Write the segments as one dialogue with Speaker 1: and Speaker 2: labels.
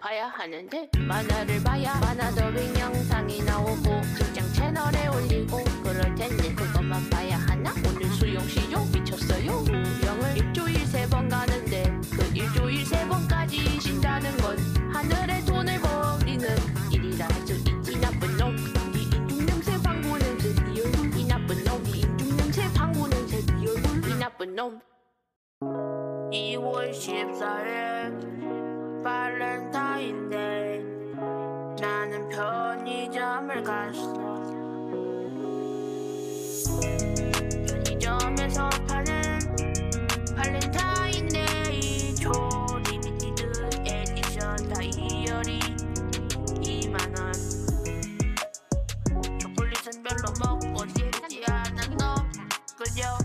Speaker 1: 봐야 하는데 만화를 봐야 만화더빙 영상이 나오고 직장 채널에 올리고 그럴 텐데 그것만 봐야 하나? 오늘 수영 시종 미쳤어요 우영을 일주일 세 번 가는데 그 일주일 세 번까지 쉰다는 건 하늘에 돈을 버리는 일이라 할 수 있지 나쁜 놈 네 인중냄새 방구 냄새 네 얼굴 이 나쁜 놈네 인중냄새 방구 냄새 네 얼굴 이 나쁜 놈
Speaker 2: 2월 14일 발렌타인데이 나는 편의점을 갔어 편의점에서 파는 발렌타인데이 초리미티드 에디션 다이어리 2만원 초콜릿은 별로 먹고 싶지 않은 너 그저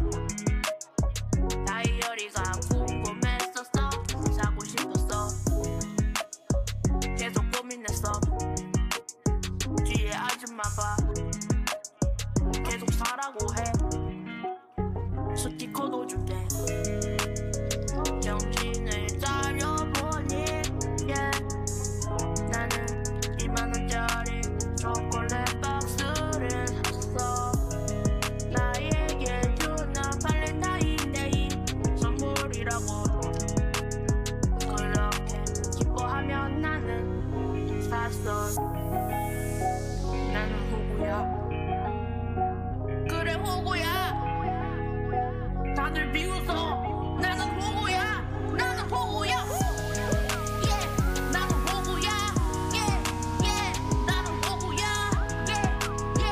Speaker 2: 다이어리가 궁금했었어 사고 싶었어 계속 고민했어 뒤에 아줌마 봐 계속 사라고 해 스티커도 준대 정신을 차려보니 y 나는 2만원짜리 초콜릿 박스를 샀어 나에게 주는 발렌타인데이 선물이라고 그렇게 기뻐하면 나는 샀어 나는 호구야 그래 호구야 다들 비웃어 나는 호구야 나는 호구야 후! 예, 나는 호구야 예, 예, 나는 호구야 예, 예,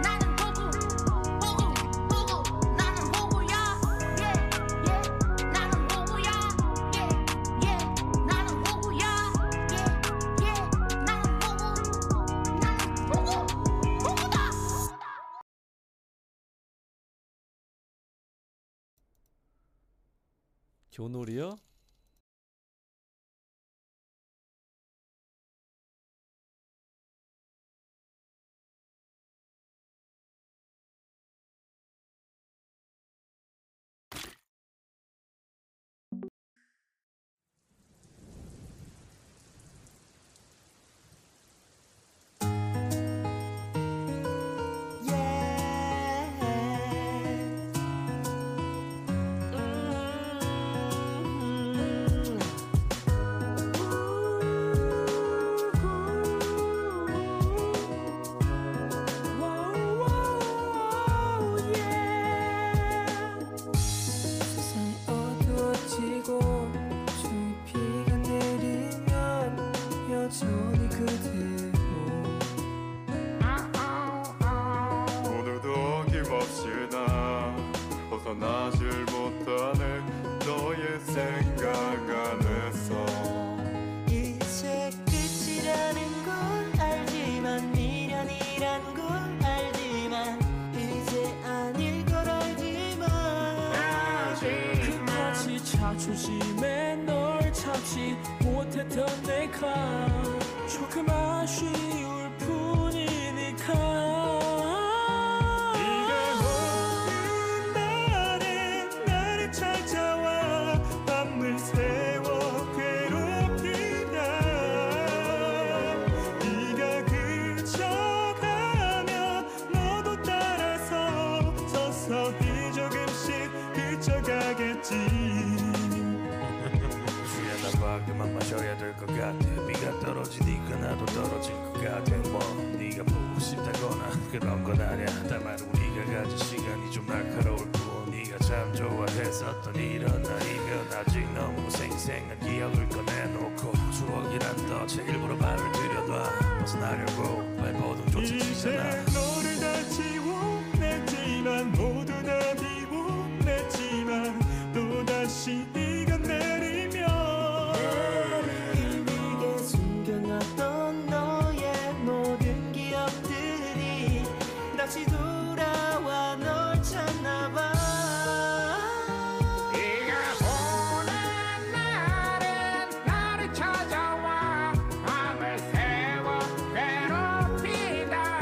Speaker 2: 나는 호구 호구 호구 나는 호구야 예, 예, 나는 호구야 예, 예, 나는 호구야 예, 예, 나는 호구 나는 호구 호구다
Speaker 3: 교놀이요?
Speaker 4: 세상이 어두워지고 주위 비가 내리면 여전히 그대로
Speaker 5: 오늘도 어김없이 나 벗어나질 못하는 너의 생각 안에서
Speaker 4: 이제 끝이라는 걸 알지만 미련이란 걸 알지만 이제 아닐 걸 알지만
Speaker 6: 끝까지 자존심에 널 참지 못했던 내가 조금 아쉬울 뿐이니까 이게 나는 나를 찾아와 밤을 새워 괴롭히다 네가 그쳐가면 너도 따라서 서서히 조금씩 그쳐가겠지
Speaker 7: 술이나 봐 그만 마셔야 될 것 같아 비가 떨어지니까 나도 떨어질 것 같아 뭐 네가 보고 싶다거나 그런 건 아니야 다만 우리가 가진 시간이 좀 날카로울 뿐 네가 참 좋아했었던 이런 날이면 아직 너무 생생한 기억을 꺼내놓고 추억이란 덫에 일부러 발을 들여놔 벗어나려고 발버둥조차
Speaker 6: 이제
Speaker 7: 치잖아
Speaker 6: 너를 다 지워냈지만 모두 다 비워냈지만 또다시 네가 내리면
Speaker 4: 내게 숨겨놨던 너의 모든 기억들이 다시 돌아와 널 찾나봐
Speaker 2: 네가 보낸 날은 나를 찾아와 밤을 새워 괴롭히다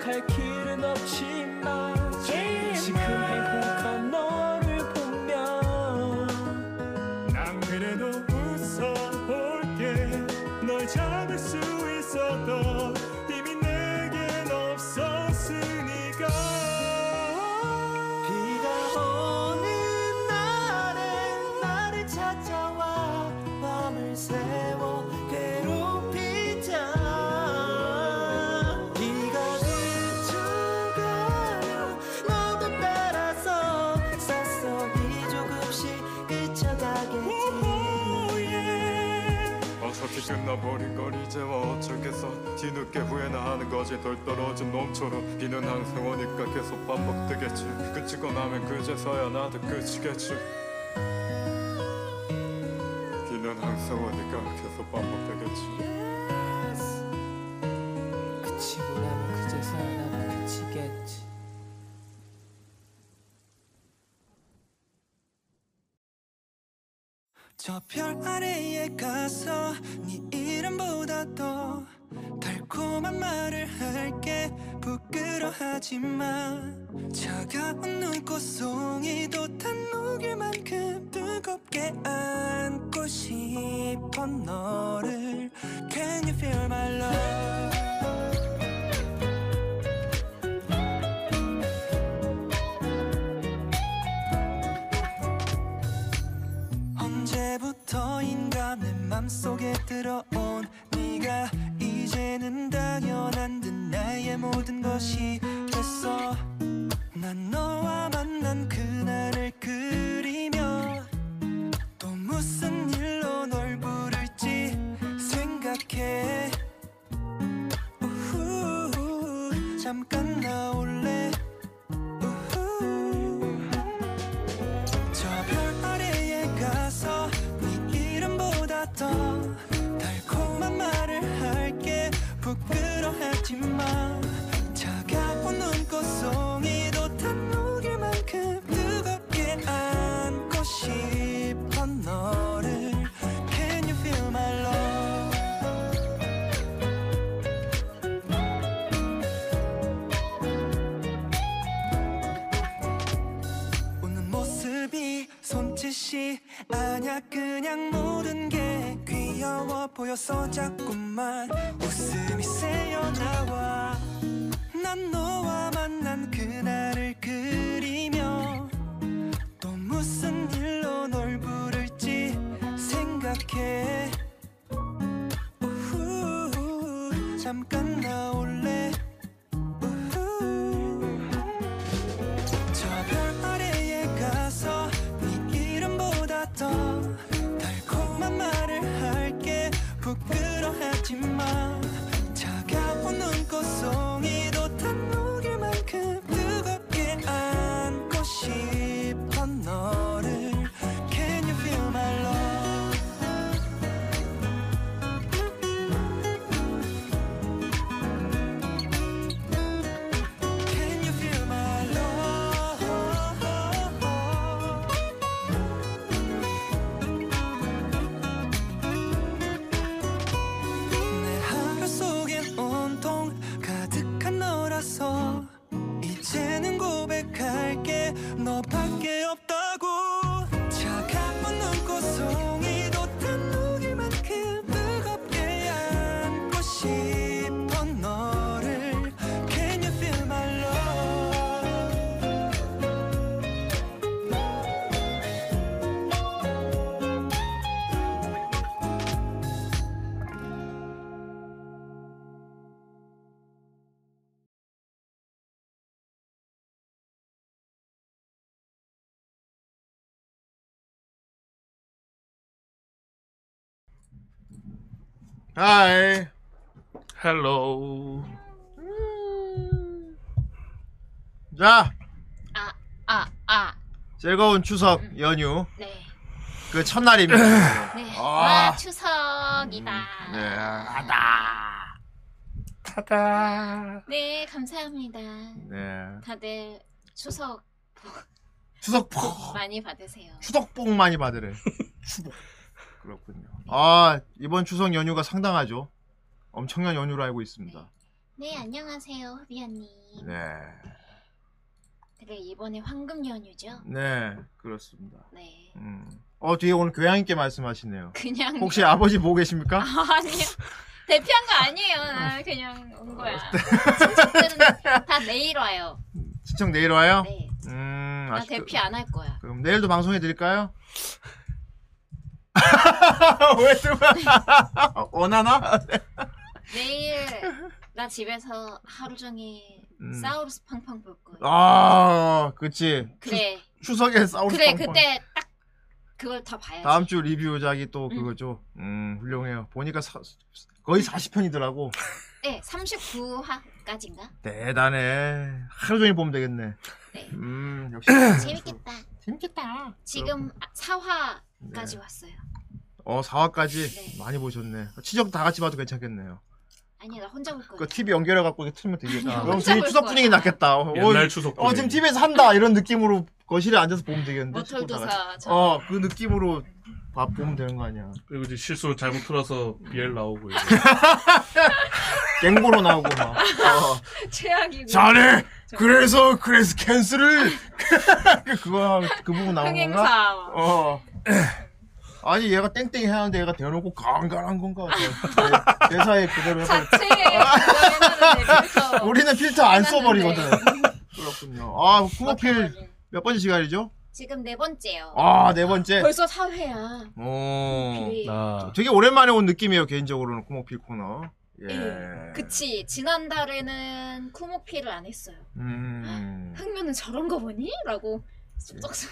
Speaker 7: 갈 길은 없지만 지금 행복한 너를 보면
Speaker 8: 난 그래도 웃어볼게 널 잡을 수 있었던 힘이 내겐 없었으니까
Speaker 7: 비가 오는 날엔 나를 찾아와 밤을 새워 괴롭히자 비가 그쳐가면 너도 따라서 싹싹이 조금씩 그쳐가겠지
Speaker 9: 어차피 끝나버린 걸 이제와 어쩌겠어 뒤늦게 후회나 하는 거지 덜 떨어진 놈처럼 비는 항상 오니까 계속 반복되겠지 그치고 나면 그제서야 나도 그치겠지 비는 항상 오니까 계속 반복되겠지
Speaker 7: 그치고 나면 그제서야 나도 그치겠지
Speaker 4: 저 별 아래에 가서 네 이름보다 더 달콤한 말을 할게 부끄러하지 마 차가운 눈꽃 송이 돋한 목일만큼 뜨겁게 안고 싶어 너를 Can you feel my love 언제부터인가 내 맘속에 들어온 네가 이제는 당연한 듯 나의 모든 것이 됐어 난 너와 만난 그날을 그리며 또 무슨 일로 널 부를지 생각해 우후, 잠깐 나올래 우후. 저 별 아래에 가서 네 이름보다 더 달콤한 말을 할게 부끄러워하지 마 차가운 눈꽃 송이 돋한 녹일만큼 뜨겁게 안고 싶어 너를 Can you feel my love 웃는 모습이 손짓이 아냐 그냥 모든 게 귀여워 보여서 자꾸만 웃음이 새어나와 난 너와 만난 그날을 그리며 또 무슨 일로 널 부를지 생각해 우후, 잠깐 나올래 우후. 저 별 아래에 가서 네 이름보다 더 달콤한 말을 할게 부끄러워하지 마 차가운 눈꽃 송이 돋한 녹일만큼 뜨겁게 안고 싶어 너를 Can you feel my love Can you feel my love? 내 하루 속엔 온통 가득한 너라서 이제는 고백할게 너밖에 없다고 차가운 눈꽃 송이 돋한 녹일만큼 뜨겁게 안고 싶어 너를 Can you feel my love?
Speaker 10: Hi.
Speaker 11: 헬로우
Speaker 10: 자,
Speaker 1: 아, 아,
Speaker 10: 즐거운 추석 연휴
Speaker 1: 네.
Speaker 10: 그 첫날입니다.
Speaker 1: 네.
Speaker 10: 아.
Speaker 1: 와, 추석이다.
Speaker 10: 네, 아,
Speaker 11: 타다
Speaker 1: 네, 감사합니다.
Speaker 10: 네.
Speaker 1: 다들 추석
Speaker 10: 추석 복,
Speaker 1: 많이 받으세요.
Speaker 10: 추석 복 많이 받으래. 추복. 그렇군요. 아, 이번 추석 연휴가 상당하죠. 엄청난 연휴로 알고 있습니다.
Speaker 1: 네, 안녕하세요, 흡이 언니.
Speaker 10: 네.
Speaker 12: 그게 이번에 황금 연휴죠?
Speaker 10: 네, 그렇습니다.
Speaker 12: 네.
Speaker 10: 음. 어, 뒤에 오늘 교양 있게 말씀하시네요.
Speaker 12: 그냥
Speaker 10: 혹시 아버지 보고 계십니까?
Speaker 12: 아니요. 대피한 거 아니에요. 나 그냥
Speaker 10: 어,
Speaker 12: 온 거야.
Speaker 10: 네.
Speaker 12: 친척들은 다 내일 와요.
Speaker 10: 신청 내일 와요?
Speaker 12: 네.
Speaker 10: 음,
Speaker 12: 나
Speaker 10: 아쉽다.
Speaker 12: 대피 안 할 거야.
Speaker 10: 그럼 내일도 방송해 드릴까요? 왜 또? 원하나?
Speaker 12: 내일 나 집에서 하루 종일
Speaker 10: 음.
Speaker 12: 사우루스 팡팡 볼 거야.
Speaker 10: 아, 그치.
Speaker 12: 그래.
Speaker 10: 추석에 싸우는
Speaker 12: 그래
Speaker 10: 뻔뻔.
Speaker 12: 그때 딱 그걸 다 봐야지.
Speaker 10: 다음 주 리뷰작이 또 그거죠. 음, 훌륭해요. 보니까 사- 거의 40편이더라고.
Speaker 12: 네, 39화까지인가?
Speaker 10: 대단해. 하루 종일 보면 되겠네. 음, 역시.
Speaker 12: 아, 재밌겠다.
Speaker 10: 재밌겠다.
Speaker 12: 지금 4화까지
Speaker 10: 네.
Speaker 12: 왔어요.
Speaker 10: 어, 4화까지 많이 보셨네. 치적 다 같이 봐도 괜찮겠네요.
Speaker 12: 아니 나 혼자 볼 거야.
Speaker 10: 그 TV 연결해 갖고 이렇게 틀면 되겠다.
Speaker 12: 아니요,
Speaker 10: 그럼
Speaker 12: 혼자
Speaker 10: 되게
Speaker 12: 볼
Speaker 10: 추석
Speaker 12: 거야.
Speaker 10: 분위기 났겠다. 어,
Speaker 11: 옛날
Speaker 10: 어,
Speaker 11: 추석
Speaker 10: 어, 지금
Speaker 11: 분위기.
Speaker 10: TV에서 한다. 이런 느낌으로 거실에 앉아서 보면 되겠는데.
Speaker 12: 모텔
Speaker 10: 다
Speaker 12: 도사
Speaker 10: 같이.
Speaker 12: 저-
Speaker 10: 어, 그 느낌으로 봐 보면 되는 거 아니야.
Speaker 8: 그리고 이제 실수 잘못 풀어서 BL 나오고 이제
Speaker 10: 갱고로 나오고 막. 어.
Speaker 12: 최악이고.
Speaker 10: 잘해. 그래서 그래서 캔슬을 그거 그 부분 나오는 건가?
Speaker 12: 흥행사.
Speaker 10: 어. 아니 얘가 땡땡이 하는데 얘가 대놓고 강간한 건가? 대- 대사에 그대로 해서
Speaker 12: 자체에 그거는 내밀서 네.
Speaker 10: 우리는 필터 안
Speaker 12: 끝났는데.
Speaker 10: 써버리거든. 그렇군요. 아 쿠모필
Speaker 12: 어떡하지?
Speaker 10: 몇 번째 시간이죠?
Speaker 12: 지금 네 번째요.
Speaker 10: 아 네 번째.
Speaker 12: 벌써 4회야.
Speaker 10: 오.
Speaker 8: 아
Speaker 10: 어. 되게 오랜만에 온 느낌이에요 개인적으로는 쿠모필 코너. 예.
Speaker 12: 예. 그치 지난달에는 쿠모피를 안 했어요.
Speaker 10: 음. 예.
Speaker 12: 흥면은 저런 거 보니? 라고 쏙쏙쏙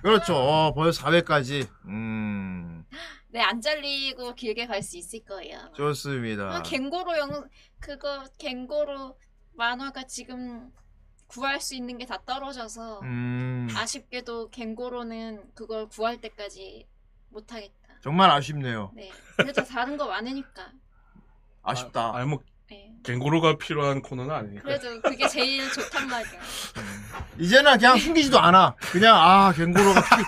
Speaker 10: 그렇죠. 어, 벌써 4회까지. 음.
Speaker 12: 네안 잘리고 길게 갈 수 있을 거예요.
Speaker 10: 좋습니다.
Speaker 12: 아, 갱고로 영 그거 갱고로 만화가 지금 구할 수 있는 게 다 떨어져서
Speaker 10: 음.
Speaker 12: 아쉽게도 갱고로는 그걸 구할 때까지 못 하겠다.
Speaker 10: 정말 아쉽네요.
Speaker 12: 네 그래도 다른 거 많으니까.
Speaker 10: 아쉽다.
Speaker 8: 아니 뭐
Speaker 12: 네.
Speaker 8: 갱고로가 필요한 코너는 아니니까
Speaker 12: 그래도 그게 제일 좋단 말이야.
Speaker 10: 이제는 그냥 숨기지도 않아. 그냥 아 갱고로가 피-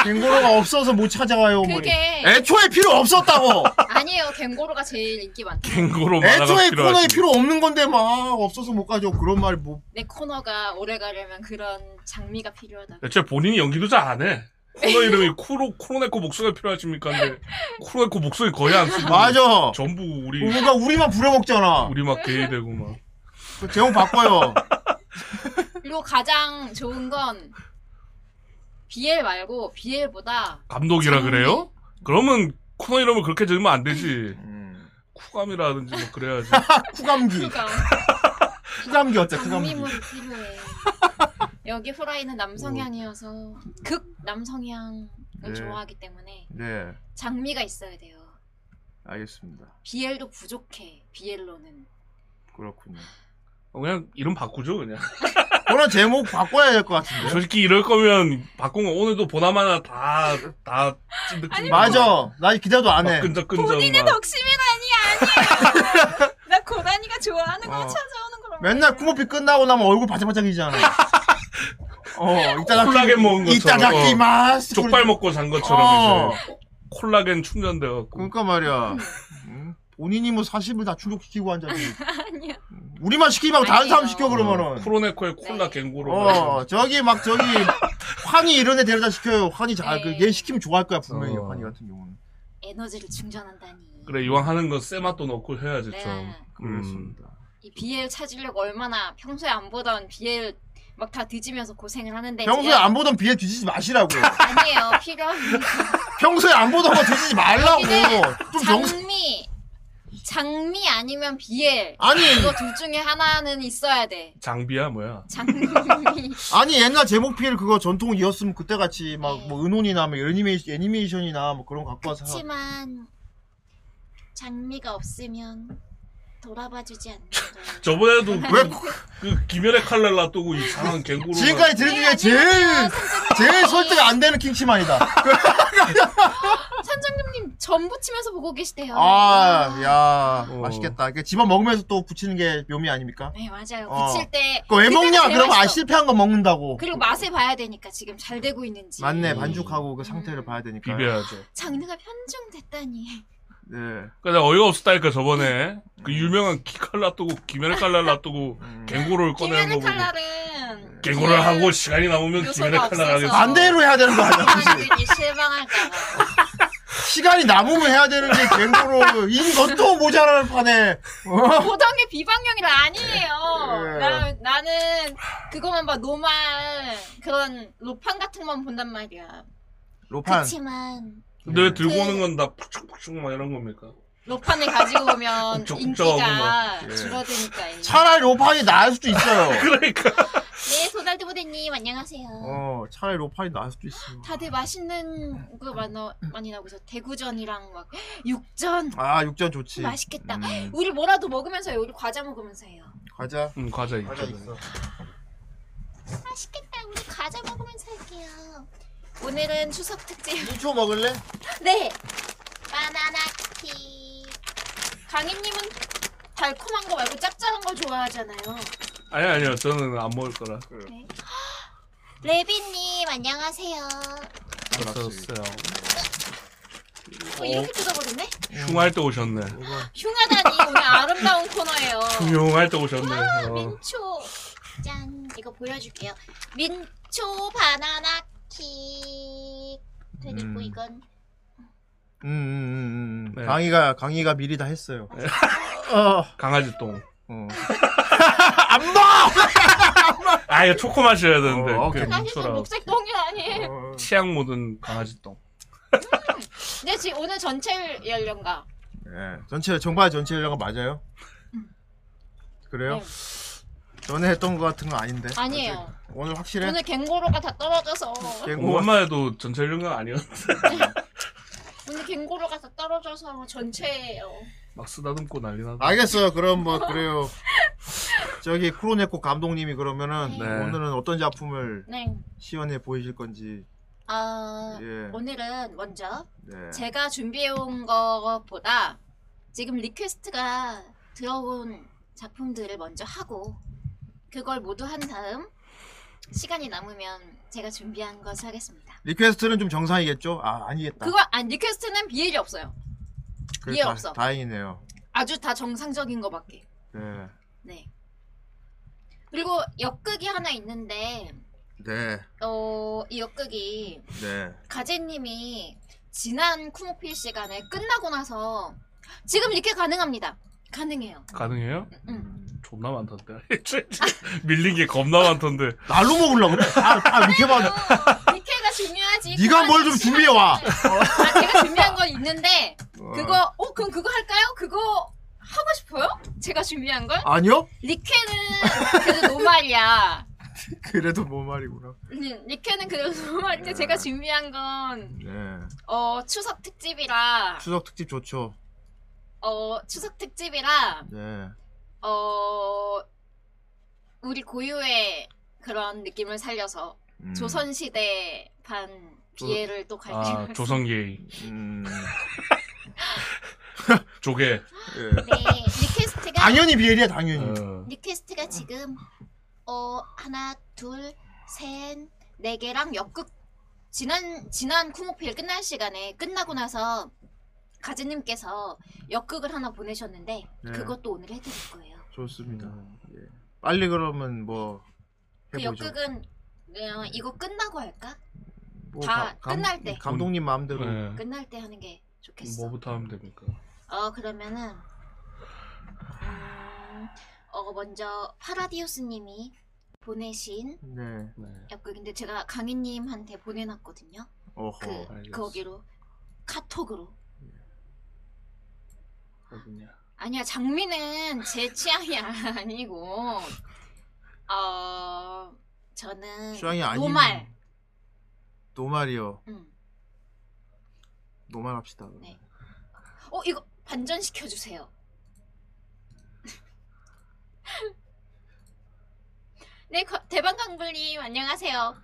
Speaker 10: 갱고로가 없어서 못 찾아와요 어머니.
Speaker 12: 그게-
Speaker 10: 뭐 애초에 필요 없었다고.
Speaker 12: 아니에요. 갱고로가 제일 인기 많다.
Speaker 11: 갱고로 만화가
Speaker 10: 애초에 코너에
Speaker 11: 필요하지.
Speaker 10: 필요 없는 건데 막 없어서 못 가져. 그런 말이 뭐
Speaker 12: 내 코너가 오래 가려면 그런 장미가 필요하다고.
Speaker 11: 애초에 본인이 연기도 잘 안 해. 코너 이름이 코로 코로네코 목소리가 필요하십니까? 근데 코로네코 목소리 거의 안 쓰고
Speaker 10: 맞아.
Speaker 11: 전부 우리
Speaker 10: 뭔가 우리만 부려먹잖아.
Speaker 11: 우리 막 게이 되고 막
Speaker 10: 그 제목 바꿔요.
Speaker 12: 그리고 가장 좋은 건 BL 말고 BL보다
Speaker 10: 음.
Speaker 11: 감독이라 그래요? 그러면 코너 이름을 그렇게 지으면 안 되지.
Speaker 10: 음.
Speaker 11: 쿠감이라든지 뭐 그래야지.
Speaker 10: 쿠감기.
Speaker 12: 그가
Speaker 10: 쿠감기 어때? 쿠감기.
Speaker 12: 장미물이 필요해. 여기 후라이는 남성향이어서 극 남성향을
Speaker 10: 뭐. 네.
Speaker 12: 좋아하기 때문에
Speaker 10: 네,
Speaker 12: 장미가 있어야 돼요.
Speaker 10: 알겠습니다.
Speaker 12: BL도 부족해. BL로는
Speaker 10: 그렇군요.
Speaker 11: 어, 그냥 이름 바꾸죠 그냥.
Speaker 10: 그런 제목 바꿔야 될 것 같은데.
Speaker 11: 솔직히 이럴 거면 바꾼 거 오늘도 보나마나 다다 찐득찐득.
Speaker 10: 맞아. 나 기대도 안 해.
Speaker 11: 끈적끈적.
Speaker 12: 뭐. 본인의
Speaker 11: 막.
Speaker 12: 덕심이라니 아니에요. 나 고라니가 좋아하는 거
Speaker 10: 어.
Speaker 12: 찾아오는 거라.
Speaker 10: 맨날 쿠모피 끝나고 나면 얼굴 바짝바짝이잖아. 어, 이따가
Speaker 11: 콜라겐 먹은 것처럼, 어.
Speaker 10: 이따다키마스.
Speaker 11: 족발 먹고 잔 것처럼
Speaker 10: 어.
Speaker 11: 이제 콜라겐 충전돼갖고
Speaker 10: 그러니까 말이야. 음, 본인이 뭐 사십을 다 충족시키고 앉아.
Speaker 12: 아니야.
Speaker 10: 우리만 시키지 말고 다른 사람
Speaker 12: 아니에요.
Speaker 10: 시켜 그러면은.
Speaker 11: 어, 쿠로네코의 콜라
Speaker 12: 네.
Speaker 11: 갱고로
Speaker 10: 어, 저기 막 저기 환희 이런 애 데려다 시켜요. 환희 잘, 그
Speaker 12: 네.
Speaker 10: 얘 시키면 좋아할 거야 분명히
Speaker 11: 어.
Speaker 10: 환희 같은 경우는.
Speaker 12: 에너지를 충전한다니.
Speaker 11: 그래 이왕 하는 거 세맛도 넣고 해야지 좀
Speaker 12: 네.
Speaker 11: 음.
Speaker 10: 그렇습니다.
Speaker 12: 이 BL 찾으려고 얼마나 평소에 안 보던 BL 막 다 뒤지면서 고생을 하는데
Speaker 10: 평소에
Speaker 12: 네, 지금-
Speaker 10: 안 보던 비에 뒤지지 마시라고.
Speaker 12: 아니에요 필요합니다.
Speaker 10: 평소에 안 보던 거 뒤지지 말라고.
Speaker 12: 근데
Speaker 10: 좀 정신.
Speaker 12: 장미 장미 아니면 BL
Speaker 10: 아니
Speaker 12: 이거 둘 중에 하나는 있어야 돼.
Speaker 11: 장비야 뭐야
Speaker 12: 장미
Speaker 10: 아니 옛날 제목필 그거 전통 이었으면 그때 같이 막
Speaker 12: 네.
Speaker 10: 뭐 은혼이나 뭐 애니메이션 애니메이션이나 뭐 그런 거 갖고 와서 하-
Speaker 12: 그렇지만 장미가 없으면 돌아봐주지 않는다.
Speaker 11: 저번에도
Speaker 10: 왜
Speaker 11: 그 김연의 칼날라 또고 이상한 갱고로
Speaker 10: 지금까지 들은 중에
Speaker 12: 네,
Speaker 10: 제일 제일 설득 안 되는
Speaker 12: 아,
Speaker 10: 킹치만이다.
Speaker 12: 네. 어, 선장님님 전 부치면서 보고 계시대요.
Speaker 10: 아, 야,
Speaker 11: 어.
Speaker 10: 맛있겠다. 이게 집어 먹으면서 또 붙이는 게 묘미 아닙니까?
Speaker 12: 네 맞아요.
Speaker 10: 어.
Speaker 12: 부칠 때
Speaker 10: 그거 왜
Speaker 12: 그대로
Speaker 10: 먹냐?
Speaker 12: 제일
Speaker 10: 그러면 아
Speaker 12: 맛있어.
Speaker 10: 실패한 거 먹는다고.
Speaker 12: 그리고 맛을 봐야 되니까 지금 잘 되고 있는지.
Speaker 11: 음.
Speaker 10: 맞네, 반죽하고 그 상태를 봐야 되니까.
Speaker 11: 비벼야죠
Speaker 12: 장르가 편중됐다니.
Speaker 10: 네.
Speaker 5: 그러니까 어이가 없었다니까 저번에 그 유명한 키칼 놔두고 김연의 칼날 놔두고
Speaker 10: 음.
Speaker 5: 갱고를 꺼내는 거
Speaker 12: 김연의
Speaker 5: 보고
Speaker 12: 칼날은
Speaker 5: 갱고를 하고 시간이 남으면
Speaker 12: 요소가
Speaker 5: 김연의 칼날
Speaker 12: 없어서.
Speaker 5: 하겠어
Speaker 10: 반대로 해야 되는 거 아니야?
Speaker 12: 사람들이 실망할까 봐.
Speaker 10: 시간이 남으면 해야 되는 게 갱고로 그 이것도 모자라는 판에 어?
Speaker 12: 고정의 비방용이 아니에요.
Speaker 10: 예.
Speaker 12: 나, 나는 그것만 봐 노말 그런 로판 같은 것만 본단 말이야.
Speaker 10: 로판
Speaker 12: 그렇지만
Speaker 5: 근데 왜 들고 오는 건 다 푹죽푹죽 막 이런 겁니까?
Speaker 12: 로판을 가지고 보면
Speaker 5: 걱정,
Speaker 12: 인기가
Speaker 5: 걱정하구나.
Speaker 10: 예.
Speaker 12: 줄어드니까. 이제.
Speaker 10: 차라리 로판이 나을 수도 있어요.
Speaker 5: 그러니까
Speaker 12: 네 소달드 부대님 안녕하세요.
Speaker 10: 어 차라리 로판이 나을 수도 있어.
Speaker 12: 다들 맛있는 거 많아, 많이 나오고 있어. 대구전이랑 막 육전
Speaker 10: 아 육전 좋지.
Speaker 12: 어, 맛있겠다.
Speaker 10: 음,
Speaker 12: 우리 뭐라도 먹으면서 해요. 우리 과자 먹으면서 해요.
Speaker 10: 과자
Speaker 5: 음, 과자
Speaker 10: 과자
Speaker 5: 있죠
Speaker 10: 있어.
Speaker 12: 맛있겠다. 우리 음, 과자 먹으면서 할게요. 오늘은 추석 특집.
Speaker 10: 민초 먹을래?
Speaker 12: 네. 바나나 키. 강희님은 달콤한 거 말고 짭짤한 거 좋아하잖아요.
Speaker 5: 아니 아니요 저는 안 먹을 거라
Speaker 10: 네.
Speaker 12: 레비님 안녕하세요.
Speaker 5: 없었어요
Speaker 12: 어, 이렇게 뜯어버리네?
Speaker 5: 흉할 때 오셨네
Speaker 12: 흉하다니 오늘 아름다운 코너예요.
Speaker 5: 흉할 때 오셨네
Speaker 12: 아,
Speaker 5: 어.
Speaker 12: 민초. 짠. 이거 보여줄게요. 민초 바나나 키. 그리고
Speaker 10: 음.
Speaker 12: 이건
Speaker 10: 음, 음, 음, 음.
Speaker 5: 네.
Speaker 10: 강희가 강희가 미리 다 했어요. 어,
Speaker 5: 강아지 똥
Speaker 10: 어.
Speaker 5: 아 이거 초코 마셔야 되는데
Speaker 10: 어,
Speaker 5: 그게
Speaker 10: 오케이.
Speaker 12: 강희님
Speaker 5: 민초라
Speaker 12: 아, 녹색 똥이 아니에요.
Speaker 10: 어.
Speaker 5: 치약 묻은 강아지 똥
Speaker 12: 근데 지금 오늘 전체 연령가.
Speaker 10: 예, 전체 정말 전체 연령가 맞아요? 그래요? 전에 했던 거 같은 거 아닌데.
Speaker 12: 네. 아니에요.
Speaker 10: 오늘 확실해?
Speaker 12: 오늘 갱고로가 다 떨어져서
Speaker 10: 갱고
Speaker 5: 오랜만에 도 전체 연령가 아니었는데
Speaker 12: 오늘 갱고로가 다 떨어져서 전체예요.
Speaker 5: 막 쓰다듬고 난리 나다
Speaker 10: 알겠어요. 그럼 뭐 그래요. 저기 쿠로네코 감독님이 그러면은
Speaker 5: 네.
Speaker 10: 오늘은 어떤 작품을
Speaker 12: 네.
Speaker 10: 시연해 보이실 건지
Speaker 12: 아
Speaker 10: 예.
Speaker 12: 오늘은 먼저
Speaker 10: 네.
Speaker 12: 제가 준비해온 것보다 지금 리퀘스트가 들어온 작품들을 먼저 하고 그걸 모두 한 다음 시간이 남으면 제가 준비한 것을 하겠습니다.
Speaker 10: 리퀘스트는 좀 정상이겠죠? 아 아니겠다.
Speaker 12: 그거 아 리퀘스트는 비일이 없어요.
Speaker 10: 그래,
Speaker 12: 이해
Speaker 10: 다-
Speaker 12: 없어.
Speaker 10: 다행이네요.
Speaker 12: 아주 다 정상적인 거밖에.
Speaker 10: 네.
Speaker 12: 네. 그리고 역극이 하나 있는데
Speaker 10: 네.
Speaker 12: 어, 이 역극이
Speaker 10: 네.
Speaker 12: 가제님이 지난 쿠모필 시간에 끝나고 나서 지금 이렇게 가능합니다. 가능해요.
Speaker 5: 가능해요?
Speaker 12: 응.
Speaker 5: 존나 많던데 밀린 게 겁나 많던데
Speaker 10: 날로 먹으려고 그래. 아, 아 이렇게 봐.
Speaker 12: 니케가 중요하지.
Speaker 10: 네가
Speaker 12: 그거는
Speaker 10: 뭘 좀 준비해 와.
Speaker 12: 아, 제가 준비한 건 있는데
Speaker 10: 어.
Speaker 12: 그거 어 그럼 그거 할까요? 그거 하고 싶어요? 제가 준비한 걸?
Speaker 10: 아니요?
Speaker 12: 리케는 그래도 노말이야.
Speaker 10: 그래도 뭐 말이구나.
Speaker 12: 음, 리케는 그래도 노말인데 제가 준비한 건
Speaker 10: 네.
Speaker 12: 어, 추석 특집이라
Speaker 10: 추석 특집 좋죠.
Speaker 12: 어, 추석 특집이라
Speaker 10: 네.
Speaker 12: 어 우리 고유의 그런 느낌을 살려서
Speaker 10: 음.
Speaker 12: 조선 시대 반
Speaker 5: 조-
Speaker 12: 비애를 또
Speaker 5: 아
Speaker 12: 갈기면서
Speaker 5: 조성기
Speaker 10: 음.
Speaker 5: 조개
Speaker 10: 예.
Speaker 12: 네 리퀘스트가
Speaker 10: 당연히 비엘이야 당연히.
Speaker 5: 어.
Speaker 12: 리퀘스트가 지금 어 하나 둘셋네 개랑 역극 지난 지난 쿠모필 끝날 시간에 끝나고 나서 가즈님께서 역극을 하나 보내셨는데
Speaker 10: 네.
Speaker 12: 그것도 오늘 해드릴 거예요.
Speaker 10: 좋습니다.
Speaker 5: 음.
Speaker 10: 예. 빨리 그러면 뭐
Speaker 12: 그
Speaker 10: 해보죠.
Speaker 12: 역극은 어, 이거 끝나고 할까?
Speaker 10: 뭐
Speaker 12: 다 아, 끝날 때.
Speaker 10: 감독님 마음대로
Speaker 5: 네.
Speaker 12: 끝날 때 하는 게 좋겠어.
Speaker 5: 뭐부터 하면 됩니까?
Speaker 12: 어 그러면은 음, 어 먼저 파라디우스님이 보내신
Speaker 10: 네
Speaker 5: 네.
Speaker 12: 약국인데 제가 강희님한테 보내놨거든요.
Speaker 10: 어허
Speaker 12: 그
Speaker 5: 알겠어.
Speaker 12: 거기로 카톡으로.
Speaker 5: 그렇군요.
Speaker 12: 아니야 장미는 제 취향이 아니고 어 저는
Speaker 10: 취향이 아니면-
Speaker 12: 노말.
Speaker 10: 노말이요
Speaker 12: 음.
Speaker 10: 노말합시다
Speaker 12: 네. 어 이거 반전 시켜주세요. 네 거- 대방광불님 안녕하세요.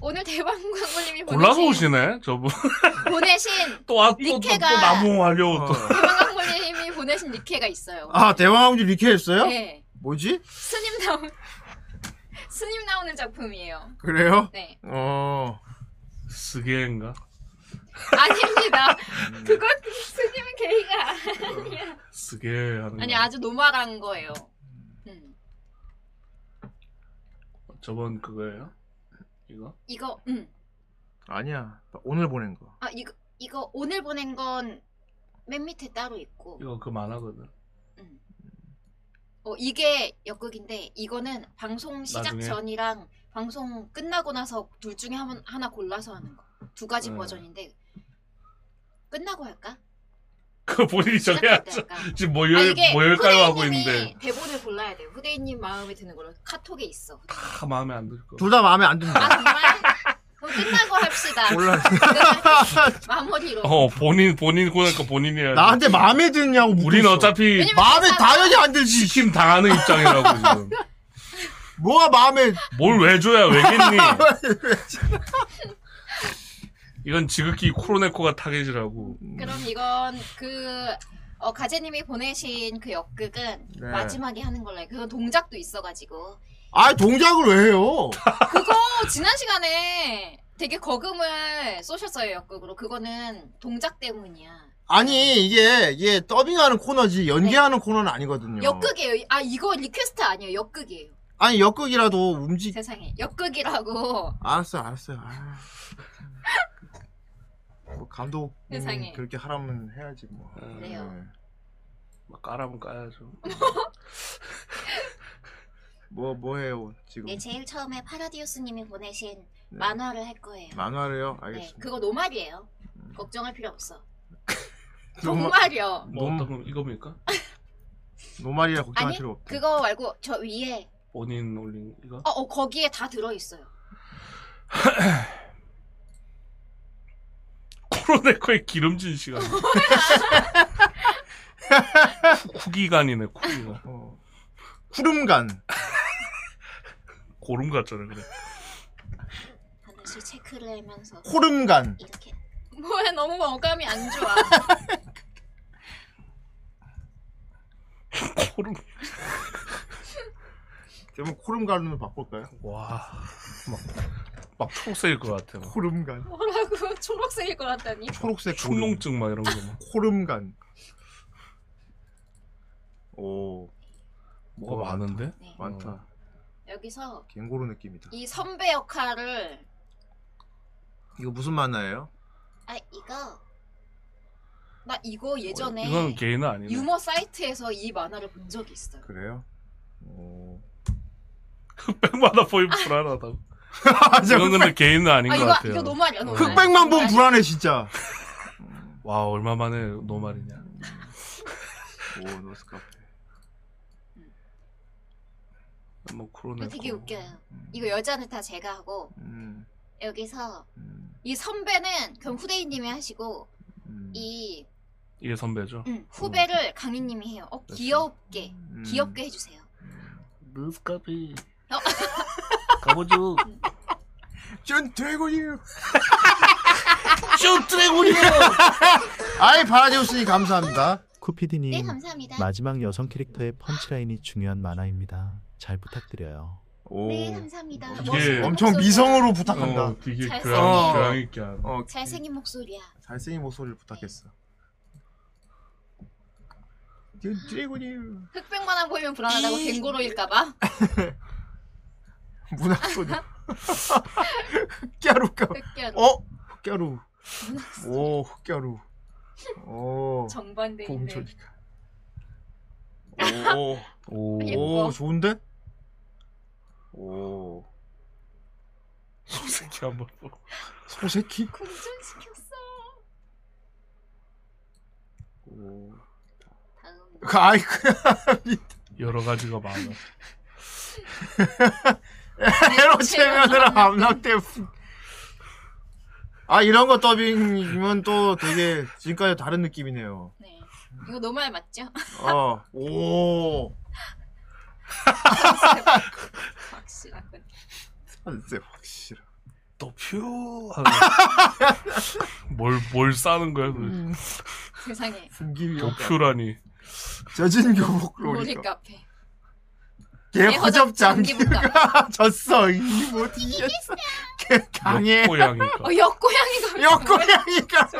Speaker 12: 오늘 대방광불님이
Speaker 5: 골라서
Speaker 12: 보내신,
Speaker 5: 오시네 저분
Speaker 12: 보내신
Speaker 5: 또또또 또,
Speaker 12: 리케가-
Speaker 5: 나무 하려고
Speaker 10: 어.
Speaker 5: 또
Speaker 12: 대방광불님이 보내신 니케가 있어요.
Speaker 10: 아 대왕왕주 리케 했어요?
Speaker 12: 네.
Speaker 10: 뭐지?
Speaker 12: 스님 나온 스님 네. 나오는 작품이에요.
Speaker 10: 그래요?
Speaker 12: 네.
Speaker 10: 어
Speaker 5: 스게인가?
Speaker 12: 아닙니다. 그건 스님은 개의가 아니야.
Speaker 5: 쓰게 하는
Speaker 12: 아니
Speaker 5: 거.
Speaker 12: 아주 노멀한 거예요. 음.
Speaker 5: 저번 그거예요? 이거?
Speaker 12: 이거 음.
Speaker 10: 아니야. 오늘 보낸 거.
Speaker 12: 아 이거 이거 오늘 보낸 건 맨 밑에 따로 있고.
Speaker 5: 이거 그 만화거든.
Speaker 12: 어 이게 역극인데 이거는 방송 시작
Speaker 5: 나중에?
Speaker 12: 전이랑 방송 끝나고 나서 둘 중에 한, 하나 골라서 하는 거. 두 가지
Speaker 5: 네.
Speaker 12: 버전인데 끝나고 할까?
Speaker 5: 그거 본인이 정해야죠.
Speaker 12: 시작할 때 아,
Speaker 5: 지금 뭐 모열 모열 깔고 하고
Speaker 12: 후대인님이
Speaker 5: 있는데
Speaker 12: 대본을 골라야 돼요. 후대인님 마음에 드는 걸로 카톡에 있어.
Speaker 5: 다 마음에 안 들 거.
Speaker 10: 둘 다 마음에 안 든다.
Speaker 12: 아, 그럼 끝나고 합시다.
Speaker 10: 몰라.
Speaker 12: 마무리로.
Speaker 5: 어 본인 본인 그러니까 본인이 해야지.
Speaker 10: 나한테 마음에 드냐고 묻고
Speaker 5: 우린
Speaker 10: 있어.
Speaker 5: 어차피
Speaker 12: 왜냐면
Speaker 10: 마음에
Speaker 12: 괜찮아.
Speaker 10: 당연히 안 들지.
Speaker 5: 시킴 당하는 입장이라고 지금.
Speaker 10: 뭐가 마음에
Speaker 5: 뭘 왜 줘야 왜겠니? 이건 지극히 코로네코가 타겟이라고.
Speaker 12: 그럼 이건 그 어, 가재님이 보내신 그 역극은
Speaker 10: 네.
Speaker 12: 마지막에 하는 걸로 해. 그 동작도 있어가지고
Speaker 10: 아 동작을 왜 해요?
Speaker 12: 그거 어, 지난 시간에 되게 거금을 쏘셨어요 역극으로. 그거는 동작 때문이야.
Speaker 10: 아니 이게 이게 더빙하는 코너지 연기하는 코너는 아니거든요.
Speaker 12: 네. 역극이에요. 아 이거 리퀘스트 아니에요. 역극이에요.
Speaker 10: 아니 역극이라도 움직.
Speaker 12: 세상에 역극이라고.
Speaker 10: 알았어 알았어. 아. 뭐 감독
Speaker 12: 세상에.
Speaker 10: 그렇게 하라면 해야지 뭐.
Speaker 12: 그래요.
Speaker 10: 네.
Speaker 5: 아. 막 까라면 까야죠.
Speaker 10: 뭐 뭐해요 지금?
Speaker 12: 네 제일 처음에 파라디우스님이 보내신
Speaker 10: 네.
Speaker 12: 만화를 할 거예요.
Speaker 10: 만화를요?
Speaker 12: 네,
Speaker 10: 알겠습니다. 음.
Speaker 12: 그거 노말이에요. 걱정할 필요 없어.
Speaker 10: 노말-
Speaker 12: 정말요.
Speaker 5: 뭐 어떤 거 이겁니까?
Speaker 10: 노말이라 걱정할
Speaker 12: 아니
Speaker 10: 필요 없.
Speaker 12: 그거 말고 저 위에
Speaker 5: 본인 올린 이거?
Speaker 12: 어, 어 거기에 다 들어 있어요.
Speaker 5: 코로네코의 기름진 시간. 쿠기간이네 쿠기간.
Speaker 10: 어. 구름간.
Speaker 5: 고름 같잖아요. 그래.
Speaker 12: 반드시 체크를 하면서
Speaker 10: 호름간.
Speaker 12: 이렇게. 뭐야 너무 어감이 안 좋아.
Speaker 5: 고름.
Speaker 12: 네.
Speaker 10: 그러면 호름간으로 바꿀까요?
Speaker 5: 와. 막, 막 초록색일 것 같아. 막.
Speaker 10: 호름간.
Speaker 12: 뭐라고 초록색일 것 같다니.
Speaker 10: 초록색 고름.
Speaker 5: 축농증 막 이런 거. 막.
Speaker 10: 호름간. 오 어,
Speaker 5: 뭐가 많은데?
Speaker 12: 네.
Speaker 10: 많다.
Speaker 12: 여기서
Speaker 10: 갱고로 느낌이다.
Speaker 12: 이 선배 역할을
Speaker 10: 이거 무슨 만화예요?
Speaker 12: 아 이거 나 이거 예전에
Speaker 5: 뭐, 이건 개인은 아니네.
Speaker 12: 유머 사이트에서 이 만화를 본 적이 있어요.
Speaker 10: 그래요? 오.
Speaker 5: 어. 흑백마다 보이 불안하다고.
Speaker 10: 아, 진짜
Speaker 5: 이건 근데 개인은 아닌
Speaker 12: 아
Speaker 5: 것
Speaker 12: 이거
Speaker 5: 같아요.
Speaker 12: 이거 노말이야 아, 노말.
Speaker 10: 흑백만
Speaker 12: 네.
Speaker 10: 보면 불안해 진짜.
Speaker 5: 와 얼마만에 노말이냐.
Speaker 10: 오 노스카페.
Speaker 5: 뭐 코로나.
Speaker 12: 이거 되게 웃겨요.
Speaker 5: 음.
Speaker 12: 이거 여자는 다 제가 하고
Speaker 10: 음,
Speaker 12: 여기서
Speaker 10: 음,
Speaker 12: 이 선배는 그럼 후대인님이 하시고
Speaker 10: 음.
Speaker 12: 이
Speaker 5: 이게 선배죠. 어.
Speaker 12: 음, 후배를 강희님이 해요. 어 귀엽게
Speaker 10: 음.
Speaker 12: 귀엽게 해주세요.
Speaker 5: 루스카피.
Speaker 12: 어.
Speaker 5: 가보죠.
Speaker 10: 전 드래곤이에요.
Speaker 5: 쇼 드래곤이요.
Speaker 10: 아이 바라제우스님 감사합니다.
Speaker 13: 쿠피디님
Speaker 12: 네 감사합니다.
Speaker 13: 마지막 여성 캐릭터의 펀치라인이 중요한 만화입니다. 잘 부탁드려요.
Speaker 10: 오.
Speaker 12: 네 감사합니다.
Speaker 5: 이게
Speaker 12: 멋있는
Speaker 10: 엄청
Speaker 12: 목소리야.
Speaker 10: 미성으로 부탁한다.
Speaker 5: 어, 되게
Speaker 12: 잘생긴-
Speaker 5: 교양 교양 있게 하는.
Speaker 10: 어,
Speaker 12: 잘생긴 목소리야.
Speaker 10: 잘생긴 목소리를 부탁했어. 전 드래곤이에요.
Speaker 12: 흑백만 안 보이면 불안하다고 갱고로일까봐.
Speaker 10: 문학소녀. 흑갸루가.
Speaker 12: 흑결.
Speaker 10: 어? 흑갸루. 오 흑갸루. 오.
Speaker 12: 정반대인데.
Speaker 10: 봉철이가. 오.
Speaker 5: 오.
Speaker 10: 오
Speaker 12: 아, 예뻐.
Speaker 10: 좋은데? 오
Speaker 5: 소새끼 한번 보.
Speaker 10: 소새끼?
Speaker 12: 공전 시켰어.
Speaker 10: 오
Speaker 12: 다음.
Speaker 10: 아이 그
Speaker 5: 그 여러 가지가 많아.
Speaker 10: 에로 체면을 암락대 아 이런 거 더빙이면 또 되게 지금까지 다른 느낌이네요 어.
Speaker 12: 네. 이거 노말 맞죠?
Speaker 5: 어.
Speaker 10: 어오
Speaker 12: 확실하군.
Speaker 10: 아, 진짜 확실해
Speaker 5: 도퓨. 뭘뭘 싸는 거야? 도대체.
Speaker 12: 그 세상에.
Speaker 10: 승기
Speaker 5: 도퓨라니.
Speaker 10: 젖은 교복
Speaker 12: 로리
Speaker 10: 로리가
Speaker 12: 카페.
Speaker 10: 개
Speaker 12: 개 허접
Speaker 10: 그러니까. 허접 장기가
Speaker 12: 장기부가.
Speaker 10: 졌어 이못 이겼어 이렇게 그 강해.
Speaker 5: 역고양이가.
Speaker 12: 어, 역고양이가.
Speaker 10: 역고양이가.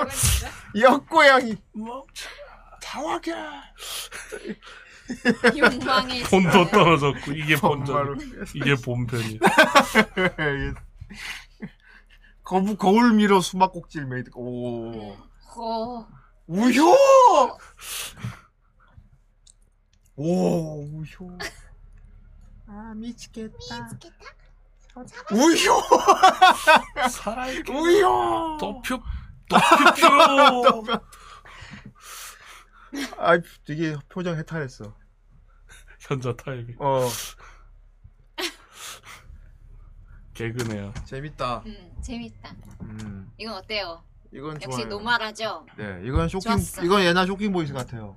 Speaker 10: 역고양이.
Speaker 5: 당황해.
Speaker 12: 욕망의
Speaker 5: 본도 떨어졌고 이게
Speaker 10: 정말로.
Speaker 5: 본전 이게 본편이
Speaker 10: 거부 거울 미로 수박 꼭질 메이드. 오.
Speaker 12: 어,
Speaker 10: 우효. 오 우효. 아 미치겠다.
Speaker 12: 미치겠다.
Speaker 10: 우효.
Speaker 5: 살아있게
Speaker 10: 우효.
Speaker 5: 도표 도표
Speaker 10: 아 되게 표정 해탈했어.
Speaker 5: 현자 타협이
Speaker 10: 어
Speaker 5: 개그네요
Speaker 10: 재밌다.
Speaker 12: 음, 재밌다.
Speaker 10: 음
Speaker 12: 이건 어때요?
Speaker 10: 이건
Speaker 12: 역시
Speaker 10: 좋아요.
Speaker 12: 노말하죠.
Speaker 10: 네 이건 쇼킹
Speaker 12: 좋았어.
Speaker 10: 이건 옛날 쇼킹 보이스 같아요.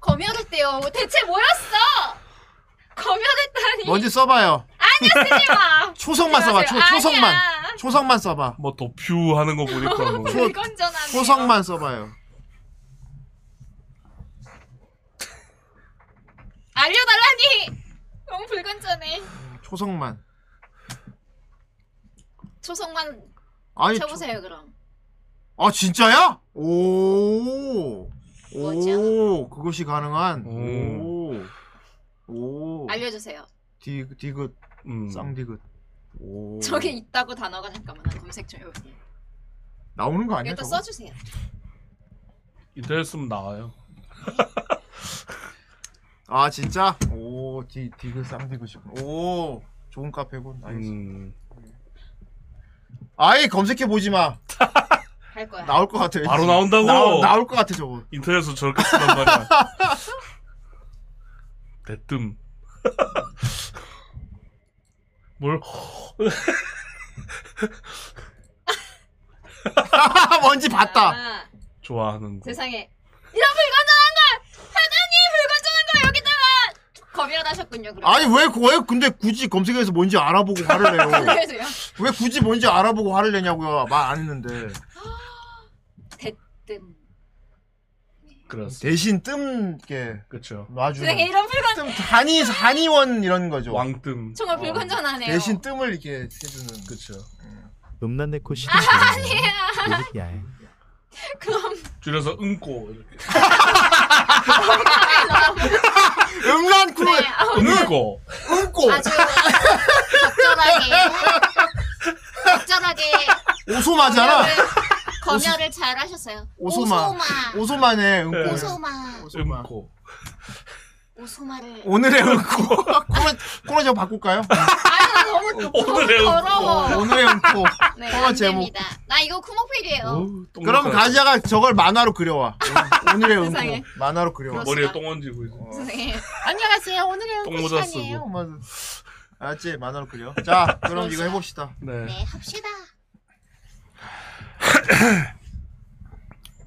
Speaker 12: 검열을 때요. 대체 뭐였어? 검열을 따니.
Speaker 10: 뭔지 써봐요.
Speaker 12: 아니야 쓰지 마.
Speaker 10: 초성만
Speaker 12: 쓰지
Speaker 10: 써봐. 초,
Speaker 12: 마세요.
Speaker 10: 초성만.
Speaker 12: 아니야.
Speaker 10: 초성만 써봐.
Speaker 5: 뭐 도퓨 하는 거 보니까
Speaker 12: 어,
Speaker 5: 뭐
Speaker 10: 초-
Speaker 12: 이건 전하네요.
Speaker 10: 초성만 써봐요.
Speaker 12: 알려달라니. 너무 불건전해.
Speaker 10: 초성만.
Speaker 12: 초성만
Speaker 10: 아니,
Speaker 12: 쳐보세요 그럼.
Speaker 10: 아 진짜야? 오. 오 그것이 가능한. 오. 오.
Speaker 12: 알려주세요.
Speaker 10: 디 디귿.
Speaker 5: 음.
Speaker 10: 쌍디귿. 오.
Speaker 12: 저게 있다고 단어가 잠깐만 나 검색 좀 해볼게.
Speaker 10: 나오는 거 아니야?
Speaker 12: 이거 또
Speaker 10: 저거?
Speaker 12: 써주세요.
Speaker 5: 이대로 쓰면 나와요
Speaker 10: 아 진짜? 오 디, 디귿 쌍디귿이군. 오 좋은 카페군. 알겠어.
Speaker 5: 음.
Speaker 10: 아예 검색해 보지 마.
Speaker 12: 할 거야.
Speaker 10: 나올 것 같아.
Speaker 5: 바로 나온다고?
Speaker 10: 나, 올것 같아 저거.
Speaker 5: 인터넷에서 저렇게 쓰단 말이야 대뜸 뭘
Speaker 10: 뭔지 봤다.
Speaker 12: 아,
Speaker 5: 좋아하는 거
Speaker 12: 세상에 이런 불건전한 걸 하나님 불건전한 걸 여기다가 검열하셨군요. 그럼.
Speaker 10: 아니 왜 왜 근데 굳이 검색해서 뭔지 알아보고 화를 내요?
Speaker 12: 그래서요.
Speaker 10: 왜 굳이 뭔지 알아보고 화를 내냐고요? 말 안 했는데
Speaker 12: 대뜸.
Speaker 5: 그렇습니다
Speaker 10: 대신 뜸게
Speaker 5: 그렇죠
Speaker 10: 놔주는
Speaker 12: 세상에 이런 불건
Speaker 10: 한이 한의원 이런 거죠.
Speaker 5: 왕뜸.
Speaker 12: 정말 불건전하네요.
Speaker 10: 대신 뜸을 이렇게 해주는. 예.
Speaker 5: 그렇죠.
Speaker 13: 음란네코 시즌
Speaker 12: 아, 아니야.
Speaker 13: 야해.
Speaker 12: 그럼
Speaker 5: 줄여서 응꼬 이렇게
Speaker 10: 음란쿠
Speaker 12: 네, 아우,
Speaker 5: 응꼬
Speaker 10: 음꼬
Speaker 12: 아주 적절하게 적절하게
Speaker 10: 오소마잖아.
Speaker 12: 검열을, 검열을 잘 하셨어요.
Speaker 10: 오소마
Speaker 12: 오소마
Speaker 10: 오소마네 음꼬.
Speaker 12: 오소마
Speaker 10: 오소마.
Speaker 5: 응꼬
Speaker 12: 오소마를
Speaker 10: 오늘의 음꼬. 코너 코너 제목 바꿀까요?
Speaker 12: 아 너무
Speaker 5: 오늘의
Speaker 12: 너무 더러워.
Speaker 10: 오늘의 음꼬.
Speaker 12: 네,
Speaker 10: 코너
Speaker 12: 안
Speaker 10: 제목.
Speaker 12: 됩니다. 나 이거
Speaker 5: 어,
Speaker 12: 쿠목필이에요.
Speaker 5: 음, 그렇죠.
Speaker 10: 그럼 가자가 저걸 만화로 그려와. 오늘- 오늘의
Speaker 12: 세상에.
Speaker 10: 음고 만화로 그려와.
Speaker 5: 머리에 똥 얹고 이제
Speaker 12: 선생님.
Speaker 10: 안녕하세요. 뭐. 오늘의
Speaker 5: 똥모자 시간이에요. 쓰고.
Speaker 10: 알았지? 만화로 그려. 자, 그럼 이거 해봅시다.
Speaker 5: 네
Speaker 12: 그렇죠. 네, 합시다.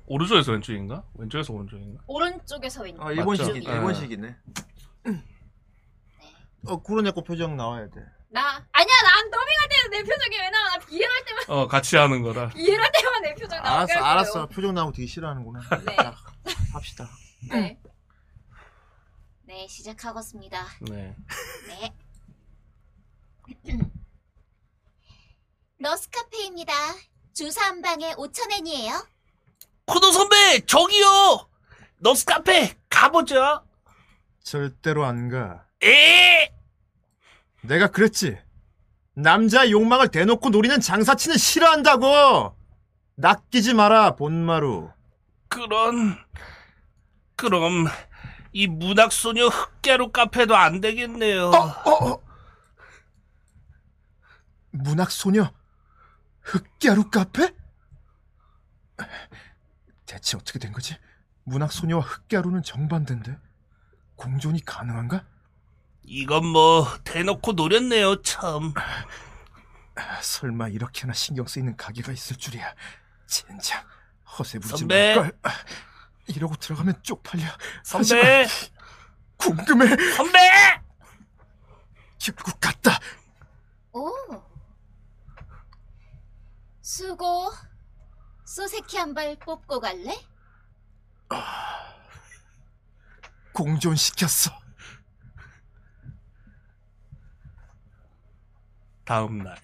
Speaker 5: 오른쪽에서 왼쪽인가 왼쪽에서 오른쪽인가
Speaker 12: 오른쪽에서 왼쪽.
Speaker 10: 아, 일본식
Speaker 5: 맞죠?
Speaker 10: 일본식이네. 어, 구로네코 표정 나와야 돼.
Speaker 12: 나 아니야, 난 더빙할 때는 내 표정이 왜 나와? 나 이해할 때만
Speaker 5: 어 같이 하는 거라
Speaker 12: 이해할 때만 내 표정 나와.
Speaker 10: 알았어, 알았어. 표정 나오고 되게 싫어하는구나.
Speaker 12: 네.
Speaker 10: 자, 합시다.
Speaker 12: 네. 네, 시작하겠습니다.
Speaker 5: 네
Speaker 12: 네. 러스카페입니다. 주사 한 방에 5,000엔이에요.
Speaker 7: 코도 선배 저기요 너스 카페 가보죠
Speaker 10: 절대로 안 가.
Speaker 7: 에
Speaker 10: 내가 그랬지. 남자의 욕망을 대놓고 노리는 장사치는 싫어한다고. 낚이지 마라, 본마루.
Speaker 11: 그런 그럼 이 문학소녀 흑개로 카페도 안 되겠네요.
Speaker 6: 어,
Speaker 10: 문학소녀 흑야루 카페? 대체 어떻게 된 거지? 문학소녀와 흑야루는 정반대인데 공존이 가능한가?
Speaker 11: 이건 뭐 대놓고 노렸네요 참.
Speaker 10: 아, 설마 이렇게나 신경 쓰이는 가게가 있을 줄이야. 진짜 허세 부리지
Speaker 11: 선배!
Speaker 10: 말걸. 아, 이러고 들어가면 쪽팔려.
Speaker 11: 선배
Speaker 10: 하지만 궁금해.
Speaker 11: 선배
Speaker 10: 결국 갔다.
Speaker 12: 오. 수고. 소세키 한 발 뽑고 갈래?
Speaker 10: 공존시켰어.
Speaker 11: 다음 날.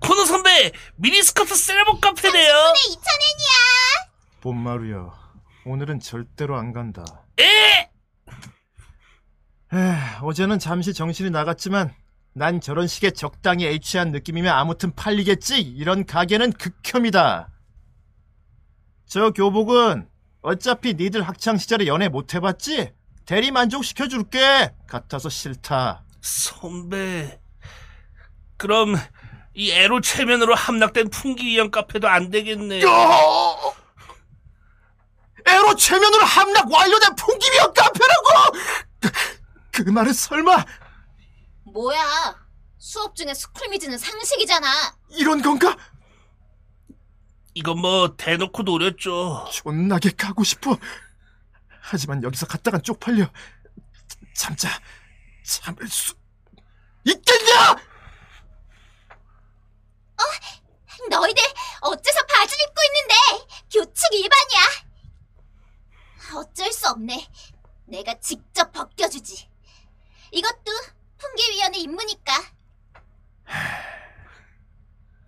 Speaker 11: 코너 선배 미니스커트 세레모 카페네요.
Speaker 6: 2,000엔이야.
Speaker 10: 본마루야 오늘은 절대로 안 간다
Speaker 11: 에?
Speaker 10: 에휴, 어제는 잠시 정신이 나갔지만 난 저런 식의 적당히 H한 느낌이면 아무튼 팔리겠지 이런 가게는 극혐이다 저 교복은 어차피 니들 학창시절에 연애 못해봤지? 대리 만족시켜줄게 같아서 싫다
Speaker 11: 선배 그럼 이 애로 체면으로 함락된 풍기 위원 카페도 안 되겠네.
Speaker 10: 요! 에로 체면으로 함락 완료된 풍기미역 카페라고! 그, 그 말은 설마
Speaker 12: 뭐야? 수업 중에 스쿨미즈는 상식이잖아.
Speaker 10: 이런 건가?
Speaker 11: 이건 뭐 대놓고 노렸죠.
Speaker 10: 존나게 가고 싶어. 하지만 여기서 갔다간 쪽팔려. 참- 참자. 참을 수 있겠냐?
Speaker 6: 너희들 어째서 바지를 입고 있는데? 교칙 위반이야. 어쩔 수 없네. 내가 직접 벗겨주지. 이것도 풍기위원회 임무니까.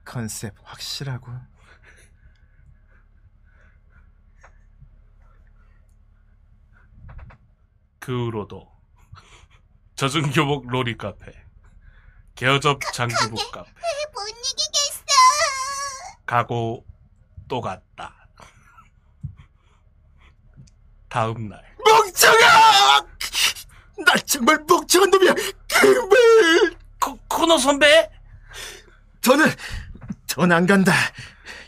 Speaker 10: 컨셉 확실하고.
Speaker 5: 그 후로도 젖은 교복 로리 카페 개어접 장기복 카페
Speaker 6: 못 이기겠어.
Speaker 5: 가고 또 갔다 다음 날
Speaker 10: 멍청아! 나 정말 멍청한 놈이야. 그물.
Speaker 11: 코너 선배?
Speaker 10: 저는 전 안 간다.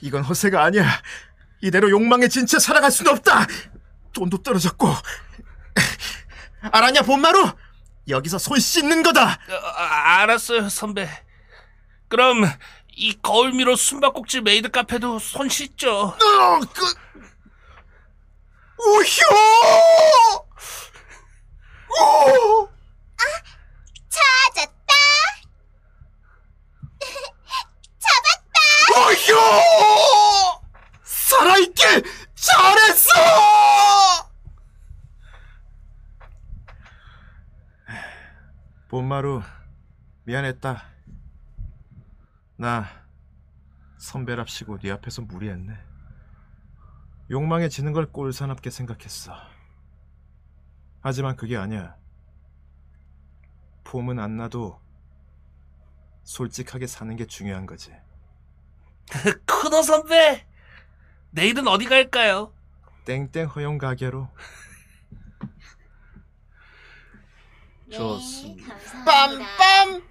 Speaker 10: 이건 허세가 아니야. 이대로 욕망에 진 채 살아갈 수는 없다. 돈도 떨어졌고. 알았냐 본마루? 여기서 손 씻는 거다.
Speaker 11: 어, 아, 알았어요 선배. 그럼 이 거울미로 숨바꼭질 메이드 카페도 손 씻죠.
Speaker 10: 어, 그,
Speaker 6: 오효! 오! 아, 찾았다. 잡았다.
Speaker 10: 오효! 살아있길 잘했어! 본마루 미안했다. 나 선배랍시고 네 앞에서 무리했네. 욕망에 지는 걸 꼴사납게 생각했어. 하지만 그게 아니야. 폼은 안 나도 솔직하게 사는 게 중요한 거지.
Speaker 11: 코너 선배 내일은 어디 갈까요?
Speaker 10: 땡땡 허용 가게로. 네.
Speaker 6: 네,
Speaker 11: 좋습니다.
Speaker 6: 빰빰.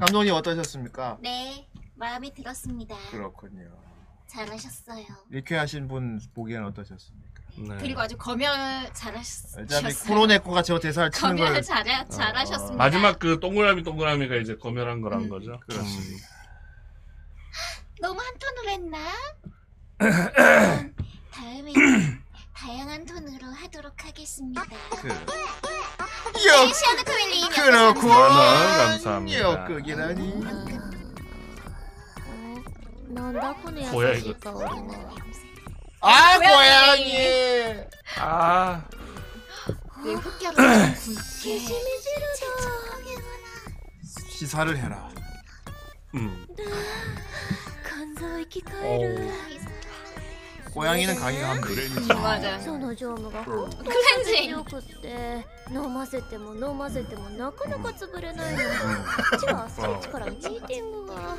Speaker 10: 감독님 어떠셨습니까?
Speaker 12: 네, 마음에 들었습니다.
Speaker 10: 그렇군요.
Speaker 12: 잘하셨어요.
Speaker 10: 네. 리쾌하신 분 보기엔 어떠셨습니까?
Speaker 12: 네. 그리고 아주 검열 잘하셨어요.
Speaker 10: 어차피 코로네코가 저 대사를 치는
Speaker 12: 검열
Speaker 10: 걸 어.
Speaker 12: 잘 잘하셨습니다.
Speaker 5: 마지막 그 동그라미 동그라미가 이제 검열한 거란 거죠 그렇습니다
Speaker 12: 너무 한 톤으로 했나? 다음에 다양한 톤으로 하도록 하겠습니다.
Speaker 6: 네, 시아드 코밀리.
Speaker 5: 감사합니다
Speaker 10: 그 여기라니.
Speaker 14: 난나 혼자
Speaker 5: 뭐야,
Speaker 14: 야식
Speaker 5: 이거.
Speaker 14: 있다, 오랜만에.
Speaker 10: 아
Speaker 6: 고양이.
Speaker 5: 아
Speaker 6: 내 흑야로
Speaker 12: 진심이
Speaker 6: 싫어서.
Speaker 10: 시사를 해라.
Speaker 5: 음.
Speaker 10: 어. 고양이는 강의가 하면 되겠지.
Speaker 6: 맞아.
Speaker 14: その常務が本当に強くって飲ませても飲ませてもなかなか潰れないのこっちは朝一からミーティングが
Speaker 6: 음.
Speaker 5: 음.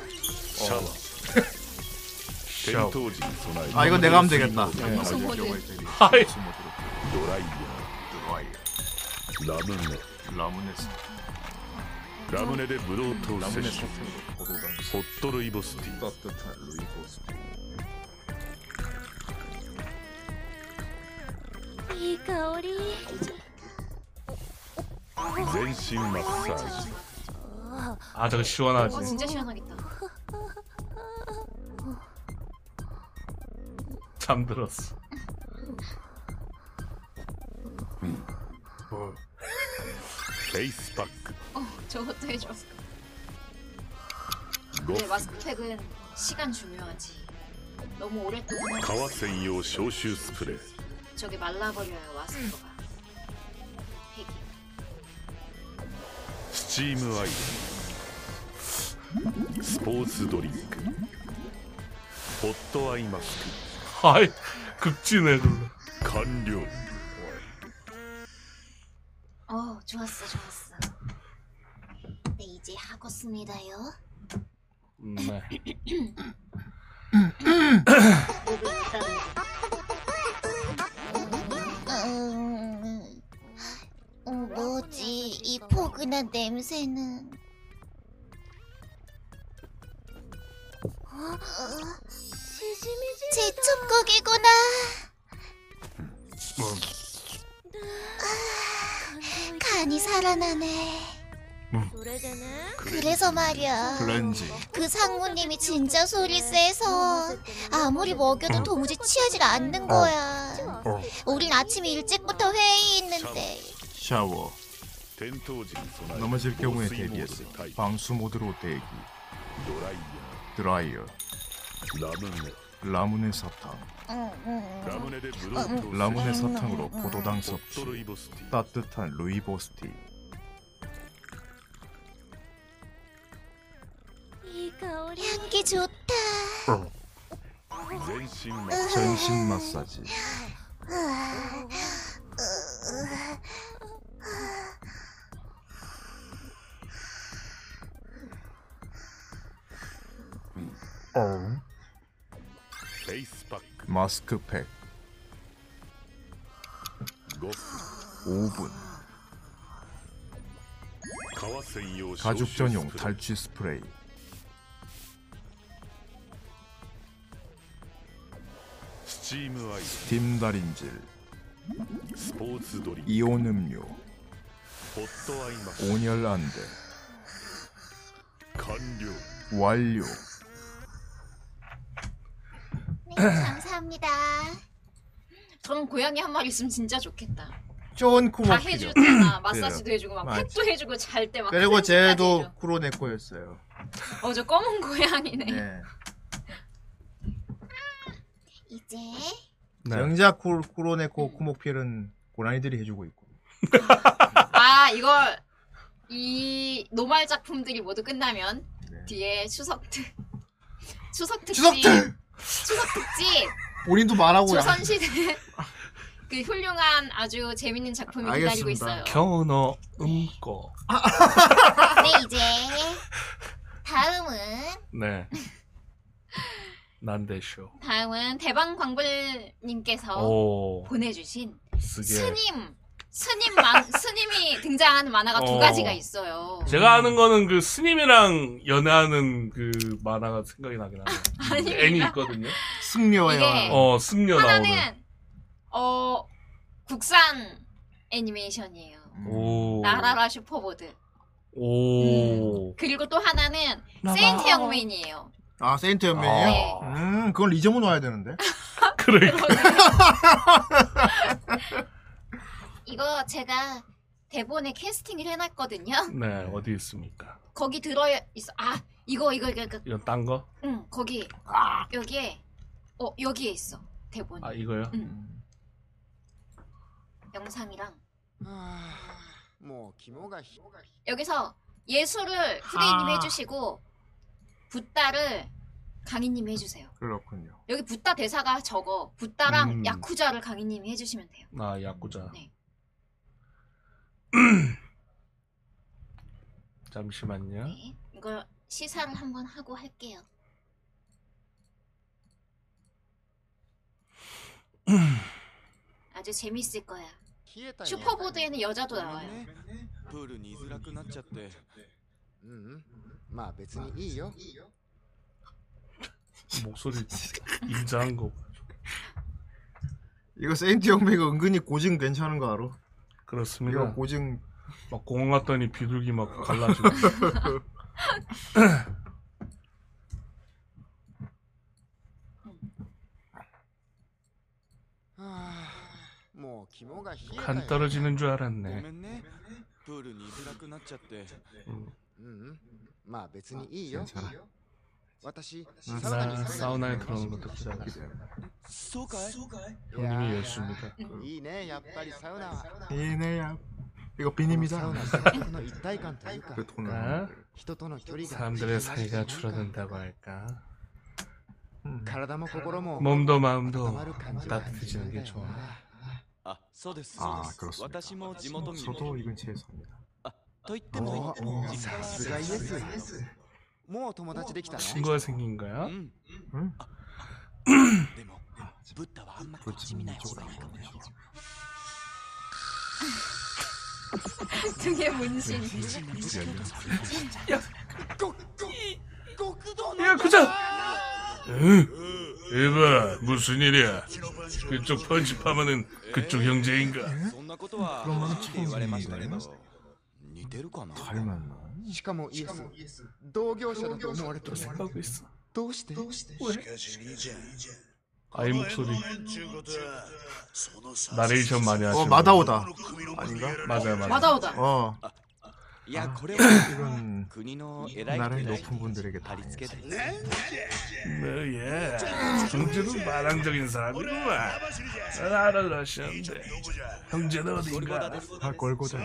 Speaker 15: 샤워.
Speaker 5: 어.
Speaker 15: 벤토지 소나이.
Speaker 10: 아, 이거 내가 하면 되겠다.
Speaker 15: 네.
Speaker 10: 아이.
Speaker 15: 도라이야. 라면에. 라면에. 라면에 무로토 세시. 호토 루이보스티. 따뜻한 루이보스티.
Speaker 14: いい香り
Speaker 15: 전신 마사지.
Speaker 5: 아 저거 시원하지
Speaker 12: 어 진짜 시원하겠다.
Speaker 5: 잠들었어
Speaker 15: 베이스 바크.
Speaker 12: 어 저것도 해줘.
Speaker 15: 로.
Speaker 10: 뭐?
Speaker 12: 근데 마스크팩은 시간 중요하지. 너무 오랫동안
Speaker 15: 가와센요 쇼슈 스프레이.
Speaker 12: 저게 말라버려요 마스크가.
Speaker 15: 7
Speaker 16: チームアイテムスポーツドリンクホットアイマスク
Speaker 5: はい극진해
Speaker 16: 完了
Speaker 12: 어 좋았어 좋았어. 네 이제 하겠습니다요.
Speaker 5: 네.
Speaker 10: 음.
Speaker 14: 음, 어, 뭐지 이 포근한 냄새는 제 첫곡이구나 간이 살아나네
Speaker 17: それでね
Speaker 14: 그래서 말이야
Speaker 10: 클렌징
Speaker 14: 그 상무님이 진짜 소리 세서 아무리 먹여도 도무지 취하질 않는 거야 우린 아침 일찍부터 회의 있는데
Speaker 10: 샤워
Speaker 16: 転倒時に備え
Speaker 10: 넘어질 경우에
Speaker 16: 防水モード
Speaker 10: 대비해서
Speaker 16: で対
Speaker 10: 방수 모드로 대기
Speaker 16: ドライヤ
Speaker 10: 드라이어
Speaker 16: ーラムネ
Speaker 10: 라문의 사탕
Speaker 16: ラムネでブドウ糖
Speaker 10: 라문의 사탕으로 포도당
Speaker 16: ホットルイ
Speaker 10: 섭취
Speaker 16: ボスティー
Speaker 10: 따뜻한 루이보스티
Speaker 17: いい香り
Speaker 14: 향기 좋다
Speaker 16: 全身マッサージ
Speaker 10: 전신 마사지 어.
Speaker 16: フェイスパック
Speaker 10: 마스크팩
Speaker 16: 5分
Speaker 10: 5분
Speaker 16: 革専用
Speaker 10: 가죽
Speaker 16: 消臭
Speaker 10: 전용
Speaker 16: スプレー
Speaker 10: 탈취 스프레이
Speaker 16: スチームアイス
Speaker 10: 스팀 다림질
Speaker 16: スポーツドリンク
Speaker 10: 이온 음료
Speaker 16: ホットアイマスク
Speaker 10: 온열 안대
Speaker 16: 完了
Speaker 10: 완료
Speaker 12: 감사합니다. 저런 고양이 한 마리 있으면 진짜 좋겠다.
Speaker 10: 좋은
Speaker 12: 다
Speaker 10: 쿠폰 필요.
Speaker 12: 해주잖아. 마사지도
Speaker 10: 그래요.
Speaker 12: 해주고 막
Speaker 10: 네. 맞아.
Speaker 12: 팩도 해주고 잘 때막
Speaker 10: 예. 그리고 쟤도 쿠로네코였어요
Speaker 12: 어저 검은 고양이네.
Speaker 10: 네.
Speaker 14: 이제
Speaker 15: 네.
Speaker 10: 정작 쿠- 쿠로네코 쿠모필은 고라니들이 해주고 있고
Speaker 12: 아 이걸 이 노말 작품들이 모두 끝나면 뒤에 추석 특 네. 추석 특집
Speaker 10: 추석 특!
Speaker 12: 추석 특집
Speaker 10: 본인도 말하고
Speaker 12: 조선 시대 그 훌륭한 아주 재밌는 작품이 기다리고 있어요.
Speaker 5: 겨너 음고.
Speaker 14: 네 이제 다음은
Speaker 5: 네. 난데쇼.
Speaker 12: 다음은 대방 광불님께서
Speaker 5: 오.
Speaker 12: 보내주신
Speaker 5: 쓰게.
Speaker 12: 스님 스님 만, 스님이 등장하는 만화가 두
Speaker 5: 어.
Speaker 12: 가지가 있어요.
Speaker 5: 제가 아는 거는 그 스님이랑 연애하는 그 만화가 생각이 나긴 하네요.
Speaker 12: 아닙니다.
Speaker 5: 애니 있거든요.
Speaker 10: 승려예요.
Speaker 12: 이게
Speaker 5: 어, 승려 나오는.
Speaker 12: 하나는 어 국산 애니메이션이에요.
Speaker 10: 음.
Speaker 5: 오.
Speaker 12: 나라라 슈퍼보드.
Speaker 5: 오.
Speaker 12: 그리고 또 하나는
Speaker 5: 나라.
Speaker 12: 세인트 영맨이에요.
Speaker 10: 아 세인트 연맹이에요?
Speaker 12: 네.
Speaker 10: 음 그건 리저문 와야 되는데
Speaker 12: 이거 제가 대본에 캐스팅을 해놨거든요.
Speaker 5: 네, 어디 있습니까?
Speaker 12: 거기 들어 있어. 아 이거 이거 이거, 이거.
Speaker 5: 이건 딴 거?
Speaker 12: 응 거기 여기에 어 여기에 있어 대본.
Speaker 5: 아, 이거요?
Speaker 12: 음. 영상이랑
Speaker 15: もう肝がひ
Speaker 12: 여기서 예술을 후레이님
Speaker 15: 아.
Speaker 12: 해주시고 붓다를 강희님 해주세요.
Speaker 10: 그렇군요
Speaker 12: 여기 붓다 대사가 적어 붓다랑
Speaker 5: 음.
Speaker 12: 야쿠자를 강희님이 해주시면 돼요.
Speaker 5: 아, 야구자.
Speaker 12: 네.
Speaker 5: 잠시만요.
Speaker 12: 네. 이걸 시사를 한번 하고 할게요.
Speaker 5: 음.
Speaker 12: 아주 재밌을 거야. 슈퍼보드에는 여자도 나와요.
Speaker 15: プールに居づらくなっちゃってうんう
Speaker 10: 음,
Speaker 15: んまあ別
Speaker 5: 아,
Speaker 15: にいいよ
Speaker 5: 목소리 인자한 거.
Speaker 10: 이거 세인트 영맹이 은근히 고증 괜찮은 거 알아?
Speaker 5: 그렇습니다.
Speaker 10: 이거 고증
Speaker 5: 막 공항 갔더니 비둘기 막 갈라지고.
Speaker 15: もう肝が冷えたよ
Speaker 5: 간 떨어지는 줄
Speaker 15: ご
Speaker 5: 알았네.
Speaker 15: めんねプールに居づらくなっちゃってうんうんまあ別にいいよいいよ私
Speaker 5: 나
Speaker 15: サウナ
Speaker 5: 사우나에
Speaker 15: に
Speaker 5: 들어오는 것도 기다려.
Speaker 15: そうかい
Speaker 5: 형님이 예수입니다.
Speaker 15: いいねやっぱりサウナは
Speaker 10: 이네야
Speaker 15: 이거 빈입니다.
Speaker 10: の一体感というか
Speaker 5: 아,
Speaker 10: 人との距離が
Speaker 5: 사람들의 사이가 줄어든다고 할까?
Speaker 10: 体も心
Speaker 15: 어,
Speaker 10: も
Speaker 5: 몸도 마음도
Speaker 15: 아,
Speaker 10: 温まる感じが
Speaker 5: 따뜻해지는 게 좋아.
Speaker 6: あ、そうです。そうで
Speaker 15: 아,
Speaker 6: す
Speaker 15: 그렇습니다.
Speaker 6: 私 も地元民
Speaker 15: 저도 이근 체에서입니다.
Speaker 6: と言っても
Speaker 15: おお
Speaker 6: 実家は
Speaker 10: さすがイエスもう友達できたの
Speaker 5: 친구가 생긴 거야?
Speaker 15: 음. 네, 뭐,
Speaker 5: 아,
Speaker 6: ブッダはあんまこっち見ない方がいいかもよ。
Speaker 12: 등에 문신.
Speaker 5: 야,
Speaker 6: 極道
Speaker 5: 야, 그자.
Speaker 18: 응. 이봐 무슨 일이야? 그쪽 편집하면은 그쪽 형제인가?
Speaker 6: そんなことは
Speaker 18: ロマン
Speaker 6: はっ
Speaker 18: チ
Speaker 6: き
Speaker 18: ック
Speaker 6: り言われま
Speaker 18: に
Speaker 6: したけど
Speaker 18: 言われま
Speaker 15: 뭐,
Speaker 6: 似てるかな
Speaker 10: しかもイエス同業者だと思われてるどうして
Speaker 7: しかし兄ちゃん
Speaker 5: 아이 목소리.
Speaker 7: そのさ
Speaker 5: 나레이션 많이 하시는. 그뭐
Speaker 15: 어 마다오다.
Speaker 5: 아닌가? 맞아요, 맞아요.
Speaker 15: 어. 아,
Speaker 6: 야, 거래
Speaker 15: 이건 나라의 높은 분들에게 다
Speaker 5: 뭐야? 예. 형제도 마당적인 사람이구만. 알아라시는데 형제는 어딘가?
Speaker 15: 아 걸고자.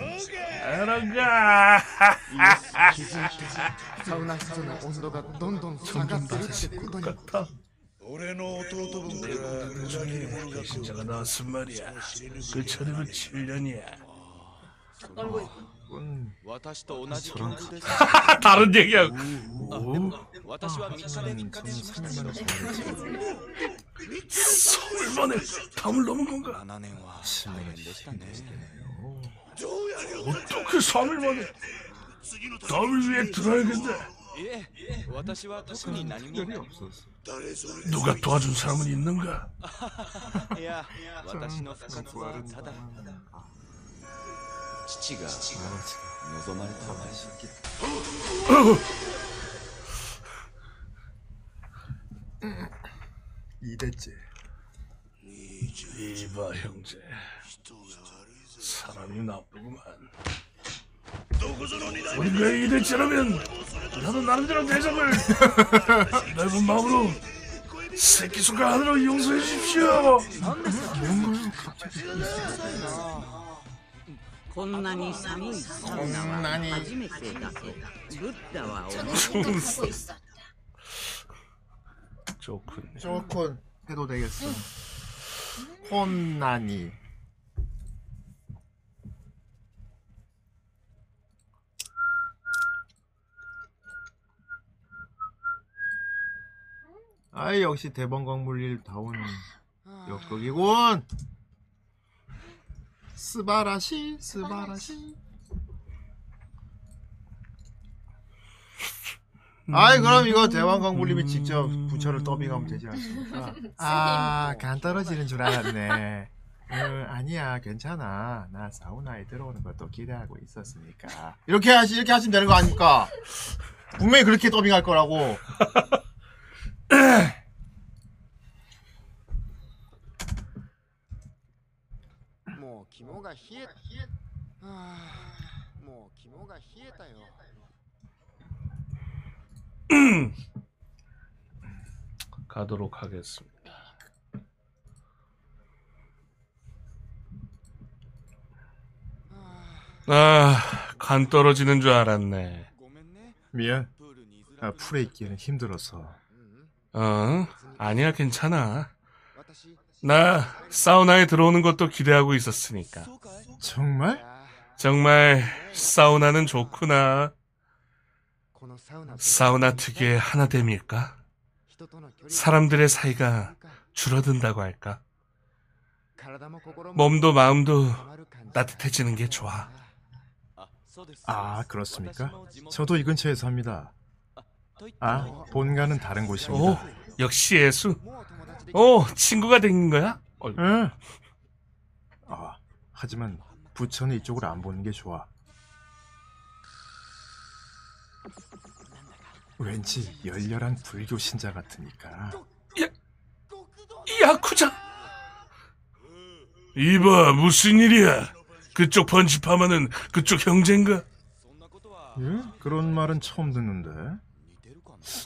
Speaker 5: 알아가.
Speaker 10: 気づいてサウナ室の温度がどんどん下がってるってことに
Speaker 7: 俺の弟分から
Speaker 5: 나중에 배신자가 그 나왔단 말이야. 그 전에는 7년이야.
Speaker 6: 私と同じ境遇です
Speaker 5: 다른 얘기야.
Speaker 6: あでも私
Speaker 5: 아,
Speaker 6: は3日で復活しましたけど
Speaker 5: 설마네 담을 넘은 건가?
Speaker 6: 7年は大変でしたね
Speaker 5: 어떻게 3일 만에 담을 위해 들어야겠네.
Speaker 6: いえ私は特に何も
Speaker 5: 누가 도와준 사람은 있는가?
Speaker 6: いや私の復活はただ父が望まれたまし
Speaker 15: 이대째.
Speaker 5: 이봐 형제 사람이 나쁘구만 우리가 이대체라면 나도 나름대로 대접을 넓은 마음으로 새끼손가락 하나로 용서해 주십시오
Speaker 2: こんなに寒いサウナは初めてだけどブッダは
Speaker 5: そ
Speaker 2: 同
Speaker 5: んな
Speaker 2: じ
Speaker 5: 좋군
Speaker 15: 조건 해도 되겠어. 혼나니. 아이 역시 대번광 물릴 다운
Speaker 6: 아.
Speaker 15: 역극이군. 스바라시 스바라시. 아이 그럼 이거 대왕광 물림이 직접 부처를 더빙하면 되지 않습니까? 아, 간 떨어지는 줄 알았네. 어, 아니야, 괜찮아. 나 사우나에 들어오는 것도 기대하고 있었으니까. 이렇게 하시 이렇게 하시면 되는 거 아닙니까? 분명히 그렇게 더빙할 거라고.
Speaker 10: もう肝が冷えたはあもう肝が冷えたよ
Speaker 5: 음. 가도록 하겠습니다 아간 떨어지는 줄 알았네
Speaker 15: 미안. 아, 풀에 있기에는 힘들어서.
Speaker 5: 어 아니야 괜찮아 나 사우나에 들어오는 것도 기대하고 있었으니까
Speaker 15: 정말?
Speaker 5: 정말 사우나는 좋구나
Speaker 10: このサウナ
Speaker 5: 사우나 특유의 하나됨일까? 사람들의 사이가 줄어든다고 할까?
Speaker 10: 体も心も
Speaker 5: 몸도 마음도 따뜻해지는 게 좋아.
Speaker 15: 아, 그렇습니까? 저도 이 근처에서 합니다. 아, 본가는 다른 곳입니다.
Speaker 5: 오, 역시 예수. 오, 친구가 된 거야? 어이.
Speaker 15: 응. 아, 하지만 부처는 이쪽을 안 보는 게 좋아. 왠지 열렬한 불교 신자 같으니까.
Speaker 5: 야쿠자. 이봐, 무슨 일이야? 그쪽 번집하면은 그쪽 형제인가?
Speaker 15: 예? 그런 말은 처음 듣는데.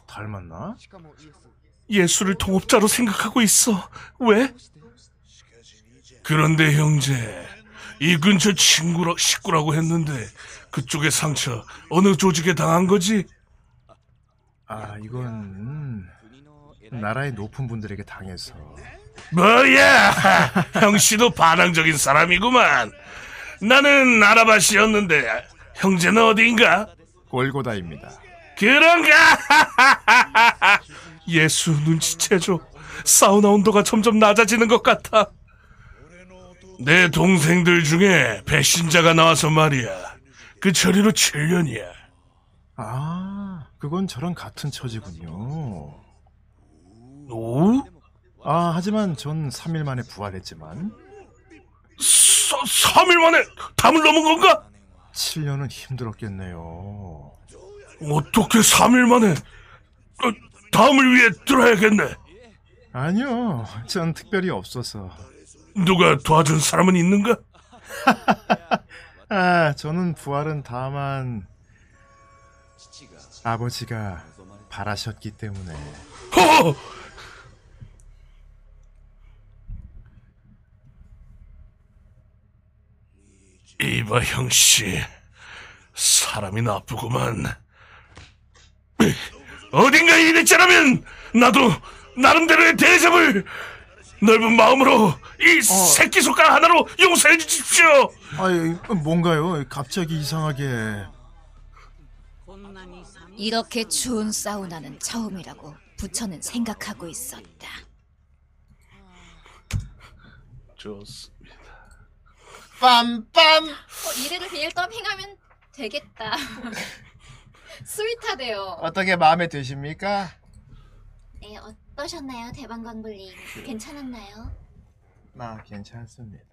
Speaker 15: 닮았나?
Speaker 5: 예수를 동업자로 생각하고 있어. 왜? 그런데 형제,
Speaker 7: 이 근처 친구라 식구라고 했는데 그쪽의 상처 어느 조직에 당한 거지?
Speaker 10: 아 이건 음, 나라의 높은 분들에게 당해서
Speaker 7: 뭐야 형씨도 반항적인 사람이구만 나는 아라바시였는데 형제는 어디인가?
Speaker 10: 골고다입니다
Speaker 7: 그런가? 예수 눈치채줘 사우나 온도가 점점 낮아지는 것 같아 내 동생들 중에 배신자가 나와서 말이야 그 처리로 7년이야
Speaker 10: 아 그건 저랑 같은 처지군요
Speaker 7: 오?
Speaker 10: 아 하지만 전 3일 만에 부활했지만
Speaker 7: 3일 만에 담을 넘은 건가?
Speaker 10: 7년은 힘들었겠네요
Speaker 7: 어떻게 3일 만에 어, 담을 위해 들어야겠네
Speaker 10: 아니요 전 특별히 없어서
Speaker 7: 누가 도와준 사람은 있는가?
Speaker 10: 아 저는 부활은 다만 아버지가 바라셨기 때문에
Speaker 7: 허! 이봐 형씨 사람이 나쁘구만 어딘가 이랬자라면 나도 나름대로의 대접을 넓은 마음으로 이 새끼 손가락 하나로 용서해 주십시오
Speaker 10: 아 뭔가요 갑자기 이상하게
Speaker 19: 이렇게 추운 사우나는 처음이라고 부처는 생각하고 있었다.
Speaker 7: 좋습니다
Speaker 10: 빰빰
Speaker 12: 어, 이래를 비닐 더빙하면 되겠다. 스윗하대요.
Speaker 10: 어떻게 마음에 드십니까?
Speaker 12: 네, 어떠셨나요, 대방건블님? 괜찮았나요?
Speaker 10: 나 괜찮습니다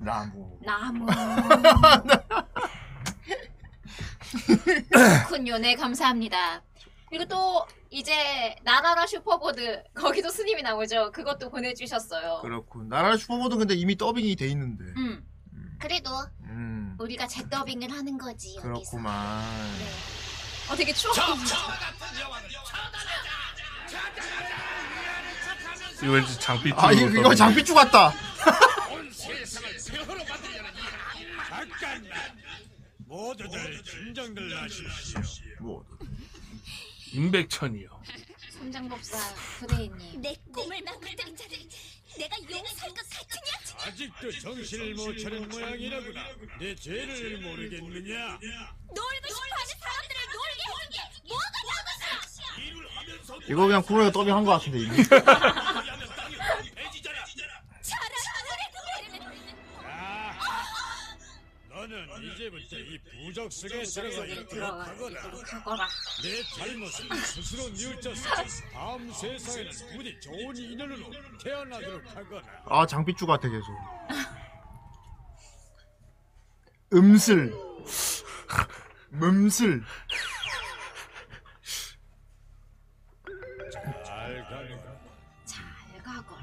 Speaker 10: 나무
Speaker 12: 나무. 군요, 네 감사합니다. 그리고 또 이제 나라라 슈퍼보드 거기도 스님이 나오죠. 그것도 보내주셨어요.
Speaker 10: 그렇군 나라 슈퍼보드 근데 이미 더빙이 돼 있는데
Speaker 12: 음. 그래도
Speaker 10: 음
Speaker 12: 우리가 재더빙을 하는 거지 여기서.
Speaker 10: 그렇구만
Speaker 12: 어 되게 추워.
Speaker 7: 이거 왠지 장삐쭈
Speaker 10: 아 이거, 이거 장비쭈 같다
Speaker 6: 온 세상을 폐허로 만들려는 이 악간만 모두들 진정들 하십시오.
Speaker 10: 뭐
Speaker 7: 임백천이요
Speaker 12: 삼장법사 부대인님.
Speaker 17: 내 꿈을 망가뜨린 자들 내가 용서할 것 같으냐?
Speaker 6: 아직도 정신을 못 차린 모양이라구나. 내 죄를 모르겠느냐?
Speaker 17: 놀고 싶어하는 사람들을 놀게 하는 게 뭐가 잘못이야?
Speaker 10: 이거 그냥 구로에 더빙한 것 같은데 이미
Speaker 6: 너는 이제부터 이 부적 속에 들어가 있도록 하거라.
Speaker 12: 가거라.
Speaker 6: 내 잘못을 스스로 뉘우쳤으니 다음 세상에는 부디 좋은 인연으로 태어나도록 하거라.
Speaker 10: 아 장비쭈 같아 계속 음슬 멈슬
Speaker 6: 잘 가거라.
Speaker 12: 잘 가거라.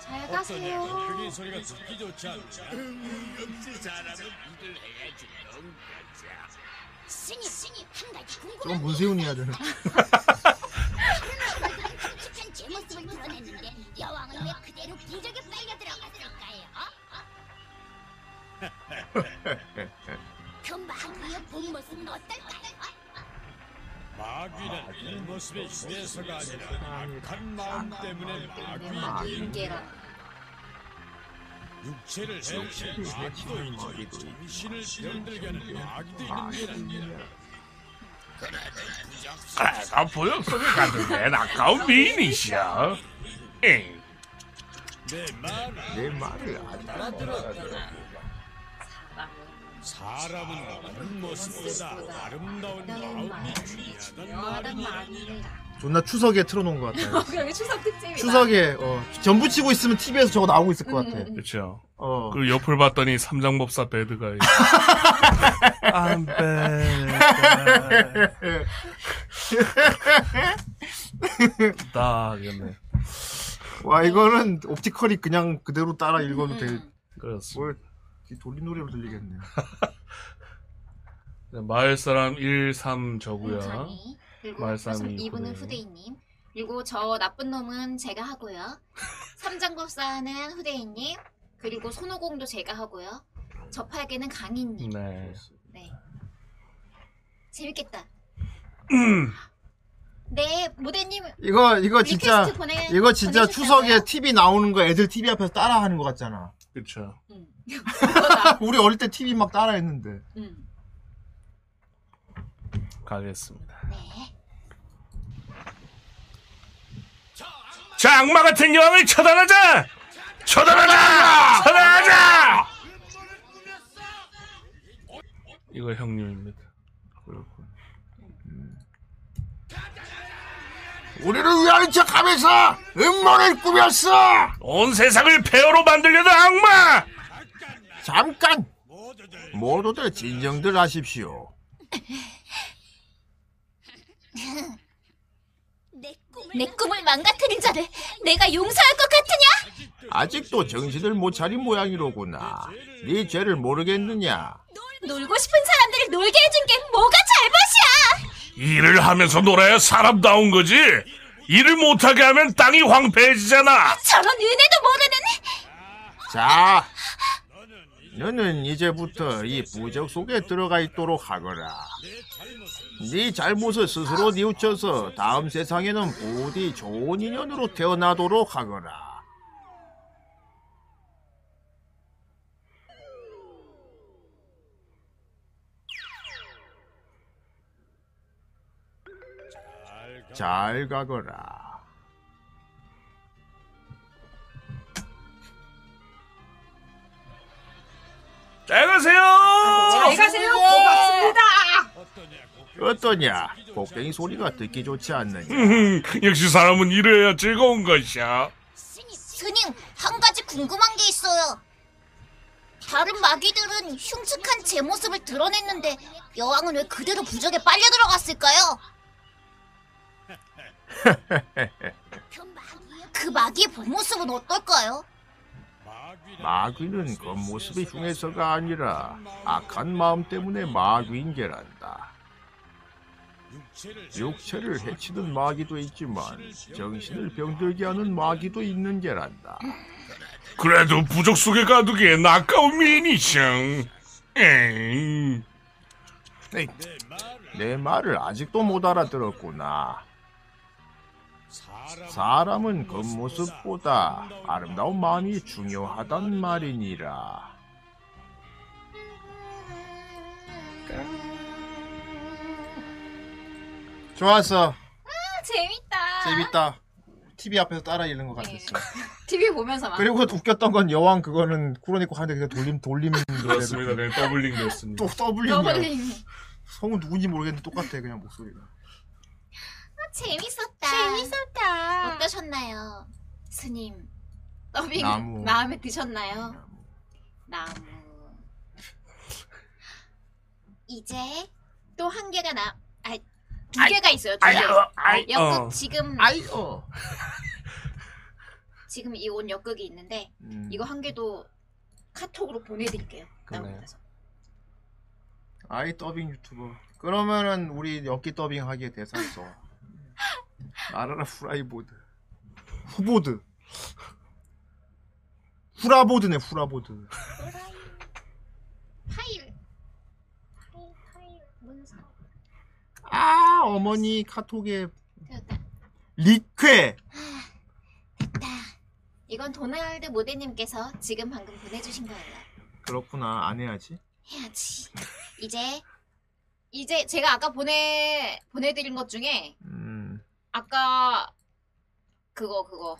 Speaker 12: 잘 가세요.
Speaker 6: 그게 소리가 듣기 좋지 않냐?
Speaker 20: 없이 잘하면 일을 해야지 넌 가자
Speaker 17: 스님 스님 한 가지
Speaker 10: 저건
Speaker 17: 궁금한
Speaker 10: 문세윤이 해야 되나
Speaker 17: 끔찍한 제 모습을 드러냈는데 여왕은 왜 그대로 부적에 빨려 들어가들까요? 그 마귀의 본 모습은 어떨까요?
Speaker 6: 마귀는 이 모습에 힘해서가 아니라 악한 마음 때문에
Speaker 7: 아,
Speaker 6: 마귀의
Speaker 12: 인계라.
Speaker 6: 육체를 해치는 마귀도 있고 정신을 병들게 하는 마귀도 있는 게라.
Speaker 7: 아, 나 보여 속에 가도 내 아까운 미인이시여 엥.
Speaker 6: 내 말을
Speaker 10: 내 말을 안
Speaker 6: 알아들었구나. 사람은 다른 모습보다 아름다운 마음이 중요하단 말이야.
Speaker 10: 존나 추석에 틀어놓은 것 같아요
Speaker 12: 여기 추석 특집이다.
Speaker 10: 추석에 어, 전부치고 있으면 TV에서 저거 나오고 있을 것 같아
Speaker 7: 그렇죠
Speaker 10: 어.
Speaker 7: 그리고 옆을 봤더니 삼장법사 배드가 있-
Speaker 10: 안
Speaker 7: 다 알겠네
Speaker 10: 와 이거는 옵티컬이 그냥 그대로 따라
Speaker 12: 음,
Speaker 10: 읽어도 될
Speaker 7: 그렇습니다
Speaker 10: 뭘 돌림노래로 들리겠네
Speaker 7: 마을 사람 1, 3 저고요
Speaker 12: 음, 그리고
Speaker 21: 말싸움이
Speaker 12: 그래서
Speaker 21: 있구네.
Speaker 12: 이분은 후대인님. 그리고 저 나쁜 놈은 제가 하고요. 삼장법사는 후대인님. 그리고 손오공도 제가 하고요. 저 팔개는 강인님.
Speaker 21: 네.
Speaker 12: 네. 재밌겠다.
Speaker 7: 음.
Speaker 12: 네, 모델님.
Speaker 10: 이거 이거 진짜
Speaker 12: 리퀘스트 보내-
Speaker 10: 이거 진짜
Speaker 12: 보내주셨다고요?
Speaker 10: 추석에 TV 나오는 거 애들 TV 앞에서 따라하는 거 같잖아.
Speaker 7: 그쵸.
Speaker 10: 우리 어릴 때 TV 막 따라했는데.
Speaker 21: 가겠습니다.
Speaker 7: 자 악마 같은 여왕을 처단하자. 처단하자. 처단하자. 이거 형님입니다.
Speaker 10: 그렇군.
Speaker 7: 우리를 위하는 척하면서 음모를 꾸몄어. 온 세상을 폐허로 만들려던 악마.
Speaker 10: 잠깐. 모두들 진정들 하십시오.
Speaker 14: 내 꿈을 망가뜨린 자를 내가 용서할 것 같으냐?
Speaker 10: 아직도 정신을 못 차린 모양이로구나. 네 죄를 모르겠느냐?
Speaker 14: 놀고 싶은 사람들을 놀게 해준 게 뭐가 잘못이야?
Speaker 7: 일을 하면서 놀아야 사람다운 거지. 일을 못하게 하면 땅이 황폐해지잖아.
Speaker 14: 저런 은혜도 모르는
Speaker 10: 자, 너는 이제부터 이 부적 속에 들어가 있도록 하거라. 네 잘못을 스스로 뉘우쳐서 다음 세상에는 부디 좋은 인연으로 태어나도록 하거라. 잘 가거라.
Speaker 7: 잘 가세요.
Speaker 22: 잘 가세요. 고맙습니다.
Speaker 10: 어떠냐? 곡괭이 소리가 듣기 좋지 않느냐?
Speaker 7: 음, 역시 사람은 일해야 즐거운 것이야.
Speaker 14: 스님 한 가지 궁금한 게 있어요 다른 마귀들은 흉측한 제 모습을 드러냈는데 여왕은 왜 그대로 부적에 빨려 들어갔을까요? 그 마귀의 본 모습은 어떨까요?
Speaker 10: 마귀는 그 겉모습이 흉해서가 아니라 악한 마음 때문에 마귀인 게란다. 육체를 해치는 마귀도 있지만 정신을 병들게 하는 마귀도 있는 게란다.
Speaker 7: 그래도 부족 속에 가두기엔 아까운 미니션. 에잉.
Speaker 10: 에이, 내 말을 아직도 못 알아들었구나. 사람은 겉모습보다 아름다운 마음이 중요하단 말이니라. 좋았어.
Speaker 12: 아, 재밌다.
Speaker 10: 재밌다. TV 앞에서 따라 읽는 것 같았어.
Speaker 12: TV 보면서 막.
Speaker 10: 그리고 웃겼던 건 여왕 그거는 쿠로니코 하는데 그냥 돌림 돌림
Speaker 7: 그렇습니다. 네, 더블링 됐습니다.
Speaker 10: 또 더블링이야.
Speaker 12: 더블링.
Speaker 10: 성은 누군지 모르겠는데 똑같아 그냥 목소리가.
Speaker 12: 아, 재밌었다. 재밌었다. 어떠셨나요, 스님? 더빙
Speaker 10: 나무.
Speaker 12: 마음에 드셨나요? 나무. 이제 또 한 개가 나. 아, 두 개가 있어요. 두 개.
Speaker 2: 아이고, 아이,
Speaker 12: 역극
Speaker 2: 어.
Speaker 12: 지금.
Speaker 10: 아이고.
Speaker 12: 지금 이 온 역극이 있는데
Speaker 10: 음.
Speaker 12: 이거 한 개도 카톡으로 보내드릴게요.
Speaker 10: 그래. 아이 더빙 유튜버. 그러면은 우리 엽기 더빙 하기에 대사 써. 나라라 후라이보드. 후보드. 후라보드네 후라보드.
Speaker 12: 파일. 파일 파일 문서.
Speaker 10: 아 어머니 카톡에 리퀘.
Speaker 12: 이건 도널드 모델님께서 지금 방금 보내주신 거예요.
Speaker 10: 그렇구나 안 해야지.
Speaker 12: 해야지. 이제 이제 제가 아까 보내 보내드린 것 중에
Speaker 10: 음.
Speaker 12: 아까 그거 그거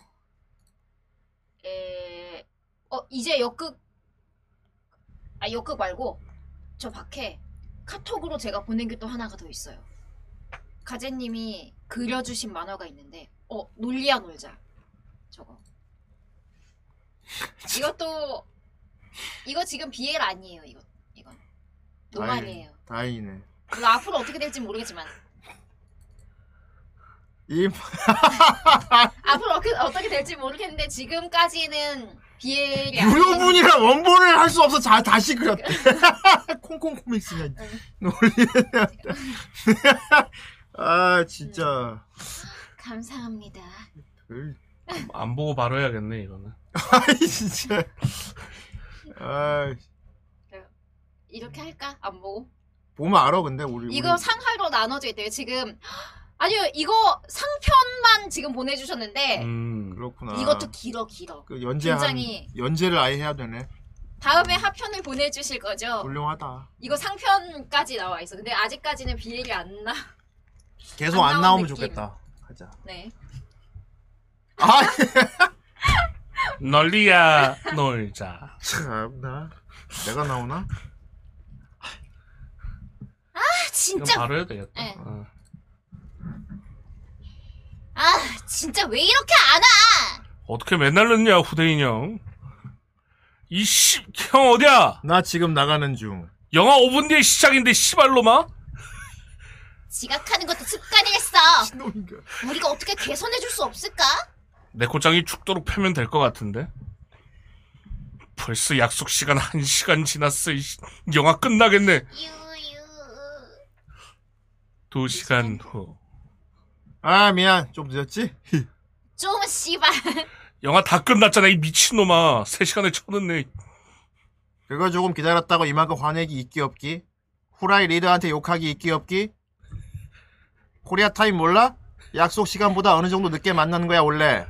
Speaker 12: 에, 어 이제 역극 아 역극 말고 저 박해 카톡으로 제가 보낸 게 또 하나가 더 있어요. 가제님이 그려주신 만화가 있는데 어 놀리야 놀자 저거 이것도 이거 지금 BL 아니에요 이거 이건 노말이에요.
Speaker 10: 다행- 다행이네.
Speaker 12: 이거 앞으로 어떻게 될지 모르겠지만
Speaker 10: 이
Speaker 12: 앞으로 어떻게, 어떻게 될지 모르겠는데 지금까지는 BL이
Speaker 10: 유료분이라 원본을 할 수 없어 자, 다시 그렸대. 콩콩 코믹스냐. 놀리냐. 아 진짜
Speaker 12: 감사합니다.
Speaker 5: 음. 안 보고 바로 해야겠네 이거는.
Speaker 10: 아이 진짜. 아
Speaker 12: 이렇게 할까? 안 보고?
Speaker 10: 보면 알아 근데 우리
Speaker 12: 이거
Speaker 10: 우리-
Speaker 12: 상하로 나눠져 있대요. 지금 아니요 이거 상편만 지금 보내주셨는데
Speaker 5: 음.
Speaker 10: 그렇구나.
Speaker 12: 이것도 길어 길어.
Speaker 10: 그 연재 한
Speaker 12: 굉장히
Speaker 10: 연재를 아예 해야 되네.
Speaker 12: 다음에 하편을 보내주실 거죠?
Speaker 10: 훌륭하다.
Speaker 12: 이거 상편까지 나와 있어. 근데 아직까지는 비일이 안 나.
Speaker 10: 계속
Speaker 12: 안
Speaker 10: 안,
Speaker 12: 나온
Speaker 10: 나오면
Speaker 12: 느낌.
Speaker 10: 좋겠다. 가자.
Speaker 12: 네.
Speaker 10: 아
Speaker 5: 널리야 놀자.
Speaker 10: 참나. 내가 나오나?
Speaker 14: 아
Speaker 5: 이건
Speaker 14: 진짜
Speaker 5: 바로 해야 되겠다.
Speaker 14: 네.
Speaker 5: 어.
Speaker 14: 아 진짜 왜 이렇게 안 와?
Speaker 5: 어떻게 맨날 넣냐 후대인 형. 이씨 형 어디야?
Speaker 10: 나 지금 나가는 중.
Speaker 5: 영화 5분 뒤에 시작인데 시발로마?
Speaker 14: 지각하는 것도 습관이랬어. 우리가 어떻게 개선해줄 수 없을까?
Speaker 5: 내 고장이 죽도록 패면 될 것 같은데. 벌써 약속 시간 1 시간 지났어. 이 씨. 영화 끝나겠네. 2 시간 후.
Speaker 10: 아 미안 좀 늦었지?
Speaker 14: 좀 씨발.
Speaker 5: 영화 다 끝났잖아 이 미친놈아. 3 시간을 쳐냈네.
Speaker 10: 그거 조금 기다렸다고 이만큼 화내기 있기 없기? 후라이 리더한테 욕하기 있기 없기? 코리아 타임 몰라? 약속 시간보다 어느 정도 늦게 만나는 거야 원래.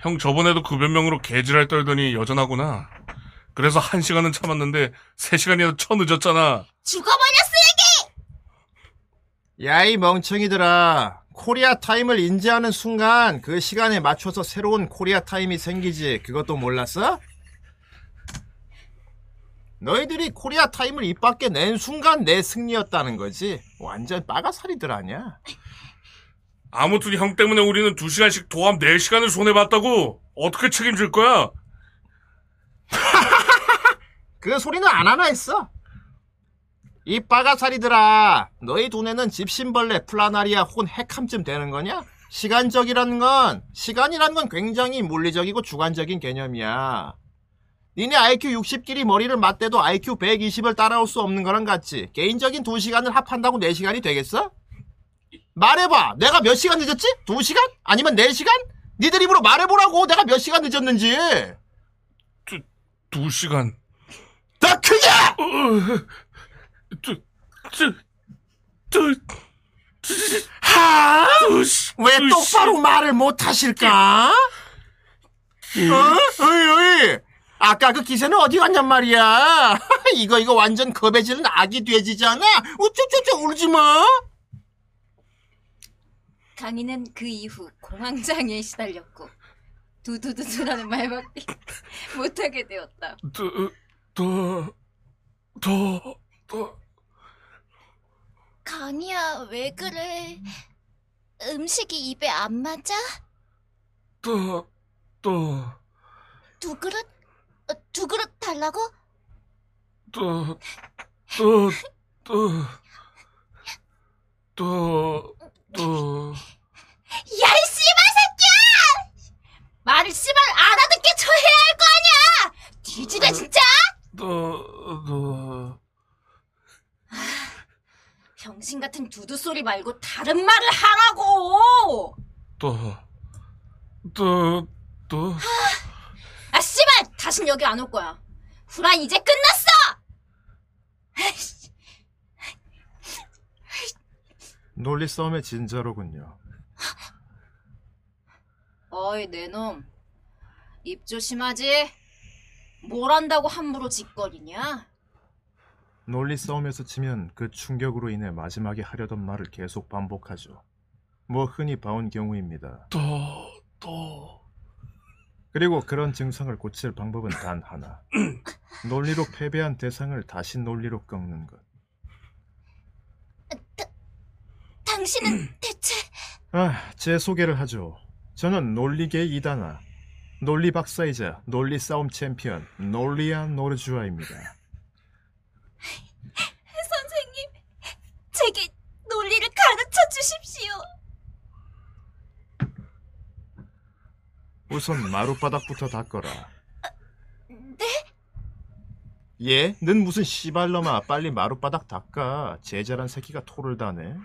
Speaker 5: 형 저번에도 그 변명으로 개지랄 떨더니 여전하구나. 그래서 1 시간은 참았는데 3 시간이나 쳐 늦었잖아.
Speaker 14: 죽어버려 쓰레기!
Speaker 10: 야이 멍청이들아. 코리아 타임을 인지하는 순간 그 시간에 맞춰서 새로운 코리아 타임이 생기지. 그것도 몰랐어? 너희들이 코리아 타임을 입 밖에 낸 순간 내 승리였다는 거지. 완전 빠가살이들 아니야.
Speaker 5: 아무튼 형 때문에 우리는 2 시간씩 도합 4 시간을 손해 봤다고. 어떻게 책임질 거야?
Speaker 10: 그 소리는 안 하나 했어. 이 빠가살이들아, 너희 돈에는 집신벌레, 플라나리아 혹은 핵함쯤 되는 거냐? 시간적이라는 건, 시간이라는 건 굉장히 물리적이고 주관적인 개념이야. 니네 IQ 60끼리 머리를 맞대도 IQ 120을 따라올 수 없는 거랑 같지. 개인적인 2시간을 합한다고 4시간이 되겠어? 말해봐! 내가 몇 시간 늦었지? 2시간? 아니면 4시간? 니들 입으로 말해보라고! 내가 몇 시간 늦었는지!
Speaker 5: 2 시간.
Speaker 10: 더
Speaker 5: 크게!
Speaker 10: 하?
Speaker 5: 으쌰,
Speaker 10: 왜 똑바로 말을 못 하실까? 어? 어이, 어이. 아까 그 기세는 어디 갔냔 말이야. 이거, 이거 완전 겁에지는 아기 돼지잖아. 우쭈쭈쭈 울지 마.
Speaker 19: 강희는 그 이후 공황장애에 시달렸고 두두두두라는 말밖에 못하게 되었다.
Speaker 5: 더더더
Speaker 14: 강이야 왜 그래? 음식이 입에 안 맞아?
Speaker 5: 또, 또,
Speaker 14: 두 그릇? 어, 두 그릇 달라고?
Speaker 5: 또, 또, 또, 또, 또.
Speaker 14: 야이 씨발 새끼야! 말을 씨발 알아듣게 처해야 할 거 아니야! 뒤지네 진짜!
Speaker 5: 너, 너,
Speaker 12: 병신 같은 두두 소리 말고 다른 말을 하라고.
Speaker 5: 또, 또, 또.
Speaker 12: 아 씨발 다신 여기 안 올 거야. 후라이 이제 끝났어.
Speaker 10: 논리 싸움의 진저로군요.
Speaker 12: 어이 내놈 입 조심하지. 뭘 한다고 함부로 짓거리냐?
Speaker 10: 논리 싸움에서 치면 그 충격으로 인해 마지막에 하려던 말을 계속 반복하죠. 뭐 흔히 봐온 경우입니다.
Speaker 5: 또, 또.
Speaker 10: 그리고 그런 증상을 고칠 방법은 단 하나. 논리로 패배한 대상을 다시 논리로 꺾는 것.
Speaker 14: 당신은 대체
Speaker 10: 아, 제 소개를 하죠. 저는 논리계의 이단아, 논리 박사이자 논리 싸움 챔피언 논리아 노르주아입니다.
Speaker 14: 선생님 제게 논리를 가르쳐 주십시오.
Speaker 10: 우선 마룻바닥부터 닦거라.
Speaker 14: 네?
Speaker 10: 예? 얘, 는 무슨 씨발놈아, 빨리 마룻바닥 닦아. 제자란 새끼가 토를 다네.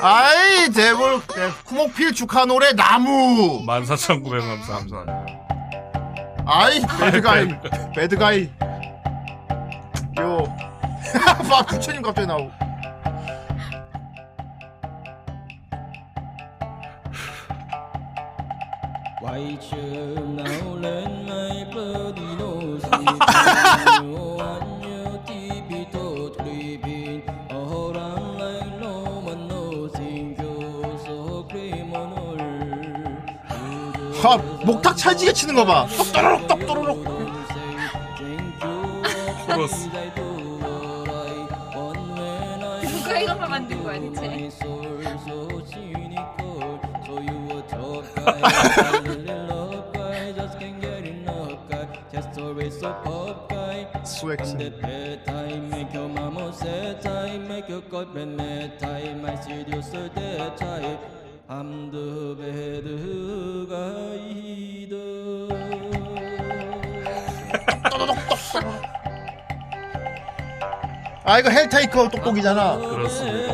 Speaker 10: 아이 대볼 대- 쿠목필 축하 노래 나무
Speaker 5: 14,900 감사 감사합니다.
Speaker 10: 아이 배드가이 배드가이 요 박구천님 갑자기 나오고
Speaker 9: Quay trường nào lên mây bơ đi nô gì tình yêu anh nhớ ti bi tô thủy bin ở hồ răng lấy nô mà nô xin vô số kri mô nô
Speaker 10: 하 아, 목탁 찰지게 치는 거봐 똑도로록 똑도로록
Speaker 5: 코러스
Speaker 19: 누가 이런 걸 만든 거야 대체?
Speaker 10: 스웩스 아 이거 헬타이커 똑똑이잖아
Speaker 5: 그렇습니다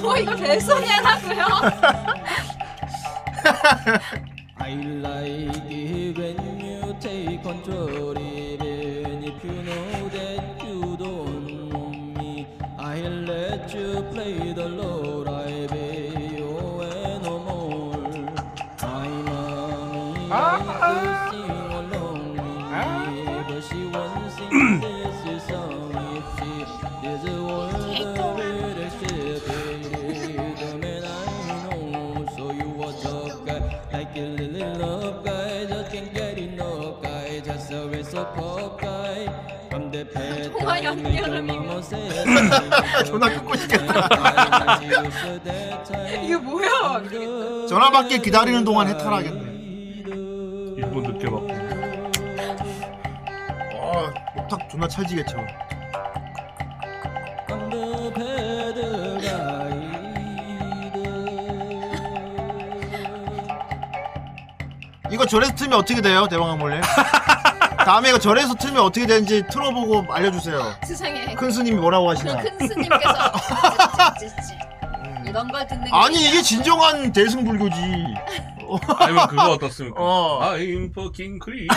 Speaker 19: 뭐 이거 배송이라고요?
Speaker 9: I like it when you take control even if you know that you don't want me I let you play the Lord I be you and no more My mommy ah, to sing along with me but she won't sing this song if she is a word of it except the man I know so you a tough guy like a little love guy, just can't get enough guy, just a waste of pop guy. From the pet,
Speaker 19: 통화
Speaker 9: I make your mama say,
Speaker 10: 전화 끊고
Speaker 9: 싶겠다. 이게 뭐야?
Speaker 10: 전화 받길 기다리는 동안 해탈하겠네
Speaker 5: 일본 늦게 받고
Speaker 10: 아 목탁 존나 찰지게 쳐
Speaker 9: I'm the bad
Speaker 10: 이거 저래서 틀면 어떻게 돼요 대방아 몰래 다음에 이거 저래서 틀면 어떻게 되는지 틀어보고 알려주세요
Speaker 14: 네.
Speaker 19: 세상에
Speaker 10: 큰 스님이 뭐라고 하시나
Speaker 19: 큰 스님께서 찌, 찌, 찌, 찌. 이런 걸 듣는 게
Speaker 10: 아니 이게 진정한 대승불교지
Speaker 5: 아니면 그거 어떻습니까?
Speaker 10: 어.
Speaker 5: I'm fucking crazy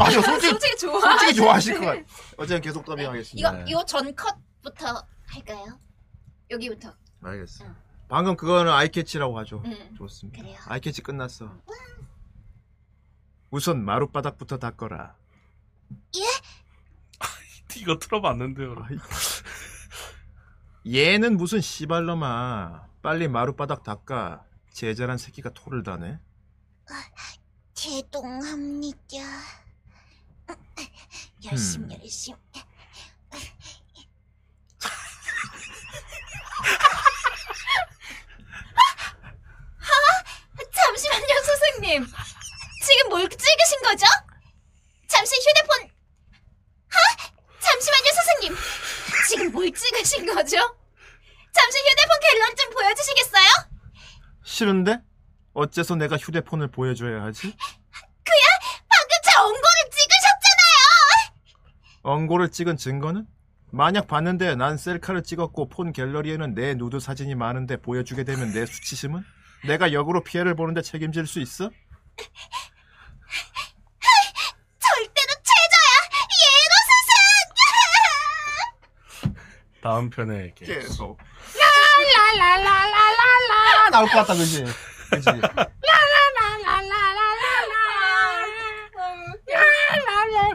Speaker 10: 아 저 솔직히,
Speaker 14: 솔직히 좋아.
Speaker 10: 솔직히 좋아하실 것 같아 어쨌든 계속 더빙하겠습니다
Speaker 5: 네,
Speaker 14: 이거 이거 전 컷부터 할까요?
Speaker 19: 여기부터
Speaker 10: 알겠어 방금 그거는 아이캐치라고 하죠
Speaker 14: 음.
Speaker 10: 좋습니다
Speaker 14: 그래요.
Speaker 10: 아이캐치 끝났어 우선 마룻바닥부터 닦거라
Speaker 5: 이거 틀어봤는데요.
Speaker 10: 얘는 무슨 씨발놈아 빨리 마룻바닥 닦아 제자란 새끼가 토를 다네
Speaker 14: 제동합니다. 열심
Speaker 10: 음.
Speaker 14: 열심.
Speaker 12: 아, 잠시만요 선생님 지금 뭘 찍으신 거죠? 잠시 휴대폰 하? 잠시만요 선생님 지금 뭘 찍으신 거죠? 잠시 휴대폰 갤런 좀 보여주시겠어요?
Speaker 10: 싫은데? 어째서 내가 휴대폰을 보여줘야 하지?
Speaker 14: 그야 방금 제 엉거를 찍으셨잖아요.
Speaker 10: 엉고를 찍은 증거는? 만약 봤는데 난 셀카를 찍었고 폰 갤러리에는 내 누드 사진이 많은데 보여주게 되면 내 수치심은? 내가 역으로 피해를 보는데 책임질 수 있어?
Speaker 14: 절대로 최저야 예로 세상.
Speaker 5: 다음 편에 이렇게.
Speaker 10: 계속
Speaker 14: 라라라라라라.
Speaker 10: 아, 나올 것 같다 그지? 그지?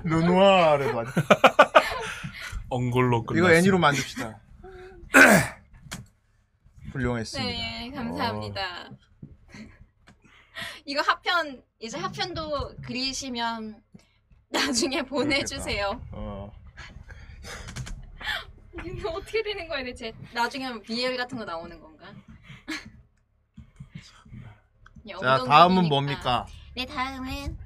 Speaker 10: 르누아르 맞
Speaker 5: 엉골로
Speaker 10: 이거
Speaker 5: 끝났어.
Speaker 10: 애니로 만듭시다 훌륭했습니다 어.
Speaker 19: 네 감사합니다. 이거 하편 이제 하편도 그리시면 나중에
Speaker 10: 그러니까.
Speaker 19: 보내주세요.
Speaker 10: 어.
Speaker 19: 이거 어떻게 되는 거야 대체? 나중에 하면 BL 같은 거 나오는 건가?
Speaker 10: 어. 자 다음은 뭐- 뭡니까?
Speaker 12: 네 다음은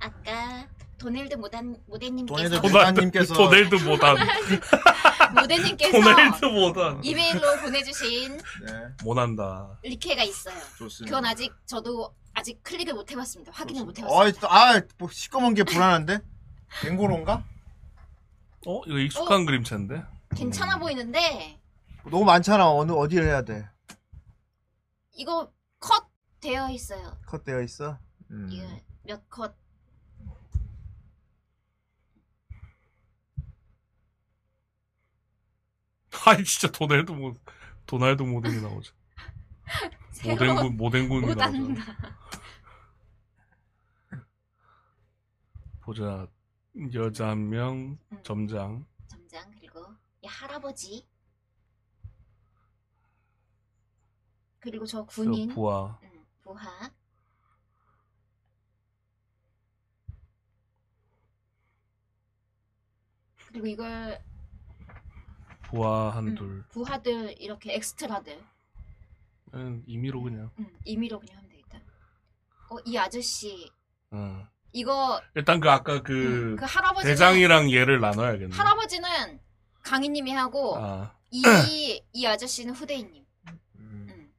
Speaker 12: 아까 도넬드 모단
Speaker 10: 도넬드
Speaker 12: 모대님께서
Speaker 10: 부사님께서
Speaker 5: 도넬드 모단.
Speaker 12: 모대님께서
Speaker 5: 도넬드 모단.
Speaker 12: 이메일로 보내주신
Speaker 10: 네.
Speaker 5: 못한다.
Speaker 12: 리퀘가 있어요.
Speaker 5: 음.
Speaker 10: 좋습니다.
Speaker 12: 그건 아직 저도 아직 클릭을 못 해봤습니다. 확인을 못 해봤어요.
Speaker 10: 어이 또, 아, 뭐 시꺼먼 게 불안한데? 뱅고론가?
Speaker 5: 어? 이거 익숙한 그림체인데?
Speaker 12: 괜찮아 보이는데
Speaker 15: 너무 많잖아. 어느 어디를 해야 돼?
Speaker 12: 이거 컷 되어 있어요.
Speaker 15: 컷 되어 있어. 음.
Speaker 10: 예.
Speaker 12: 몇 컷.
Speaker 5: 아이 진짜 도날드 모 도날드 모델이 나오죠. 모델군 모델군이 나오죠.
Speaker 12: 오단다.
Speaker 5: 보자 여자 한 명
Speaker 12: 음.
Speaker 5: 점장
Speaker 12: 점장 그리고 이 할아버지 그리고 저
Speaker 5: 저
Speaker 12: 군인
Speaker 5: 부하
Speaker 12: 부하 그리고 이걸
Speaker 5: 부하
Speaker 12: 음.
Speaker 5: 한둘
Speaker 12: 부하들 이렇게 엑스트라들
Speaker 5: 음, 임의로 그냥.
Speaker 12: 음, 임의로 그냥 하면 되겠다. 어, 이 아저씨
Speaker 5: 어.
Speaker 12: 이거
Speaker 5: 일단 그 아까 그,
Speaker 12: 음, 그 할아버지는-
Speaker 5: 대장이랑 얘를 나눠야겠네.
Speaker 12: 할아버지는 강희님이 하고
Speaker 5: 음. 아.
Speaker 12: 이, 이 아저씨는 후대인님. 음.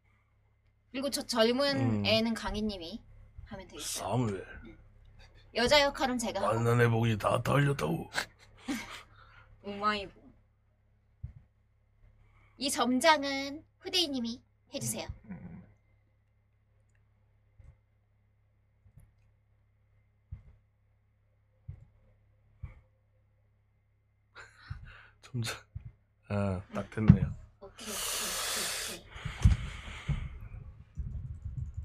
Speaker 12: 그리고 저 젊은
Speaker 5: 음.
Speaker 12: 애는 강희님이 하면 되겠어.
Speaker 5: 사무엘
Speaker 12: 여자 역할은 제가 하고
Speaker 5: 만난 해복이 다 달렸다고.
Speaker 12: 오마이보. 이 점장은 후대인님이 해주세요.
Speaker 5: 음. 점장 아딱 됐네요.
Speaker 12: 오케이, 오케이, 오케이, 오케이.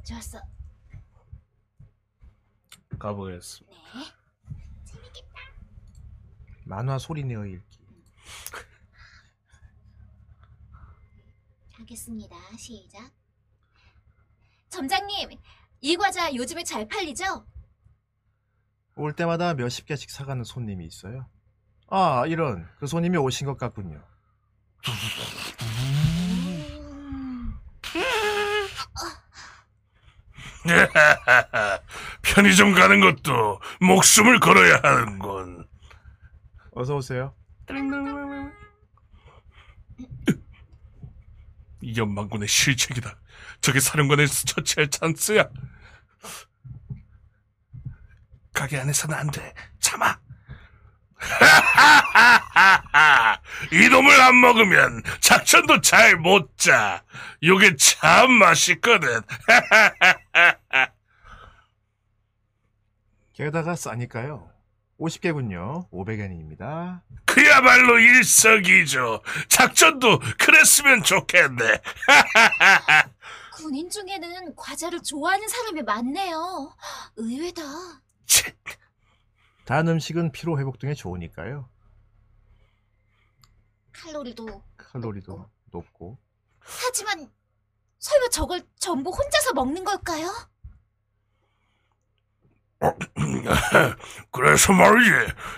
Speaker 12: 좋았어.
Speaker 6: 네.
Speaker 5: 가보겠습니다.
Speaker 15: 만화 소리 내어 읽기.
Speaker 12: 하겠습니다. 시작. 점장님, 이 과자 요즘에 잘 팔리죠?
Speaker 15: 올 때마다 몇십 개씩 사가는 손님이 있어요. 아 이런 그 손님이 오신 것 같군요.
Speaker 6: 어,
Speaker 7: 편의점 가는 것도 목숨을 걸어야 하는군.
Speaker 15: 어서 오세요.
Speaker 5: 이 연방군의 실책이다. 저게 사령관에서 처치할 찬스야. 가게 안에서는 안 돼. 참아.
Speaker 7: 하하하하! 아, 이놈을 안 먹으면 작전도 잘 못 짜. 요게 참 맛있거든. 하하하하!
Speaker 15: 게다가 싸니까요. 50개군요. 500엔입니다.
Speaker 7: 그야말로 일석이조. 작전도 그랬으면 좋겠네. 하하하하!
Speaker 12: 군인 중에는 과자를 좋아하는 사람이 많네요. 의외다.
Speaker 15: 단 음식은 피로 회복 등에 좋으니까요.
Speaker 12: 칼로리도.
Speaker 15: 칼로리도 어, 높고.
Speaker 12: 하지만 설마 저걸 전부 혼자서 먹는 걸까요?
Speaker 7: 그래서 말이지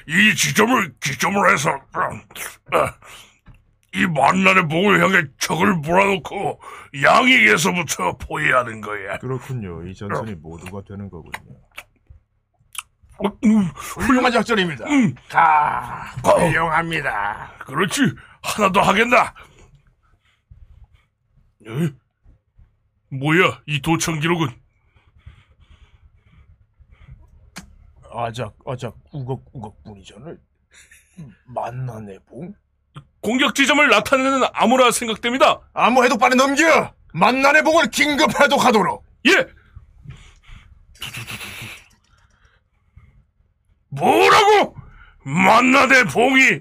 Speaker 7: 이 지점을 기점으로 해서 어, 이 만난의 목을 향해 적을 몰아놓고 양에게서부터 포위하는 거야.
Speaker 15: 그렇군요. 이 전선이 모두가 되는 거군요.
Speaker 7: 훌륭한
Speaker 15: 작전입니다.
Speaker 7: 가 훌륭합니다. 음. 어. 그렇지 하나 더 하겠나? 에? 뭐야 이 도청 기록은?
Speaker 15: 아작 아작 우걱우걱뿐이잖아. 만나네 봉.
Speaker 5: 공격 지점을 나타내는 암호라 생각됩니다.
Speaker 15: 암호 해독 빨리 넘겨. 만난의 복을 긴급 해독하도록.
Speaker 5: 예.
Speaker 7: 뭐라고? 만나대 봉이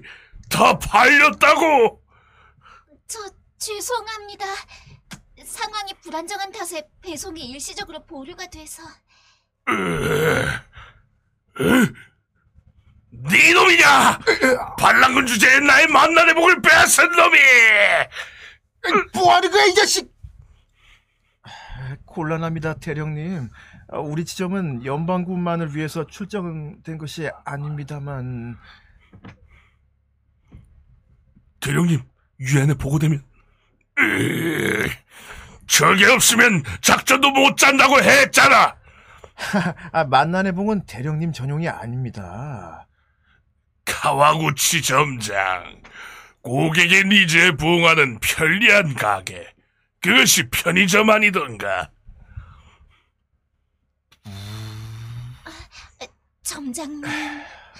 Speaker 7: 다 팔렸다고?
Speaker 12: 저 죄송합니다. 상황이 불안정한 탓에 배송이 일시적으로 보류가 돼서
Speaker 7: 네 놈이냐? 반란군 주제에 나의 만난의 목을 뺏은 놈이!
Speaker 15: 뭐하는 거야 이 자식? 곤란합니다 대령님. 아, 우리 지점은 연방군만을 위해서 출정된 것이 아닙니다만
Speaker 7: 대령님, 유엔에 보고되면. 저게 없으면 작전도 못 짠다고 했잖아!
Speaker 15: 아, 만난의 봉은 대령님 전용이 아닙니다.
Speaker 7: 카와구치 점장. 고객의 니즈에 부응하는 편리한 가게. 그것이 편의점 아니던가.
Speaker 12: 점장님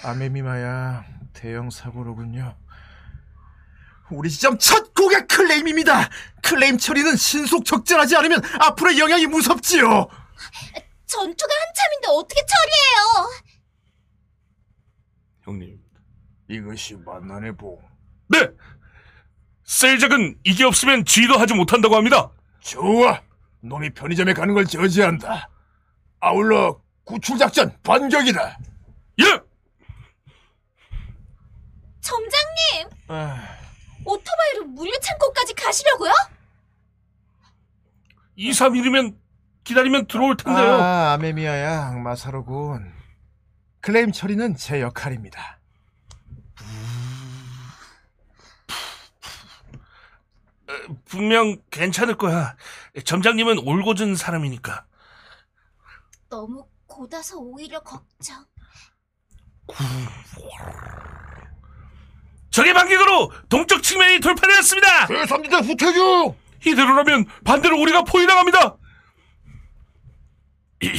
Speaker 15: 아메미마야
Speaker 10: 대형 사고로군요. 우리 지점 첫 고객 클레임입니다. 클레임 처리는 신속 적절하지 않으면 앞으로의 영향이 무섭지요.
Speaker 14: 전투가 한참인데 어떻게 처리해요?
Speaker 5: 형님.
Speaker 10: 이것이 만난의 봉.
Speaker 5: 네! 세일작은 이게 없으면 쥐도 하지 못한다고 합니다.
Speaker 10: 좋아. 놈이 편의점에 가는 걸 저지한다. 아울러 구출작전 반격이다.
Speaker 5: 예!
Speaker 14: 점장님,
Speaker 10: 아,
Speaker 14: 오토바이로 물류창고까지 가시려고요?
Speaker 5: 2, 3일이면 기다리면 들어올 텐데요.
Speaker 10: 아, 아메미아야 악마사로군. 클레임 처리는 제 역할입니다.
Speaker 5: 어, 분명 괜찮을 거야. 점장님은 올고 준 사람이니까.
Speaker 14: 너무 고다서 오히려 걱정.
Speaker 5: 적의 반격으로 동쪽 측면이 돌파되었습니다.
Speaker 10: 대삼지대 후퇴중.
Speaker 5: 이대로라면 반대로 우리가 포위당합니다. 이,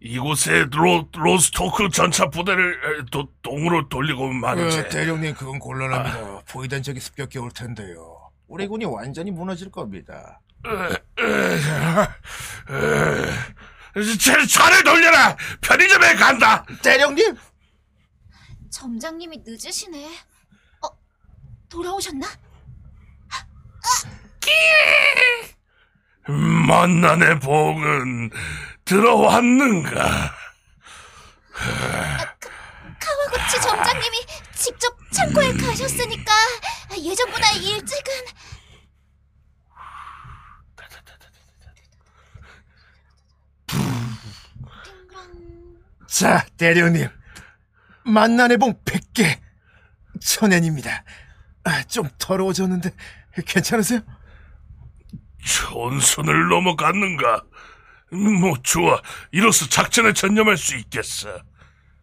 Speaker 5: 이곳에 로, 로스토크 전차 부대를 에, 도, 동으로 돌리고 마는지.
Speaker 10: 어, 대령님 그건
Speaker 15: 아.
Speaker 10: 곤란합니다. 보이던 적이 아, 습격해 올 텐데요. 우리 군이 완전히 무너질 겁니다.
Speaker 5: 제 차를 돌려라. 편의점에 간다.
Speaker 10: 대령님
Speaker 14: 점장님이 늦으시네. 어, 돌아오셨나?
Speaker 5: 만난의 복은 들어왔는가?
Speaker 14: 카와구치 점장님이 직접 창고에 가셨으니까 예전보다 일찍은
Speaker 10: 자, 대령님. 만난의 봉 100개. 천엔입니다. 아, 좀 더러워졌는데 괜찮으세요?
Speaker 5: 전선을 넘어갔는가? 뭐 좋아. 이로써 작전에 전념할 수 있겠어.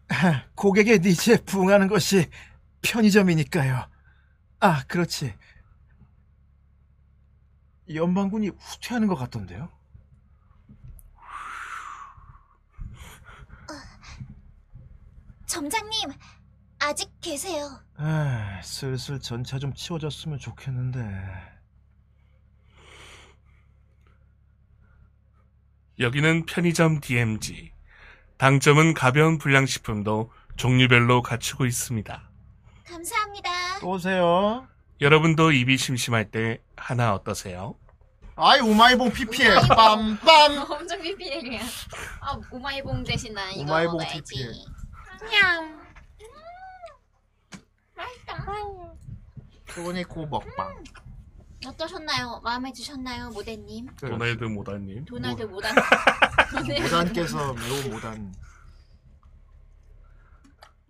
Speaker 10: 아, 고객의 니즈에 부응하는 것이 편의점이니까요. 아, 그렇지. 연방군이 후퇴하는 것 같던데요?
Speaker 14: 점장님 아직 계세요.
Speaker 10: 아, 슬슬 전차 좀 치워졌으면 좋겠는데.
Speaker 5: 여기는 편의점 DMG. 당점은 가벼운 불량식품도 종류별로 갖추고 있습니다.
Speaker 14: 감사합니다.
Speaker 10: 또 오세요.
Speaker 5: 여러분도 입이 심심할 때 하나 어떠세요?
Speaker 10: 아이 우마이봉 PPL. 빰빰.
Speaker 12: 어, 엄청 BPL이야. 아, 오마이봉 대신 나 이거 네.
Speaker 10: 우마이봉
Speaker 12: 먹어야지.
Speaker 10: PPL.
Speaker 12: 냥.
Speaker 10: 소원의 고 먹방.
Speaker 12: 어떠셨나요? 마음에 드셨나요, 모대님?
Speaker 5: 도나이드 모다님.
Speaker 12: 도날드 네. 모단.
Speaker 10: 네. 모단께서 매우 모단.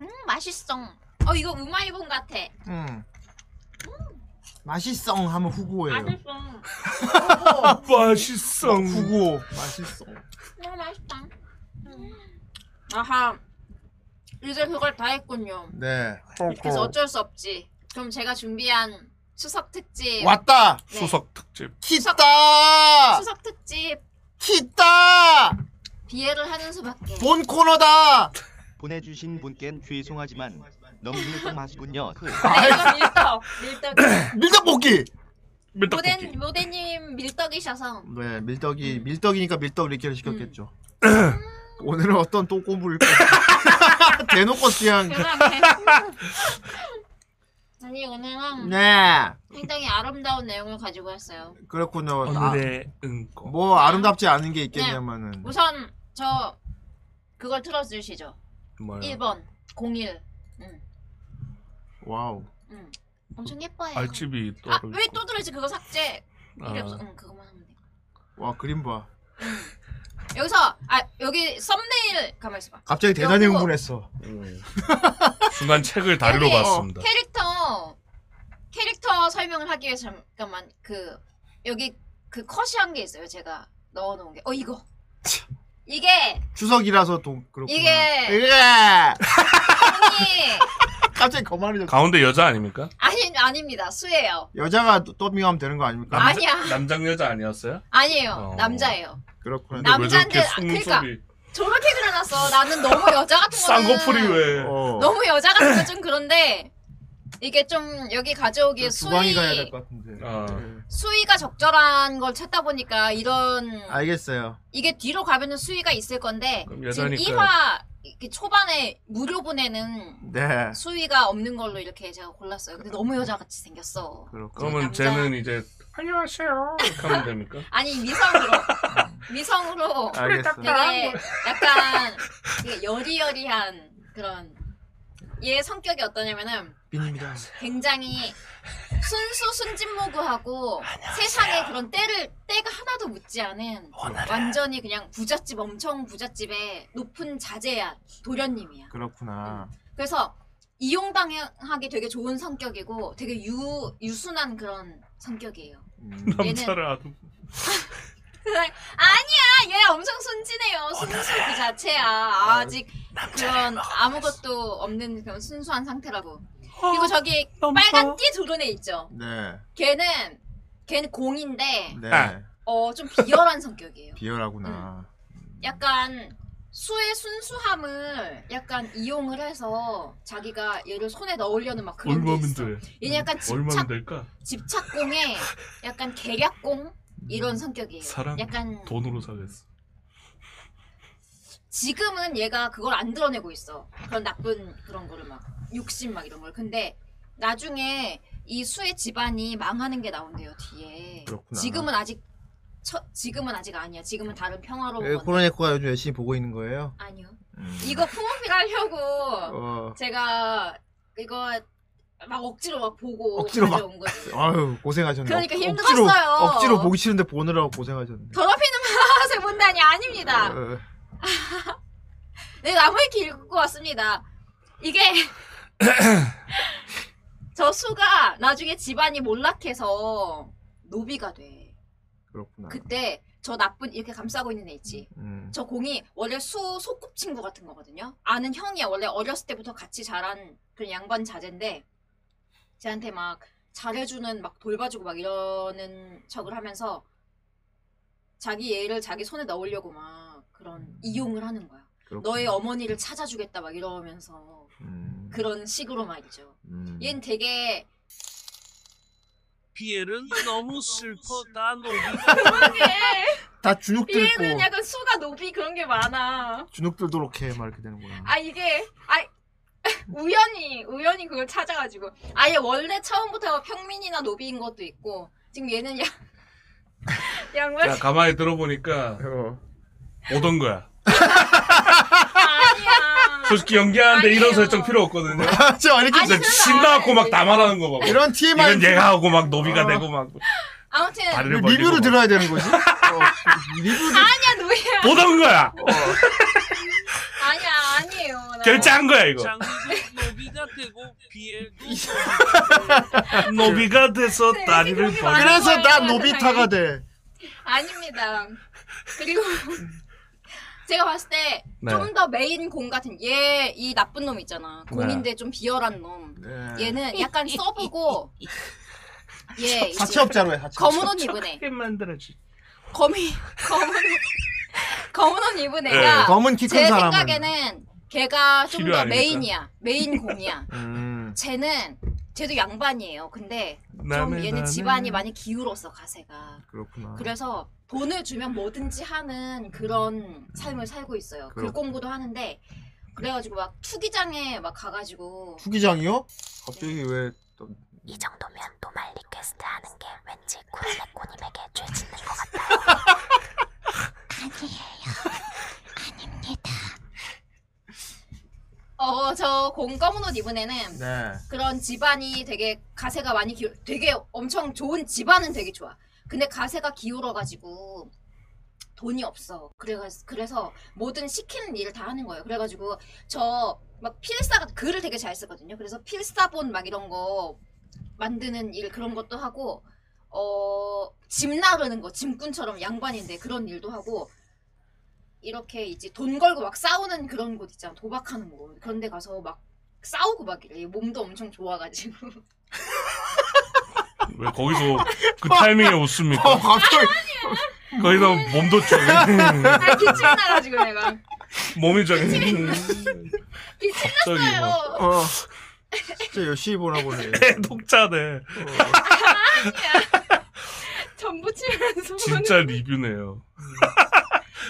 Speaker 12: 음, 맛있어. 어, 이거 우마이봉 같아.
Speaker 10: 음. 맛있어 하면 후고예요.
Speaker 12: 맛있어.
Speaker 5: 맛있어.
Speaker 10: 후고. 맛있어.
Speaker 12: 너무 맛있다. 음. 아하. 이제 그걸 다 했군요.
Speaker 10: 네.
Speaker 12: 그래서 어쩔 수 없지. 그럼 제가 준비한 추석 특집.
Speaker 10: 왔다. 아!
Speaker 12: 네.
Speaker 5: 수석 특집.
Speaker 10: 키다.
Speaker 12: 추석 특집
Speaker 10: 키다.
Speaker 12: 비애를 하는 수밖에.
Speaker 10: 본 코너다.
Speaker 4: 보내주신 분께는 죄송하지만 너무 밀떡 맛있군요. 그
Speaker 12: 아, 밀떡, 밀떡.
Speaker 10: 밀떡 볶기.
Speaker 12: 모덴 모덴님 밀떡이셔서
Speaker 10: 네, 밀떡이 밀떡이니까 밀떡 리케를 시켰겠죠.
Speaker 12: 음.
Speaker 10: 오늘은 어떤 또 공부를 대놓고 그냥
Speaker 12: 죄송한데. 아니 오늘은
Speaker 10: 네
Speaker 12: 굉장히 아름다운 내용을 가지고 왔어요.
Speaker 10: 그렇군요. 아,
Speaker 5: 오늘의 응고.
Speaker 10: 뭐 아름답지 않은 게 있겠냐면은
Speaker 12: 네, 우선 저 그걸 틀어주시죠.
Speaker 5: 뭐요?
Speaker 12: 1번 01. 음,
Speaker 10: 와우.
Speaker 12: 음. 엄청 예뻐요.
Speaker 5: 알집이 또.
Speaker 12: 아 왜 또 들었지 그거 삭제. 이게
Speaker 5: 아.
Speaker 12: 없어. 응 그거만 하면 돼.
Speaker 10: 와 그림 봐.
Speaker 12: 여기서 아 여기 썸네일 가만 있어봐.
Speaker 10: 갑자기 대단히
Speaker 12: 여보.
Speaker 10: 흥분했어.
Speaker 5: 중간 책을 다리로
Speaker 12: 여기, 어,
Speaker 5: 봤습니다.
Speaker 12: 캐릭터 캐릭터 설명을 하기 위해서 잠깐만 그 여기 그 컷이한 게 있어요. 제가 넣어놓은 게. 어 이거. 이게
Speaker 10: 추석이라서 또 그렇구나.
Speaker 12: 이게-
Speaker 10: 이게
Speaker 12: 아니
Speaker 10: 갑자기 거만해졌.
Speaker 5: 가운데 여자 아닙니까?
Speaker 12: 아니 아닙니다. 수예요.
Speaker 10: 여자가 더빙하면 되는 거 아닙니까?
Speaker 12: 남자- 아니야.
Speaker 5: 남장 여자 아니었어요?
Speaker 12: 아니에요.
Speaker 5: 어.
Speaker 12: 남자예요.
Speaker 10: 그렇구나.
Speaker 12: 남자한테 아, 그러니까
Speaker 5: 속눈썹이-
Speaker 12: 저렇게 그려놨어. 나는 너무 여자 같은 거는
Speaker 7: 쌍꺼풀이 왜?
Speaker 10: 어.
Speaker 12: 너무 여자 같은 거 좀 그런데 이게 좀 여기 가져오기에
Speaker 10: 주광이
Speaker 12: 수위
Speaker 10: 가야 될 것 같은데.
Speaker 5: 아.
Speaker 10: 네.
Speaker 12: 수위가 적절한 걸 찾다 보니까 이런
Speaker 10: 알겠어요.
Speaker 12: 이게 뒤로 가면은 수위가 있을 건데
Speaker 10: 그럼
Speaker 12: 지금
Speaker 10: 여자니까.
Speaker 12: 2화 이렇게 초반에 무료 보내는
Speaker 10: 네.
Speaker 12: 수위가 없는 걸로 이렇게 제가 골랐어요. 근데 너무 여자같이 생겼어.
Speaker 5: 그러면 쟤는 이제 안녕하세요. 이렇게 하면 됩니까?
Speaker 12: 아니 미성으로 미성으로
Speaker 5: 알겠어.
Speaker 12: 되게 약간 되게 여리여리한 그런 얘 성격이
Speaker 5: 아,
Speaker 12: 어떠냐면은
Speaker 10: 빈입니다.
Speaker 12: 굉장히 순수 순진무구하고 세상에 그런 때를 때가 하나도 묻지 않은 완전히 그냥 부잣집 엄청 부잣집의 높은 자제야 도련님이야.
Speaker 10: 그렇구나.
Speaker 12: 그래서 이용당하기 되게 좋은 성격이고 되게 유 유순한 그런 성격이에요.
Speaker 5: 음. 남자를 아도
Speaker 12: 아니야 얘 엄청 순진해요 순수 그 자체야 아직 그런 아무것도 없는 그런 순수한 상태라고
Speaker 5: 어,
Speaker 12: 그리고 저기 빨간 띠 두른 애 있죠
Speaker 10: 네.
Speaker 12: 걔는 걔는 공인데
Speaker 10: 네.
Speaker 5: 아.
Speaker 12: 어 좀 비열한 성격이에요
Speaker 10: 비열하구나.
Speaker 12: 약간 수의 순수함을 약간 이용을 해서 자기가 얘를 손에 넣으려는 막 그런 게
Speaker 5: 얼마면
Speaker 12: 있어
Speaker 5: 돼?
Speaker 12: 얘는 약간
Speaker 5: 얼마면
Speaker 12: 집착
Speaker 5: 될까?
Speaker 12: 집착공에 약간 계략공 이런 성격이에요
Speaker 5: 음, 사람
Speaker 12: 약간
Speaker 5: 돈으로 사겠어.
Speaker 12: 지금은 얘가 그걸 안 드러내고 있어. 그런 나쁜 그런 거를 막 욕심 막 이런 걸. 근데 나중에 이 수의 집안이 망하는 게 나온대요 뒤에.
Speaker 10: 그렇구나.
Speaker 12: 지금은 아직 처, 지금은 아직 아니야. 지금은 다른 평화로운
Speaker 10: 예,
Speaker 12: 건데.
Speaker 10: 코로네코가 요즘 열심히 보고 있는 거예요.
Speaker 12: 아니요. 이거 품어필 하려고
Speaker 10: 어.
Speaker 12: 아, 제가 이거 막 억지로 막 보고
Speaker 10: 억지로 막-
Speaker 12: 가져온 거지.
Speaker 10: 아유 고생하셨네.
Speaker 12: 그러니까
Speaker 10: 억-
Speaker 12: 힘들었어요.
Speaker 10: 억지로, 억지로 보기 싫은데 보느라고 고생하셨네.
Speaker 12: 더럽히는 맛을 본다니 아닙니다.
Speaker 10: 어,
Speaker 12: 네, 나무 위키 읽고 왔습니다. 이게 저 수가 나중에 집안이 몰락해서 노비가 돼.
Speaker 10: 그렇구나.
Speaker 12: 그때 저 나쁜 이렇게 감싸고 있는 애 있지.
Speaker 10: 음.
Speaker 12: 저 공이 원래 수 소꿉친구 같은 거거든요. 아는 형이야. 원래 어렸을 때부터 같이 자란 그런 양반 자제인데 쟤한테 막 잘해주는 막 돌봐주고 막 이러는 척을 하면서 자기 얘를 자기 손에 넣으려고 막 그런
Speaker 10: 음.
Speaker 12: 이용을 하는 거야.
Speaker 10: 그렇구나.
Speaker 12: 너의 어머니를 찾아주겠다 막 이러면서
Speaker 10: 음.
Speaker 12: 그런 식으로 말이죠. 얘는 되게
Speaker 11: 비엘은 너무 슬퍼다
Speaker 12: 그러게.
Speaker 10: 다 주눅들
Speaker 12: 얘는
Speaker 10: 고
Speaker 12: 약간 수가 높이 그런 게 많아.
Speaker 10: 주눅들도록 해막 이렇게 되는구나.
Speaker 12: 아 이게 아 우연히 우연히 그걸 찾아가지고 아예 원래 처음부터 평민이나 노비인 것도 있고 지금 얘는 야 양반
Speaker 5: 야 가만히 들어보니까 오던 거야. 솔직히 연기하는데 이런 설정 필요 없거든요.
Speaker 10: 저
Speaker 12: 아니, 그런 거
Speaker 5: 신나갖고 막 남아라는 거 봐.
Speaker 10: 이런 TMI 어.
Speaker 5: 이건 얘가 하고 막 노비가 되고 막
Speaker 12: 아무튼
Speaker 5: 다리를 벌리고
Speaker 10: 그 리뷰를
Speaker 5: 막.
Speaker 10: 들어야 되는 거지.
Speaker 12: 아니야 노예야
Speaker 5: 보던 거야.
Speaker 12: 아니야 아니에요 나.
Speaker 5: 결제한 거야 이거. 노비가 돼서 다리를
Speaker 12: 그렇게
Speaker 5: 벌리.
Speaker 10: 그래서
Speaker 12: 네, 많은
Speaker 10: 나
Speaker 12: 거예요,
Speaker 10: 노비타가 돼.
Speaker 12: 아닙니다. 그리고 제가 봤을 때
Speaker 10: 네.
Speaker 12: 좀 더 메인 공 같은 얘 이 나쁜 놈 있잖아.
Speaker 5: 네.
Speaker 12: 공인데 좀 비열한 놈.
Speaker 10: 네.
Speaker 12: 얘는 약간 써보고 얘 이제
Speaker 10: 사채업자로 해. 사채업자.
Speaker 12: 검은 옷 입은 애.
Speaker 5: 만들어지.
Speaker 12: 검이 검은 옷- 검은 옷 입은
Speaker 10: 네,
Speaker 12: 애가
Speaker 10: 검은 키큰
Speaker 12: 제
Speaker 10: 사람은.
Speaker 12: 생각에는 걔가 좀
Speaker 10: 필요
Speaker 12: 더
Speaker 10: 아닙니까?
Speaker 12: 메인이야. 메인 공이야.
Speaker 10: 음.
Speaker 12: 쟤는 쟤도 양반이에요. 근데 좀
Speaker 10: 남의
Speaker 12: 얘는
Speaker 10: 남의.
Speaker 12: 집안이 많이 기울었어 가세가.
Speaker 10: 그렇구나.
Speaker 12: 그래서 돈을 주면 뭐든지 하는 그런 삶을 살고 있어요.
Speaker 10: 그렇-
Speaker 12: 글 공부도 하는데 그래가지고 막 투기장에 막 가가지고
Speaker 10: 후기장이요? 갑자기 왜 또-
Speaker 17: 이 정도면 노말 리퀘스트 하는 게 왠지 구라네코님에게 죄 짓는 것 같아요.
Speaker 12: 어저 검은 옷 입은 애는
Speaker 10: 네.
Speaker 12: 그런 집안이 되게 가세가 많이 기울 되게 엄청 좋은 집안은 되게 좋아. 근데 가세가 기울어가지고 돈이 없어. 그래가지고 그래서 뭐든 시키는 일을 다 하는 거예요. 그래가지고 저 막 필사가 글을 되게 잘 쓰거든요. 그래서 필사본 막 이런 거 만드는 일 그런 것도 하고 어짐 나르는 거 짐꾼처럼 양반인데 그런 일도 하고 이렇게 이제 돈 걸고 막 싸우는 그런 곳 있잖아 도박하는 곳 그런 데 가서 막 싸우고 막 이래 몸도 엄청 좋아가지고
Speaker 5: 왜 거기서 그 타이밍에
Speaker 10: 어,
Speaker 5: 웃습니까?
Speaker 10: 갑자기
Speaker 5: 거기서 몸도 쪼개.
Speaker 10: 아,
Speaker 12: 아 기침 나가지고 내가
Speaker 7: 몸이 정해. 음.
Speaker 10: 갑자기 뭐. 어. 진짜 열심히 어. 보나 보네.
Speaker 7: 독자네.
Speaker 19: 전부 치면서
Speaker 7: 진짜 리뷰네요.